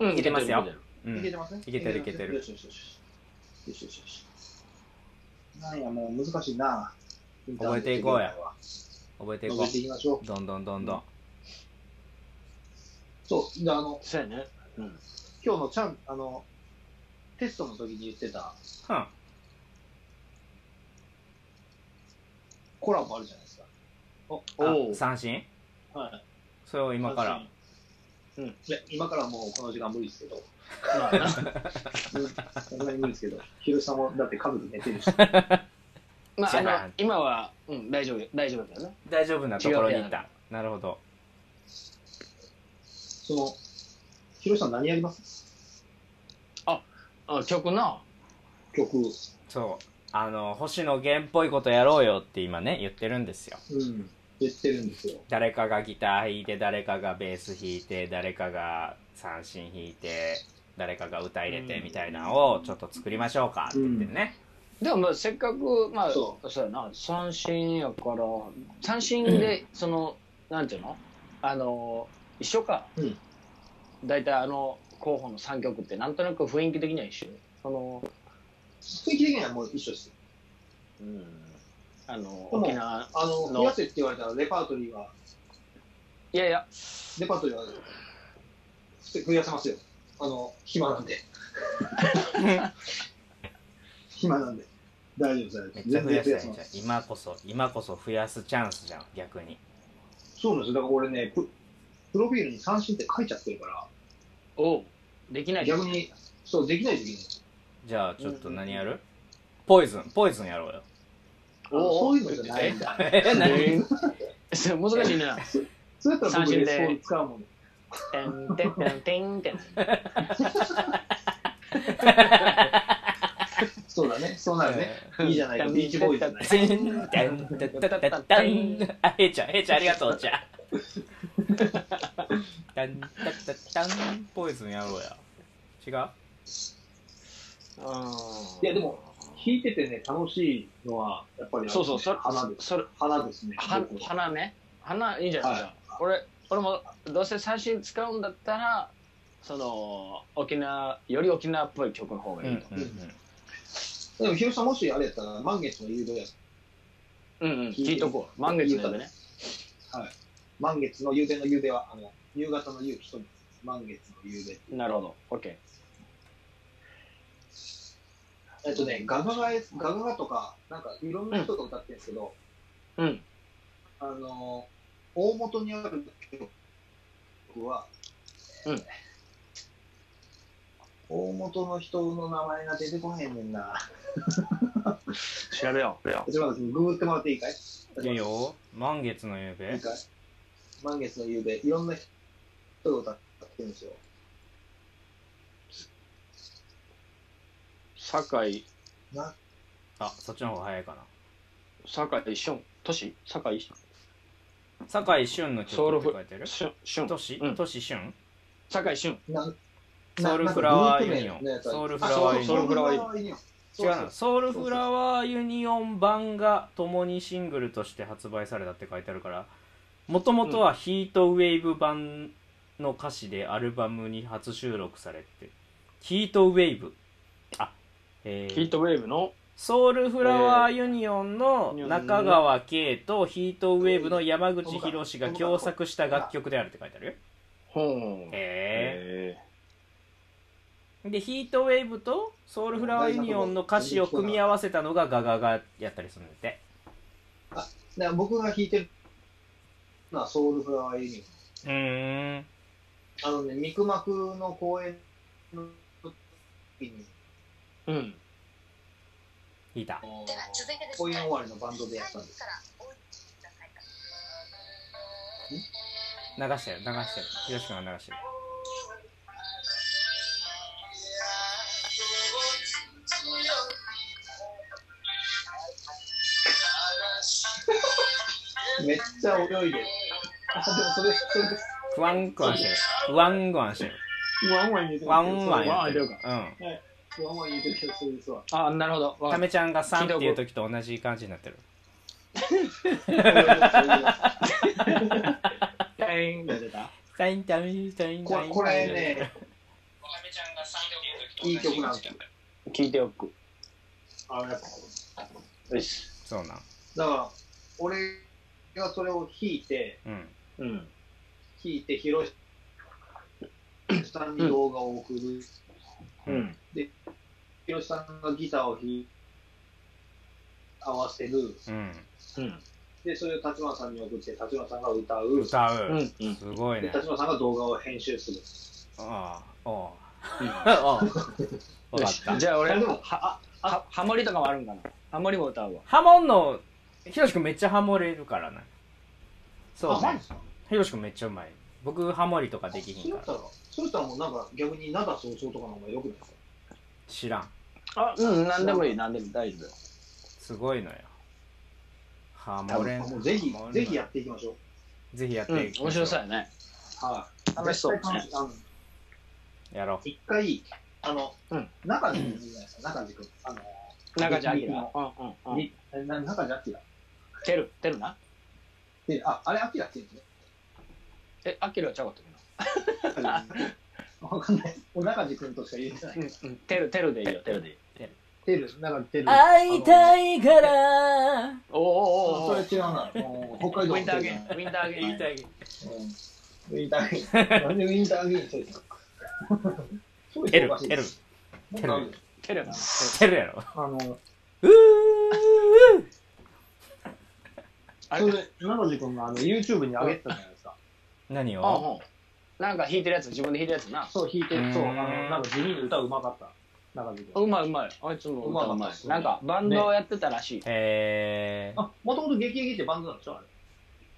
C: うん
A: いけてますよう
B: け
A: ん
B: て。ますね
A: いけてるいけてる
B: よしよしよし。よしよしよし。なんや、もう難しいな。
A: 覚えていこうや。覚えていこ
B: 覚えていきましょ
A: う。どんどんどんどん。
B: う。そう、で、あの、
C: そうやね。うん。
B: 今日のちゃん、あの、テストの時に言ってた
A: うん。
B: コラボあるじゃないですか。お
A: あ三振
B: はい。
A: それを今から。
B: うん。いや、今からもうこの時間無理です
A: [LAUGHS]
B: けど。
C: まあな
B: さすがに無理ですけど。広島もだって家族寝てるし。
C: ま
A: 違う
C: あ、あの、今は、うん、大丈夫、大丈夫だよね。
A: 大丈夫なところにいった。なるほど。
B: その、広島何やります
C: あ、曲な。
B: 曲。う
A: そう。あの、星野源っぽいことやろうよって今ね、言ってるんですよ。
B: ん。言ってるんですよ。
A: 誰かがギター弾いて、誰かがベース弾いて、誰かが三振弾いて、誰かが歌入れてみたいなのをちょっと作りましょうかって言ってね。
C: でもまあせっかくまあそ
B: そう
C: やな三振やから三振でその、なんていうのあの一緒か、
B: うん
C: 大体あの候補の3曲ってなんとなく雰囲気的には一緒その,、
B: 定期的にはもう一緒ですよ。
C: うん、あの
B: でも
C: 沖縄
B: あの、
C: の
B: 増やせって言われたらレパートリーは、
C: いやいや
B: レパートリーは増やせますよ。あの、暇なん
A: [LAUGHS]
B: で。暇なんで。大丈夫です、大丈夫
A: め
B: で
A: っちゃ増や
B: す。全然増
A: す
B: や
A: や
B: せ
A: ん
B: ま
A: じゃん
B: す。
A: 今こそ、今こそ増やすチャンスじゃん、逆に。
B: そうなんですよ。だから俺ね、ププロフィールに三振って書いちゃってるから、
C: おうできない
B: 逆に、そう、できない時に、
A: じゃあちょっと何やるポイズン、ポイズンやろうよ。
B: あのそういうのじゃないんだ。
A: え、何
C: えー難しいねな
B: そうやったら僕
C: 三振
B: で
C: で
B: そう使うもん。
C: 「てんてんてんてんてん」
B: そうだね、そうなるね。いいじゃないか、ビーチボーイズじゃない。
A: てんてんてんてんてんてんあ、へいちゃん、へいちゃんありがとう、じゃ [LAUGHS] あ。たんたたたんポイズンやろうや。違う
B: いや、でも、弾いててね、楽しいのは、やっぱりあれです
C: そ
B: ね、
C: うそうそれ
B: 花です。
C: それ
B: 花ですね。
C: は
B: 僕は
C: 花ね花いいんじゃない
B: はい
C: じゃあ俺俺もどうせ最新使うんだったらその沖縄より沖縄っぽい曲の方が
A: う
C: いい
A: ん
C: と、
A: うんうん。
B: でも、ひろさん、もしあれやったら、満月の誘導や
C: うんうん、聞いとこう。満月の夢ね。
B: はい。満月の夕べの夕べは、あの、夕方の夕、一人。満月の夕べ。
C: なるほど。オッケ
B: えっとね、ガガガエ、ガガガとか、なんか、いろんな人が歌ってるんですけど、
C: ー。うん。
B: あの、大元にある曲は、
C: うん
B: 大元の人の名前が出てこへんねんな。
C: 調べよう。
B: ちょっと待ってググってもらっていいかい
A: いいよ。満月の夕
B: な
A: べ
B: ん。か、満月の夕べ、いろんな人が歌ってるんですよ。
C: 酒井、
A: あ、そっちの方が早いか
C: 酒井俊、都市酒井
A: な。酒井俊の曲って書いてる
C: 俊、俊、
A: 都市
C: うん
A: 都市俊
C: 酒井俊。
B: なん
A: ソウルフラワーユニオ
B: なな
A: ン。
B: んかグ
A: ソウ
B: ル
A: ル
B: ープ名の
A: フ
B: やつ
A: ラワーユニ
C: ソウ
A: オ
C: ル
A: ン
C: フラワーユニオン
B: ユニオ
A: 違うな。ソウルフラワーユニオ
B: ン。
A: ン版が共にシングルとして発売されたって書いてあるから、もともとはヒートウェイブ版の歌詞でアルバムに初収録されて、ヒートウェイブ。あ、え
C: ヒートウェーブの、
A: ソウルフラワーユニオンの中川圭とヒートウェーブの山口博が共作した楽曲であるって書いてあるよ。
C: ほん。
A: へ
C: え
A: え。で、ヒートウェーブとソウルフラワーユニオンの歌詞を組み合わせたのがガガガやったりするんだって。
B: だから僕が弾いてるのはソウルフラワーユニ
A: うーん。
B: オン。あのね、ミクマクの公演の時に、
C: ー。うん。
A: 聞いた
B: あ。の
E: では続いてです
B: 公
E: ね
B: 演終わりのバンドでやったんです。
A: 流してる、流してる。ひろしくんが流してる。
B: めっちゃ泳いでる。あ、でもそれ、それです。
A: クワンクワンしてる。ワンワンしてる。
B: ワンワン言うてる。
A: ワンワンやって
C: ワンワン言う
A: る。
C: て
A: うん。
B: ワンワン言うてるけど、それですわ。
C: あ、なるほど。わか
A: た
C: った
A: めちゃんが3っていう時と同じ感じになってる。
C: たイーンが出た。
A: サインタミン、サイン
B: こ
A: タ
B: れ
A: ミン。
B: これね、いい曲なんですよ。
C: 聞いておく。
B: あのやつ
C: よし。
A: そうなん。
B: だから、俺がそれを弾いて、
A: うん。
C: うん。
B: 弾いて、ひろしさんに動画を送る。
C: うん。
B: ひろしさんがギターを弾い合わせる。
A: うん。
C: うん。
B: で、それを立花さんに送って、立花さんが歌う。
A: 歌う。
C: うん。うん。
A: すごい
B: で、
A: ね。
B: 立花さんが動画を編集する。
A: ああ、あ [LAUGHS] あ。わかっ。
C: よしたじゃあ俺、
B: あで
C: は
B: も、
C: は、は、ハモリとかもあるんかな。ハモリも歌うわ。
A: ハモンの、ひろしくんめっちゃハモれるからな。そう
B: あマジ
A: ね
B: っすか。
A: ひろしくんめっちゃうまい。僕、ハモリとかできひ
B: そうんや
A: か
B: った
A: ら。
B: ら、そうしたらもうなんか逆に灘総総とかの方が良くないですか
A: 知らん。
C: あ、うん、なんでもいい、なんでも大丈夫よ。
A: すごいのよ。ハ
B: 多
A: モれ
B: 分
A: ん。
B: もうぜひ
A: ハモれ、ん
B: ぜひやっていきましょう。
A: ぜひやっ
C: うん
A: てい、きま
C: 面
A: しょ
C: 白そうやね。
B: はい。
C: 楽しそうですね
B: 絶対楽しい
A: い。やろ
B: あの一回、あの、
C: うん
B: 中地君いるじゃないですか、中地君。あの、
C: 中地明。
B: の
C: うんうんうん。
B: みえな中地明
C: てる、てるな。
B: で。あ、あれ明って言うんですね。
C: え、あきらちゃうかった
B: わかんない。お中地君としか言えてない。
C: っけな。うん。てる、てるでいいよ、てるでいい。
B: てる、なんかて
A: う。
B: る。
A: いから。
C: おお
B: あの。
C: おお
B: それ違うな。もう北
C: ウ
B: 海道の
C: ィンター
B: テ
C: ゲ
B: ル
C: イン、
B: だ
C: ウィンタ
A: 言
C: ーゲイン
A: い。たい。
B: うんウィンターゲイン。なんでウィンターゲインしてるんですかそう
A: テ
B: いう
A: ル
B: のおかし、い
A: テ
B: で
A: ル、
B: すもっとあるよ
C: てるな。
A: テルやろ。
B: あ
A: う
B: の、
A: ー。
C: あ
B: そ
C: れ
B: れで、中地君があの YouTube に上げてたじゃないですか。
A: 何
C: あ、
A: を
C: うん。なんか弾いてるやつ、自分で弾いてるやつな。
B: そう、弾いてる。そう、あ
A: う
B: の
A: ん、
B: なんか地味に歌うまかった。中地君。
C: うまいうまい。あいつも歌う
B: うま
C: ま
B: かったっす
C: い。
B: ね
C: なんか、バンドをやってたらしい。
A: えー。
B: あ、もともと激劇ってバンドなんでしょあれ。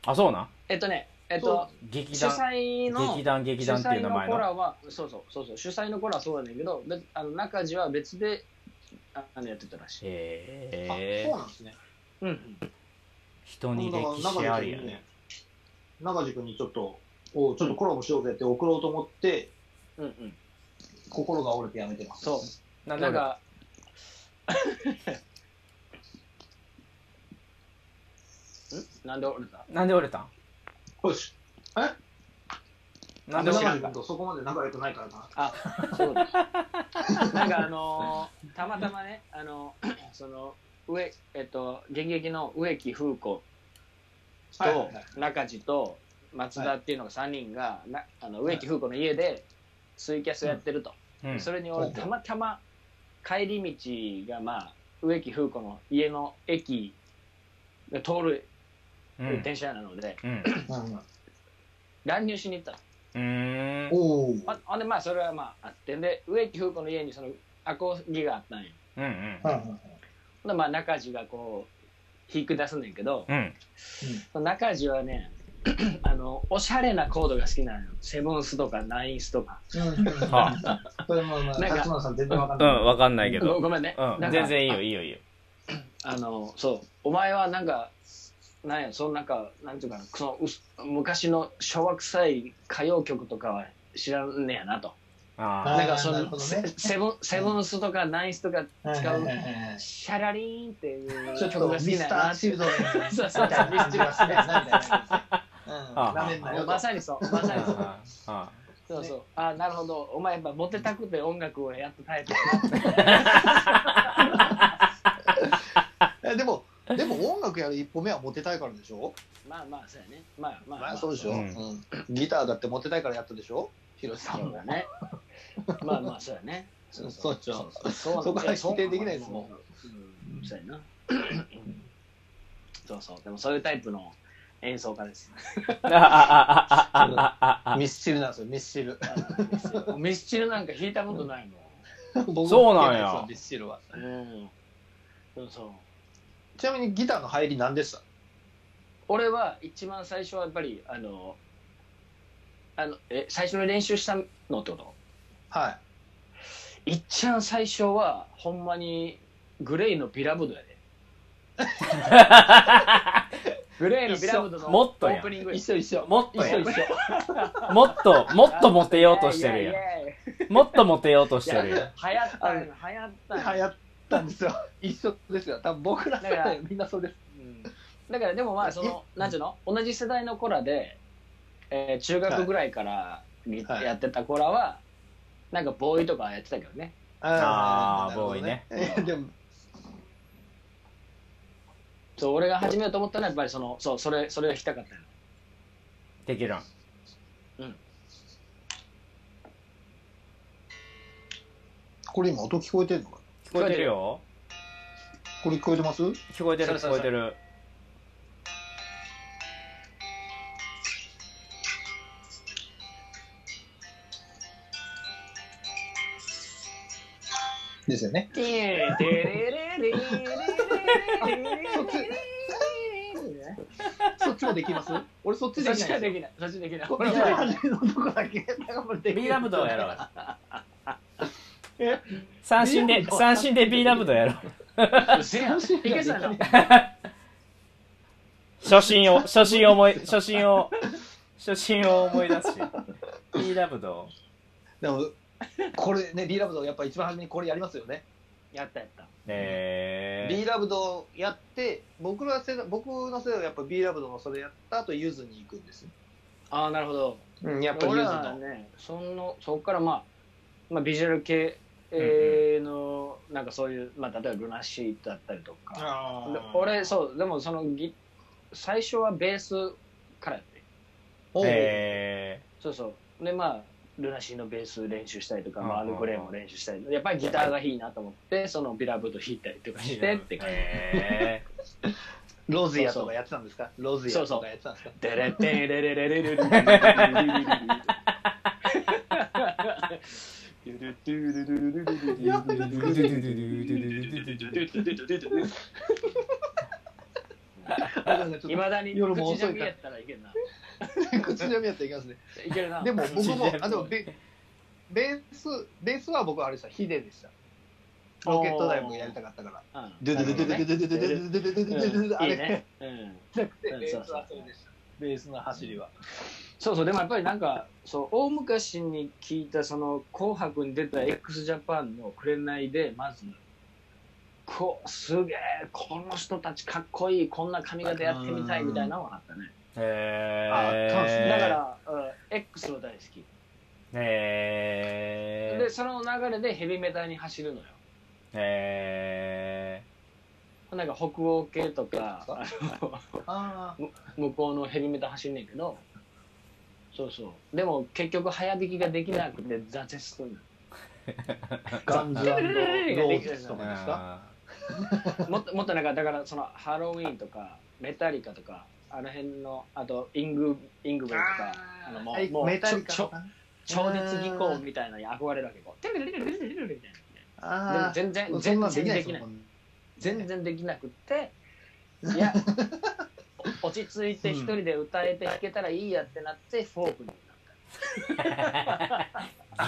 A: あ、そうなん
C: えっとね、えっ
B: そ
C: と、
A: 劇
C: 主
A: 団。
C: 催の
A: 劇、団、劇
C: 主
A: 団ってい
C: 催
A: う名
C: の
A: 前
C: コ
A: の。
C: ラは、そうそう、そうそう、主催のコラはそうなんだけど、別あの中地は別で、ああの、やってたらしい。
A: えー
B: あ、そう。なんですね。
C: うん。
A: 人に歴史ありやね。
B: 中地君にちょっと、おちょっとコラボしようぜって送ろうと思って、
C: うんうん。
B: 心が折れてやめてます。
C: そう。
A: なん
C: なん
A: か、
C: か、んなんで折れた
A: なんで折れたん
B: よし。え
A: なんでもなんか
B: とそこまで仲良くないからな。
C: あ、そうだ。なんかあのーたまたまね、あのーその、上、えっと、現役の植木風子
B: はいはいは
C: と中地と松田っていうのが3人が、なあの植木風子の家でツイキャスをやってると。
A: うん
C: それに
B: ほ
C: 俺
B: う
C: たまたま帰り道がまあ植木風子の家の駅が通る
A: うん
C: 電車なので、
A: うん
B: うん
C: 乱入しに行ったの
A: うーん
B: おお。
C: あほんでまあそれはまああってで植木風子の家にそのアコギがあったんよ
A: うんうん
B: うん
C: ほんでまあ中地がこう引き出すねんけど
A: うん
C: その中地はね [CLEARS THROAT] あのおしゃれなコードが好きなのよセブンスとかナインスとか
B: うん。
A: は
B: それもまあ、
C: なんか
B: 勝村さん全然わかん
A: う
B: ない。
A: んわかんないけ
C: ご
A: ど
C: ごめんね、
A: う
C: なんんか
A: 全然いいよいいよいいよ
C: あのそうお前はなんかなんやそのなんかなんていうかなそのうす昔の昭和臭い歌謡曲とかは知らんねやなと
A: あ
B: あ
C: なん
B: ー
C: かそ
B: なる
C: の
B: ほど
C: セ
B: ね
C: セブンセブンスとかナインスとか使う
B: はいはいはいはい
C: シャラリーンっていう
B: ちょっ
C: 曲
B: と
C: が好
B: ミ
C: きな
B: ス
C: ん
B: ター
C: やな
B: チルドレンみたい
C: そうそ
B: な
C: う
B: 感じがするやなみたいな。うん。
A: あ
B: ラメンの
C: もう
B: よ
C: まさにそうま
A: あ
C: さにそう
A: あああ
C: そうそうあなるほどお前やっぱモテたくて音楽をやったタイプ
B: えでも、でも音楽やる一歩目はモテたいからでしょ
C: まあまあそうやねまあまあ、ま
B: ま
C: あ、
B: あそうでしょ、
A: う
B: うんんギターだってモテたいからやったでしょ広瀬さ
C: そ
B: ん
C: う
B: も
C: だ。ねまあまあそうやね
B: そうそうでしょ。
C: そうなんだ
B: そこから否定できないですもん。
C: うんそうやな。そうそう、でもそういうタイプの演奏家です。
A: あああああああ
B: ミスチルなんですよ、ミスチル。 [LAUGHS]
C: ミスチルなんか弾いたことない
B: 僕
A: そ
B: も
A: う
B: 好き
A: なんや
B: ですよミスチルは。
C: もん。うん。そうそう。
B: ちなみにギターの入り何でした
C: 俺は一番最初はやっぱり、あの、あの、え、最初に練習したのってこと
B: はい。
C: 一番最初は、ほんまに、グレイのビラブド
A: [LAUGHS]
C: やで。グレイのビラブドの
A: も
C: オ
A: っとやん
C: ープニングや
B: 一緒一緒。
A: もっと
C: 一
A: や
C: 緒一緒。
A: もっともっとモテようとしてるや
C: イエイイエイ
A: んもっとモテようとしてる
C: 流
A: やん
C: 行ったんよ流行った
B: 流
C: んよ
B: 行ったんですよ。 [LAUGHS] 一緒ですよ。多分僕ら世
C: だから
B: 代みんなそうです。
C: うんだからでもまあそのなんていうの同じ世代の子らで、えー中学ぐらいからに
B: はい
C: やってた子らはなんかボーイとかやってたけどね
A: あー
B: なるほど
A: ボーイね
B: でも、
C: そう俺が始めようと思ったのはやっぱりそのそうそれそれが弾きたかったの
A: できるん
B: これ今音聞こえてるのか
A: 聞
B: な
A: こえてるよ
B: これ聞こえてます
A: 聞こえてる
C: そ
A: 聞こ
C: うそうそう
A: えてる
B: ですよね。
C: ティーテレレレレレレレ
B: そっち、そっちもできます [LAUGHS] 俺そっち
C: そ
B: で
C: っ
B: きな
C: ち
B: い
C: は
B: で
C: できないそっちできない
B: す。これ
C: 俺は
B: はのとこだけ。
A: B ラブドやろう
B: え
A: 三振
B: ビーラ
A: で
B: ブド
A: 三振で B ラブドやろう
C: いけそうやな
A: 初心を初心を思い初心を初心を思い出すし B ラブド
B: でも、これね、B ラブドやっぱ一番初めにこれやりますよね。
C: やったやった
A: え
B: B ラブドやって、僕ら世代、僕の世代はやっぱ B ラブドのそれやった後、ユズに行くんですよ。
C: ああなるほど
B: うん、やっぱユズ
C: 俺らは
B: の。
C: ねそのそこから、まあ、まあビジュアル系えーの、なんかそういう、まあ、例えばルナシーだったりとか、
B: あ
C: で
B: ー
C: 俺そうでもそのギ最初はベースからやって
A: ー、
B: おう
A: え
C: そうそうでまあルナシーのベース練習したりとか、まあ、ア
A: うんうんうん
C: ルグレイも練習したりやっぱりギターがいいなと思ってそのビラブート弾いたりとかしてって感
A: え
B: ロズヤとかやってたんですかロズヤとかやってたんですか
C: じでれてれれれれれれ
B: [LAUGHS]
C: いまだに
B: 夜も
C: 口じ
B: 遅
C: ゃ
B: い
C: み
B: から
C: やったらいけんな
B: 口じゃみやっていきますね。
C: いけるな
B: で
C: [LAUGHS]
B: も僕
A: 口じゃ
B: も
A: み、
B: あ、でもベ、ベース、ベースは僕はあれでした、ヒデでした。ロケットダイブやりたかったから。
C: うん
B: ドゥドゥドゥドゥドゥドゥドゥドゥドゥドゥドゥドゥドゥあ
C: いい
B: れ
C: ね。うん
B: なくて、ベースはそれでした。ベースの走りは。
C: そうそう、でもやっぱりなんか、そう、大昔に聞いた、その、紅白に出た x ジャパンの紅で、まず、こう、すげえ、この人たちかっこいい、こんな髪型やってみたいみたいなのがあったね。
A: へ
B: あ関数
A: ー
C: だから、うん X も大好き。
A: へ
C: で、その流れでヘビメタに走るのよ。
A: えへ
C: なんか北欧系とか、あの
D: あ
C: 向こうのヘビメタ走んねんけど、そうそう。でも結局早弾きができなくて挫折するの
B: ガンズローズと
A: え
B: かですか
C: もっともっとなんかだからそのハロウィーンとかメタリカとかあの辺のあとイングイングベルとかあのもうもう
D: メタ
C: ちょ
D: リカ
C: ち
D: と
C: ょ
D: かね
C: 超絶技巧みたいなのに憧れるわけこうテレレレレレレレレみたいな
D: あ
C: でも全
D: あ
C: 然
D: そんな
C: 全
D: んできない
C: 然で
D: です
C: き
D: も
C: なんい
D: こんな
C: 全然できなくっていやお落ち着いて一人で歌えて弾けたらいいやってなってフォークになっ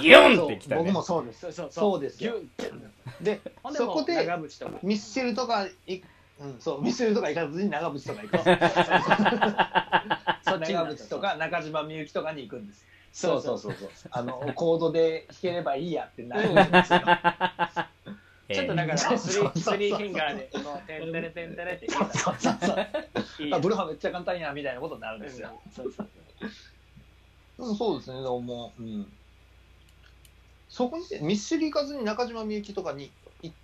A: ギュン
B: そ
A: っ
B: う
A: てきた
B: 僕
A: ね
B: もそうで
C: た
B: す。
C: そうそう
B: そうですよ
C: ギュン
B: で、
C: ほんで
B: そ
C: も
B: こ
C: う
B: で
C: 長渕とか
B: ミッシェルとかい、うん、そう、ミッシェルとか行かずに長渕とか行く。
C: [LAUGHS] そっちにな
B: 長
C: った
B: 渕とか中島みゆきとかに行くんです。
C: そうそう
B: そうそう。あの、コードで弾ければいいやってなる。
A: えー
C: ちょっとだから
B: そう
C: スリ
B: そう
C: ー
B: そう
C: スリーフィンガーでこうテンテレテンテレって弾けた
B: そうそうそう。
C: いいや
B: あブルーハーめっちゃ簡単やみたいなことになるんですよ。
C: そうそう
B: うん、そうですね、どうも。うん。そこに、ミッシェル行かずに中島みゆきとかに行っ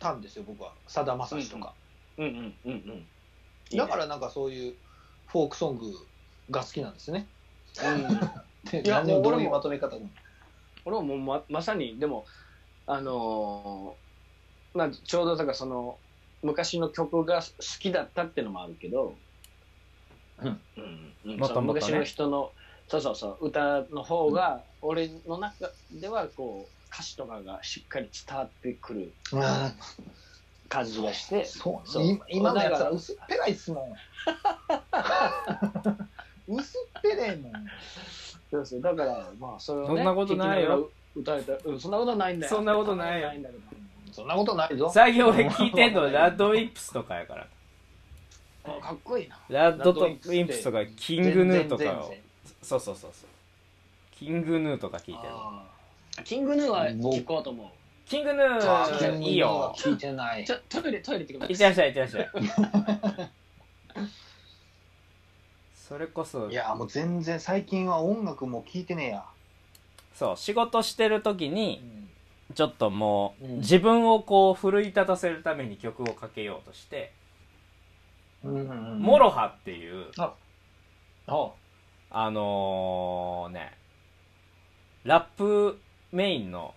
B: たんですよ、僕は。さだまさしとか。
C: うんうんうんうん
B: だからなんかそういうフォークソングが好きなんですね。
C: ら、うん、
B: で
C: いや
B: 何のどうい
C: 俺
B: う
C: も
B: まとめ方も。
C: 俺はもうままさにでもあのーまあちょうどだからその昔の曲が好きだったっていうのもあるけど、
B: うん
C: うんうん
A: もともとね
C: その昔の人のそうそうそう歌の方が俺の中ではこう歌詞とかがしっかり伝わってくる
B: ああ、
C: 感じがして
B: そう
C: そう
B: 今今のやつら薄っぺらいっす [LAUGHS] もん。薄っぺれもん。
C: そうそうだからまあそれを、ね、
A: そんなことないよ
C: 聞きながら歌えた、うん、そんなことないんだよ
A: そんなことないよ
C: んだけど
B: そんなことないぞ。
A: 最近俺聞いてんのラッドウィンプスとかやから
C: あかっこいいな
A: ラッドとウィンプスとかキングヌーと
B: 全
A: か
B: 然
A: をそうそうそうそうキングヌーとか聞いてる
B: あ
C: キングヌーは聞こうと思う
A: キングヌ
B: ー
A: ーいいよ
B: 聞いてない
C: ち。ょトイレトイレって言
A: いってらっしゃいいってらっしゃいそれこそ
B: いや、もう全然最近は音楽も聞いてねえや。
A: そう仕事してる時にちょっともう、
B: うん
A: 自分をこう奮い立たせるために曲をかけようとして「モ
B: ろ。
A: ロハ」っていう
B: あ
A: あのー、ねラップメインの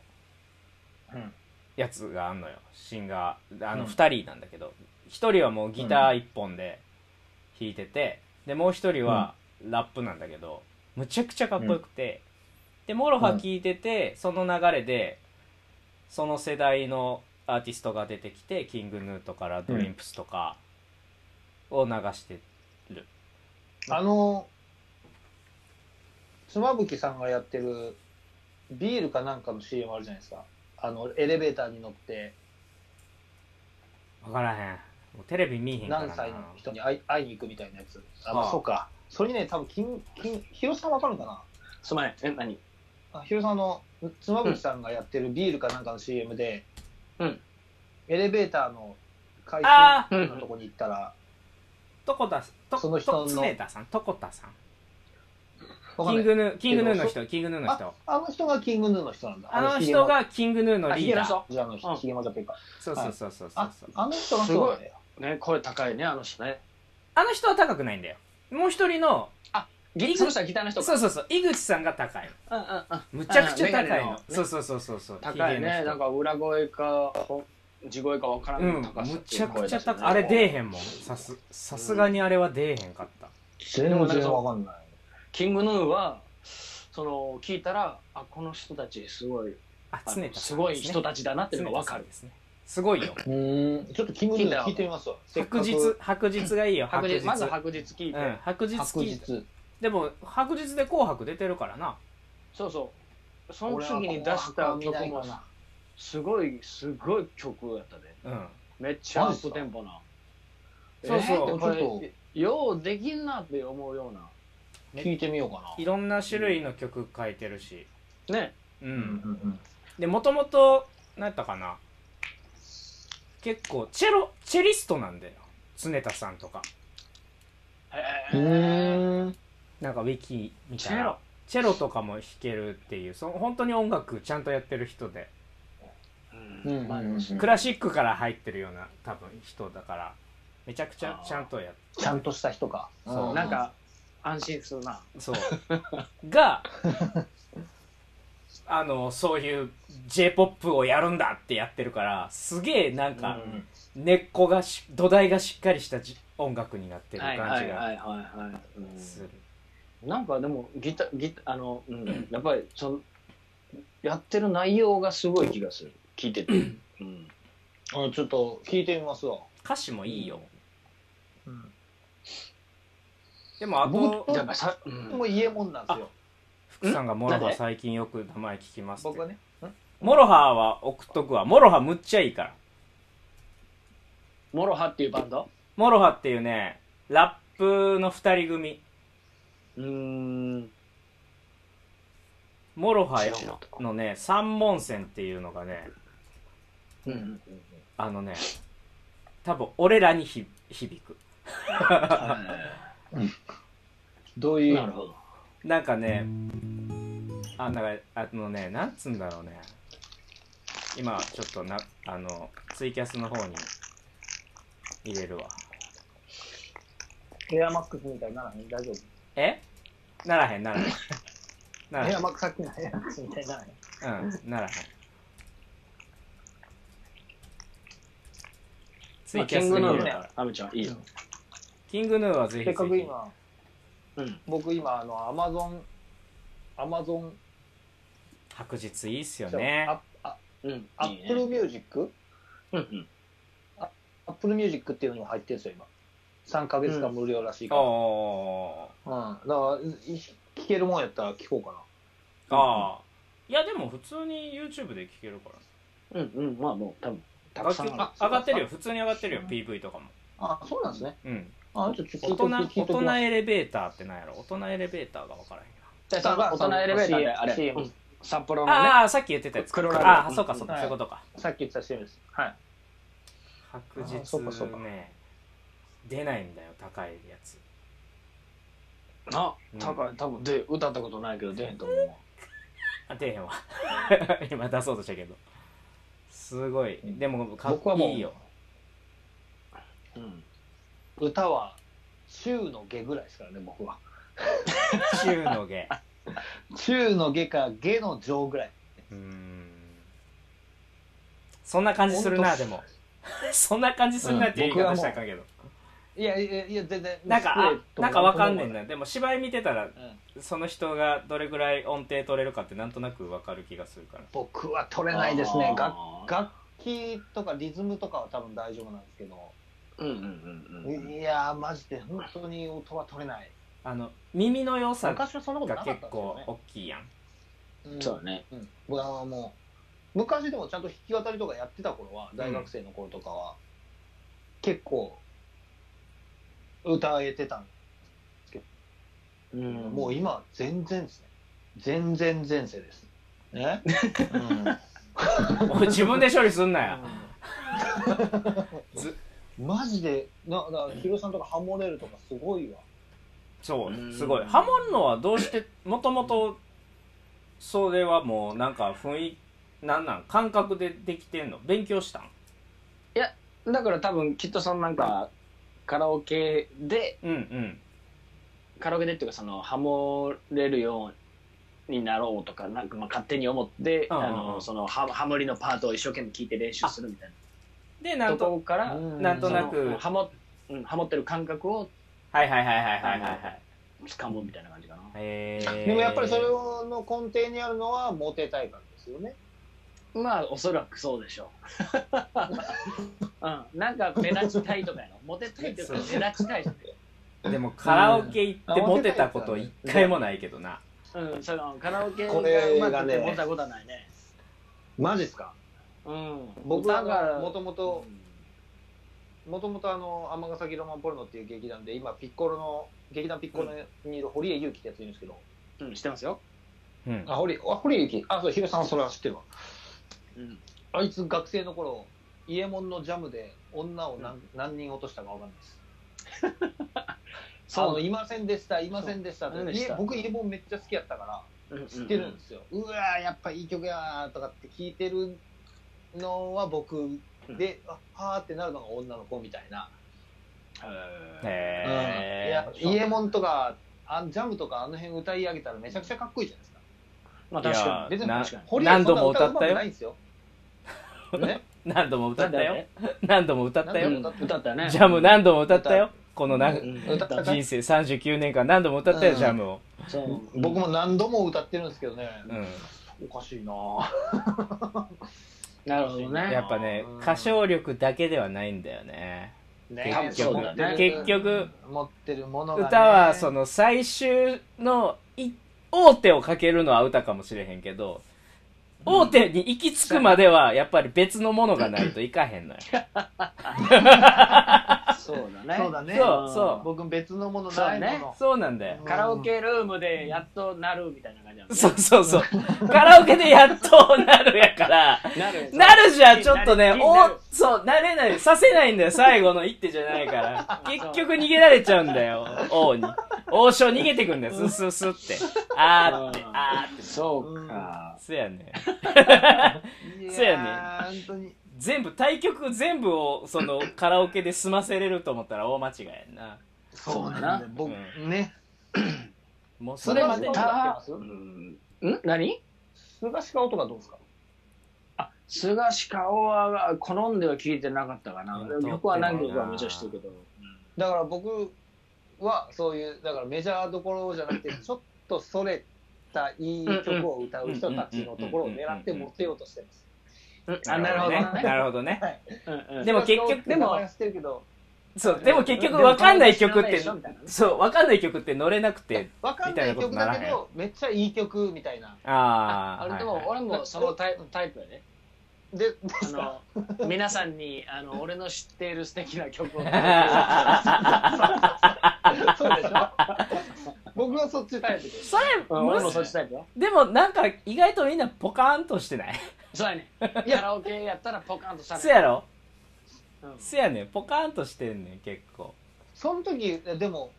B: うん
A: やつがあんのよシンガーあの
B: うん
A: 2人なんだけど、1人はもうギター1本で弾いてて、でもう1人はラップなんだけど、むちゃくちゃかっこよくて、でモロハ聴いてて、その流れでその世代のアーティストが出てきてキングヌーとかラッドウィンプスとかを流して、
B: あの、妻夫木さんがやってるビールかなんかの CM あるじゃないですか。あの、エレベーターに乗って
A: 分からへんもうテレビ見えへんから
B: 何
A: な
B: 歳の人に会い会いに行くみたいなやつ。あ、ま
A: あ
B: あ、
A: あ
B: そうか。それにね、多分金、金、ヒロさんわかるかな
C: すまないえ何
B: あヒロさんあの妻夫木さんがやってるビールかなんかの CM で、
C: うん
B: エレベーターの階
A: あ
B: 数のとこに行ったら、
A: トコタと
B: その人の
A: と常田さんトコタさん
B: わか
A: キン
B: んない
A: グヌーキングヌーの人キングヌーの人
B: あの人がキングヌーの人なんだ。
A: あの人がキングヌーの
C: あ
A: リ
C: ヒ
A: ー
C: ゲ
A: ダ
C: の
A: ー
C: 人
B: ヒゲも。じゃあの、ひげもじ
C: うん
B: ゃペカ。
A: そうそうそうそうそう
B: あ
A: そう、
B: あの人がそうなんだよ。
C: ね声高いねあの人ね
A: あの人は高くないんだよもう一人の
C: ギリその人はギターの人
A: そうそうそう井口さんが高いの
C: うんうんうん
A: むちゃくちゃ
C: あメガ
A: 高いの
C: ネのね
A: そうそうそうそうそう
C: 高い
A: ヒゲの
C: ね
A: 人
C: なんか裏声かほ地声かわから
A: うんん
C: 高さ
A: む
C: ってい
A: ちゃ
C: う声
A: くちゃ
C: だしね
A: 高いあれ出えへんもんさすさすがにあれは出えへんかった
B: 全
C: 然
B: 然
C: わ
B: わ
C: かんな
B: かんな
C: い
B: い。
C: キングヌーはその聞いたらあこの人たちすごい
A: あ
C: あ
A: 常田さんですね
C: すごい人たちだなっていうのがわ
A: 常田さ
C: か
A: ん
C: る
A: ですねすごいよ
B: うん、ちょっとキングヌー聞いてみますわ。
A: 白日白日がいいよ
C: 白
A: 白
C: 日
A: 日
C: まず白日聞いて、
A: うん、白日
B: 白
A: 聞い
B: 日
A: て。でも白日で「紅白」出てるからな
C: そうそうその次に出した
B: 俺は紅白は見
C: 曲
B: ない
C: も
B: かな
C: すごいすごい曲やったで
A: うん
C: めっちゃアップテンポな
A: そうそう
C: えーこれ
B: ちょっ
C: ようできんなって思うよう
B: 聞いてみようか
A: いろんな種類の曲書いてるし
C: なね
A: うん、
B: な。うん
A: でもともと何やったかな結構チェロチェリストなんだよ常田さんとか
C: う
D: へー
C: ん。
A: なんかウィキみ
C: チ
A: たい
C: ェ
A: な
C: ロ。
A: チェロとかも弾けるっていうその本当に音楽ちゃんとやってる人で
C: うん。
D: まあ
C: うん
A: クラシックから入ってるような多分人だからめちゃくちゃ
C: あー
A: ちゃんとやっ
B: ちゃんとした人か。
A: そう
B: うん
C: なんか、安心するな。
A: そうがあのそういう j p o p をやるんだってやってるからすげえなんか
B: うん
A: 根っこがし土台がしっかりしたじ音楽になってる
C: はい
A: 感
C: は
A: じ
C: い
A: が
C: はいはいはい。うん
A: する
C: なんかでもギターギターあの、うん、やっぱりそのやってる内容がすごい気がする聞いてて、うん、
B: あちょっと聞いてみますわ。
A: 歌詞もいいよ
B: うん
A: でもあと
B: 僕
C: やっぱさ、うん
B: もう家もんなんですよ。
A: 福さんがモロ
C: なん
A: ハ
C: で
A: 最近よく名前聞きますって
B: 僕はね。
A: モロハは送っとくわモロハむっちゃいいから
C: モロハっていうバンド
A: モロハっていうねラップの2人組
C: うーん
A: モロハ
C: 知らんかった
A: のね三門線っていうのがね
C: うん
A: あのね多分俺らにひ響く
B: どういう意
C: なる
B: 味
C: ほど
A: なんかねあなんかあのねなんつうんだろうね今ちょっとなあのツイキャスの方に入れるわ
B: エアマックスみたいにならない大丈夫。
A: えならへんなら
B: [LAUGHS]
A: へんならへ
B: エ
A: ん
B: アマックスさっきのエアマックスみたいにならない。
A: うん、ならへん。ツ
C: まあ
A: イキ
C: キ
A: ャ
C: ン
A: ス
C: グヌ
A: 見れ
C: ーの
A: るか
C: ね
A: ら。
C: アメちゃんいいよ、
A: キングヌーはぜひ
B: せ
A: ぜ
B: っかく
A: ひ。
B: 今、
C: うん、
B: 僕今、あの、アマゾン、アマゾン、
A: 白日いいっすよ
B: じゃ
A: ね。
B: あああ
C: うん
B: ア
C: いい
B: ッ
C: ね
B: プルミュージック
C: うんうん
B: アップルミュージックっていうのも入ってるんですよ、今。3ヶ月間無料らしいから。うん。
A: おー。
B: だから、い聞けるもんやったら聞こうかな。
A: ああ。いや、でも普通に YouTube で聴けるから。
C: うんうんまあもう多分
B: たく
A: 楽
B: さ
A: 曲
B: んあ
A: 上がってるよ。普通に上がってるよ。
B: うん
A: PV とかも。
B: あ、そうなんですね。
A: うん。
B: あ、ちょっと聞い
A: 大
B: と
A: 人
B: く、聞
A: 大
B: いとき
A: 人
B: ます。
A: エレベーターってなんやろ大人エレベーターがわからへんな。
C: 大人エレベーターであれ、
B: CM
C: うん札幌のね
A: ああー、さっき言ってたやつか。
C: 黒ラベル
A: ああ、そうかそうか。
B: うん
A: そういうことか。
B: さっき言ってた CM です。はい。
A: 白
B: あーそうかそう
A: 日
B: か
A: ね、出ないんだよ。高いやつ。
C: な
A: うん
C: 高い多分で歌ったことないけど出へんと思うわ
A: あ出えへんわ [LAUGHS] 今出そうとしたけどすごいでもかっ
B: 僕はも
A: こ
B: う
A: いいよ
C: うん
B: 歌は、中の下ぐらいですからね、僕は。
A: 中の下
B: 中の下か下の上ぐらい。
A: うーんそんな感じするなでも [LAUGHS] そんな感じするなっていう言い方したらあかんけど、
B: いやいやいや、全然。
A: なんか
B: 失礼
A: あ
B: と
A: なんかわかんねえん
B: な
A: だでも芝居見てたら
B: い。うん
A: その人がどれぐらい音程取れるかってなんとなくわかる気がするから
B: 僕は取れないですね。楽
C: あー
B: 楽器とかリズムとかは多分大丈夫なんですけど、
C: うんうんうんうん
B: いやー、マジで本当に音は取れない。
A: あの耳の良さが
B: 昔はそんなことなかったん
A: 結
B: です
A: 構
B: よね
A: 大きいやん [LAUGHS]
B: うん。
C: そうだね
B: うん、僕はもう昔でもちゃんと弾き語りとかやってた頃は大学生の頃とかは、結構歌えてたんですけど、もう今は全然ですね全然前世です [LAUGHS] ね、
A: おい自分で処理すんなや
B: マジでななヒロさんとかハモれるとかすごいわ
A: そううんすごいハモるのはどうしてもともとそれはもうなんか雰囲なんなん感覚でできてんの勉強したん
C: だから多分きっとそのなんかカラオケで
A: うんうん
C: カラオケでっていうかそのハモれるようになろうとかなんかまあ勝手に思って、
A: うんうんうん
C: あのそのハハモリのパートを一生懸命聞いて練習するみたい
A: で
C: な
A: なん
C: と
A: と
C: こから、
A: なんとなく
C: そのハモうんハモってる感覚を
A: はいはいはいはいはいはいはい
C: 掴むみたいな感じかな。
A: へえ
B: でもやっぱりそれをの根底にあるのはモテたいからですよね
C: まあおそらくそうでしょう。 [LAUGHS] うん、なんか目立ちたいとかやのモテたいというか目立ちたいじ
A: でもカラオケ行ってモテたこと一回もないけどな
C: ゃん、うん、そのカラオケが
B: これ
C: う
B: がね
C: まくてモテたことはないね
B: マジですか
C: うん
B: 僕は
C: だから
B: もともと
C: うん
B: もともとあの尼崎ロマンポルノっていう劇団で今ピッコロの劇団ピッコロにいる堀江裕貴ってやついるんですけど、
C: うん、してますよ。
A: うん
B: あ堀江あ堀江裕貴あそうヒロさんはそれは知ってるわ
C: うん。
B: あいつ学生の頃伊右衛門のジャムで女を何,、何人落としたか分かんないです
D: そう
B: あのいませんでしたいませんでしたって
C: そう
B: いえ僕イエボンめっちゃ好きやったから知ってるんですよ、うわーやっぱいい曲やーとかって聞いてるのは僕で、あはーってなるのが女の子みたいな、うんい
A: へ
B: や
A: え。
B: イエモンとかあジャムとかあの辺歌い上げたらめちゃくちゃかっこいいじゃないですか
C: まあ確
A: いや
C: かに。
B: 別に
A: な
B: 確かに堀江
A: 何度も
B: そんな
A: 歌ったよ
B: 上手くないんですよ、ね、
A: [LAUGHS] 何度も歌った
C: なん
A: よ。何度も歌った
C: だよ
A: よ。
C: ねうん歌ったね。
A: ジャム何度も歌ったよ。このな
C: うん
B: 歌った
A: 人生39年間何度も歌ったよ、
B: うん
A: ジャムを。
C: そう。
B: 僕も何度も歌ってるんですけどね、
A: うん。
B: おかしいなぁ
C: なるほどね。
A: やっぱね
B: うん、
A: 歌唱力だけではないんだよね。
B: ね
A: 結局
B: 持ってる
A: 結局
B: 持ってるものが、ね、
A: 歌はそ
B: の
A: の最終のい大手をかけるのは歌かもしれへんけど、大手に行き着くまではやっぱり別のものがないといかへんのよ。
C: そうだね。
B: そうだね
A: そうそう
B: 僕別のものないもの
C: そ
A: そうなんだよ。
C: カラオケルームでやっとなるみたいな感じなん
A: そうそうそう。カラオケでやっとなるやから、
C: なる
A: なるじゃちょっとね、
C: なる
A: お、そう、なれない、させないんだよ、最後の一手じゃないから。結局逃げられちゃうんだよ、王に。王将逃げてくんだよ、スッスッスッって。あーって、あーって。
C: そうか。
A: そうやね。
B: いやー
A: そうやね
B: 本当に
A: 全部、対局全部を、その、カラオケで済ませれると思ったら大間違いやんな。
B: そうなんだよ僕、
A: う
B: ね
A: もうそ
C: そ
A: れ
C: れ
A: ま
C: ま
A: で
C: で
A: に。
C: た、うん、ん何
B: 菅氏顔とかどうですか
C: 菅氏顔は好んでは聞いてなかったかな
A: うん。
C: 曲は何曲かめちゃしてるけど。
B: だから僕はそういうだからメジャーどころじゃなくてちょっとそれたいい曲を歌う人たちのところを狙って持ってようとしてます
C: うんあ、なるほどね。
A: なるほどね。
C: うんうん
A: でも結局
B: でも知ってるけど
A: そう、でも結局分かんない曲って
C: でも、これは知らないでしょみたいなね
A: そう、分かんない曲って乗れなくて、
B: わかんない曲だけどめっちゃいい曲みたいな
A: あー。
C: あ
A: は
C: れで
A: い
C: も
A: はい
C: 俺もそのタイタイプやね。
B: でで
C: あ
B: すか
C: の皆さんにあ
B: [LAUGHS]
C: の俺の知っている素敵な曲
B: [LAUGHS] そ
C: を
B: うでしょ僕はそっちタイプです
A: それ、 [LAUGHS]
C: 俺も
A: む
C: そっちタイプよ。
A: でもなんか意外とみんなポカーンとしてない
C: そうやね。カラオケやったらポカンとさ
A: せ
C: れる。
A: やろ
C: うん
A: せやねんポカーンとしてんねん結構
B: その時でも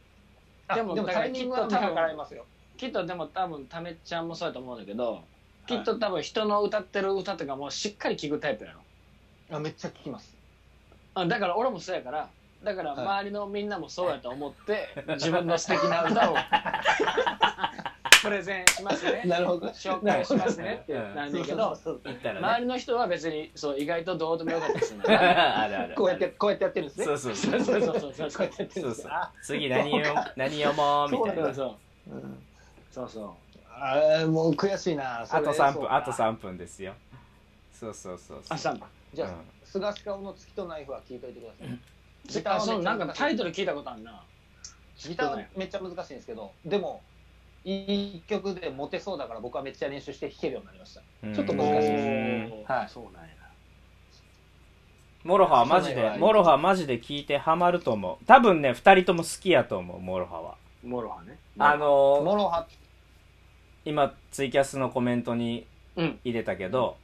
B: あ
C: でも
B: でも
C: だか
B: タ
C: ら
B: イ
C: きっと
B: ミングは高からいますよ
C: きっとでも多分ためちゃんもそうやと思うんだけど、きっと多分人の歌ってる歌とかもしっかり聞くタイプやろ。
B: あめっちゃ聞きます
C: あだから俺もそうやからだから
B: はい
C: 周りのみんなもそうやと思って、自分の素敵な
B: [LAUGHS]
C: 歌をプレゼンしますね
B: なるほど
C: 紹介しますねってなんだけど
B: そう
A: 言ったら
C: 周
A: ね
C: りの人は別にそう意外とどうでもよかったりするん
A: [LAUGHS]
C: だよ
A: あるある
B: こうやってこうやってやってるんですね
A: そうそうそう
C: そうそうそうそう
B: こうやってやってる
A: そう
B: んです
A: そう
B: ねあ
A: 次何読何読もうみたい
C: そう
A: な
C: そう
B: うん
C: そうそう
B: あーもう悔しいなそ
A: あ
B: れ
A: と3
B: そう
A: 分
B: か
A: あと3分ですよそうそうそうそう
C: あさん
B: じゃ
A: う
B: あ
A: ん
B: 「すがし顔の月とナイフ」は聞いといてくださいギター
C: あ
B: はめっちゃ
C: そうなんか
B: 難しい
C: タイトル聞いたことあるな
B: ギターはめっちゃ難しいんですけどでもいい曲でモテそうだから僕はめっちゃ練習して弾けるようになりました
A: うん
B: ちょっと
C: お
B: 難しいで
C: ー
B: はい
C: そうなんやな
A: モロハはマジ
B: そうなん
A: で
B: や
A: モロハマジで聞いてハマると思う多分ね2人とも好きやと思うモロハは
C: モロハね
A: あのー
B: モロハ
A: 今ツイキャスのコメントに
C: うん
A: 入れたけど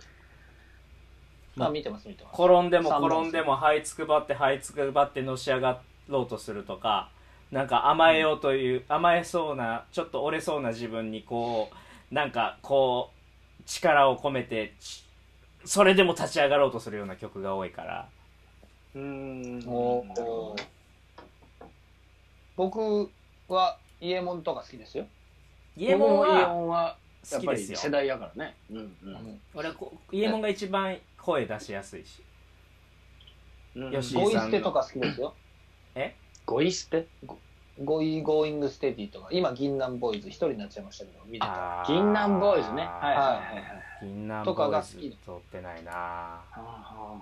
B: あ見てます見てます
A: 転んでも
B: 三本
A: 転んでも這いつくばって這いつくばってのし上がろうとするとかなんか甘えようという、甘えそうなちょっと折れそうな自分にこうなんかこう力を込めてちそれでも立ち上がろうとするような曲が多いから
C: うーん
B: おー僕はイエモンとか好きですよ
A: イ
C: イエ
A: エモン
C: モンイエ
A: は
C: モンは
A: 好
C: やっ
A: き
C: ぱ
A: で
C: り
A: すよ
C: 世代やからねうんうん
A: 俺はこイエモンが一番声出しやすいし
C: うん
A: よし
B: ゴイステとか好きですよ
C: ゴイ捨て
B: ゴイゴーイングステディとか今銀杏ボーイズ一人になっちゃいましたけど見てた
A: あー
C: 銀杏ボーイズねはいはいはいはい
A: 銀杏
B: と
A: ボ
B: か
A: ー
B: が
A: イ
B: 好
A: ズ
B: き
A: 通ってないな
C: あ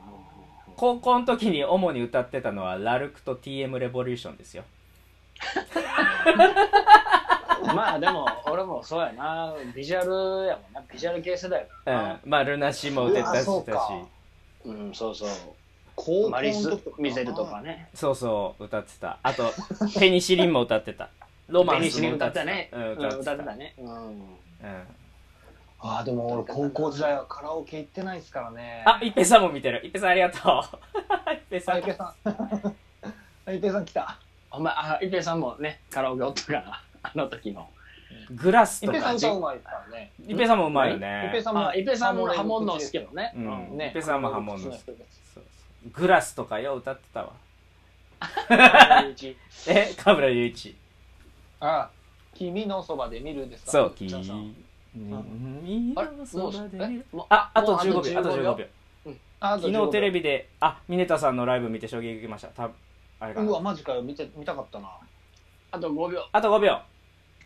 A: 高校の時に主に歌ってたのはラルクと TM レボリューションですよ
C: ーまあでも俺もそうやなビジュアルやもんなビジュアル系世代やか
A: う
C: ら
A: ん
C: な、
A: まあルナシーも歌ったし
B: うわ
A: そ
B: そううか
C: うんそうそう
B: 高校
C: マリ
B: の
C: ス
B: 時と・か
C: ミゼルとかね
A: そうそう歌ってたあとペニシリンも歌ってたロマ
C: ペ
A: ン
C: ニ
A: ス
C: シリ
A: も
C: ン
A: 歌
C: 歌
A: った
C: ってたね
A: うん
C: うん
A: 歌って
C: 歌
A: た
C: ってたねうん
A: うん
B: ああでも俺高校時代はカラオケ行ってないですからね
A: あ一平さんも見てる一平さんありがとう一平さ
B: [LAUGHS] あ
A: ん
B: いぺいさんあいぺいさん来た
C: お前、あ、一平さんもね、カラオケおったから、 [LAUGHS] あの時の。
A: グラス
B: 一
A: と
B: 平
A: か
B: さん
A: ね
B: 歌うまいからね。
A: 一平さんもうまいよ
B: 一
A: ね
B: 平さんも
C: あ、一平さんもハモンの好き
B: け
C: けどね。
A: う
C: うん
A: ん
C: ね
A: 一
B: [LAUGHS]
A: 平さんもハモンの
B: 好
A: そうそうグラスとかよう歌ってたわ [LAUGHS]
C: 川口
A: えカブラ雄一
B: ああ、君のそばで見るですか
A: そう
B: じゃあさ
A: 君
B: あれ
A: のそ
B: もう
A: ばで
B: え
A: 見る
B: もう
A: ああ
B: も
A: と
B: う
A: 15秒あと15秒
B: あと
A: 昨
B: 15
A: 日テレビであミネタさんのライブ見て衝撃受けましたたあれか
B: うわ
A: な
B: マジかよ見て見たかったな
C: あと5秒。
A: あと5秒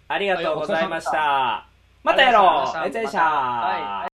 A: ありがとうございましたまたや
C: ありがとう
A: ろ
C: ございました
A: うえつでし
C: またはい
A: た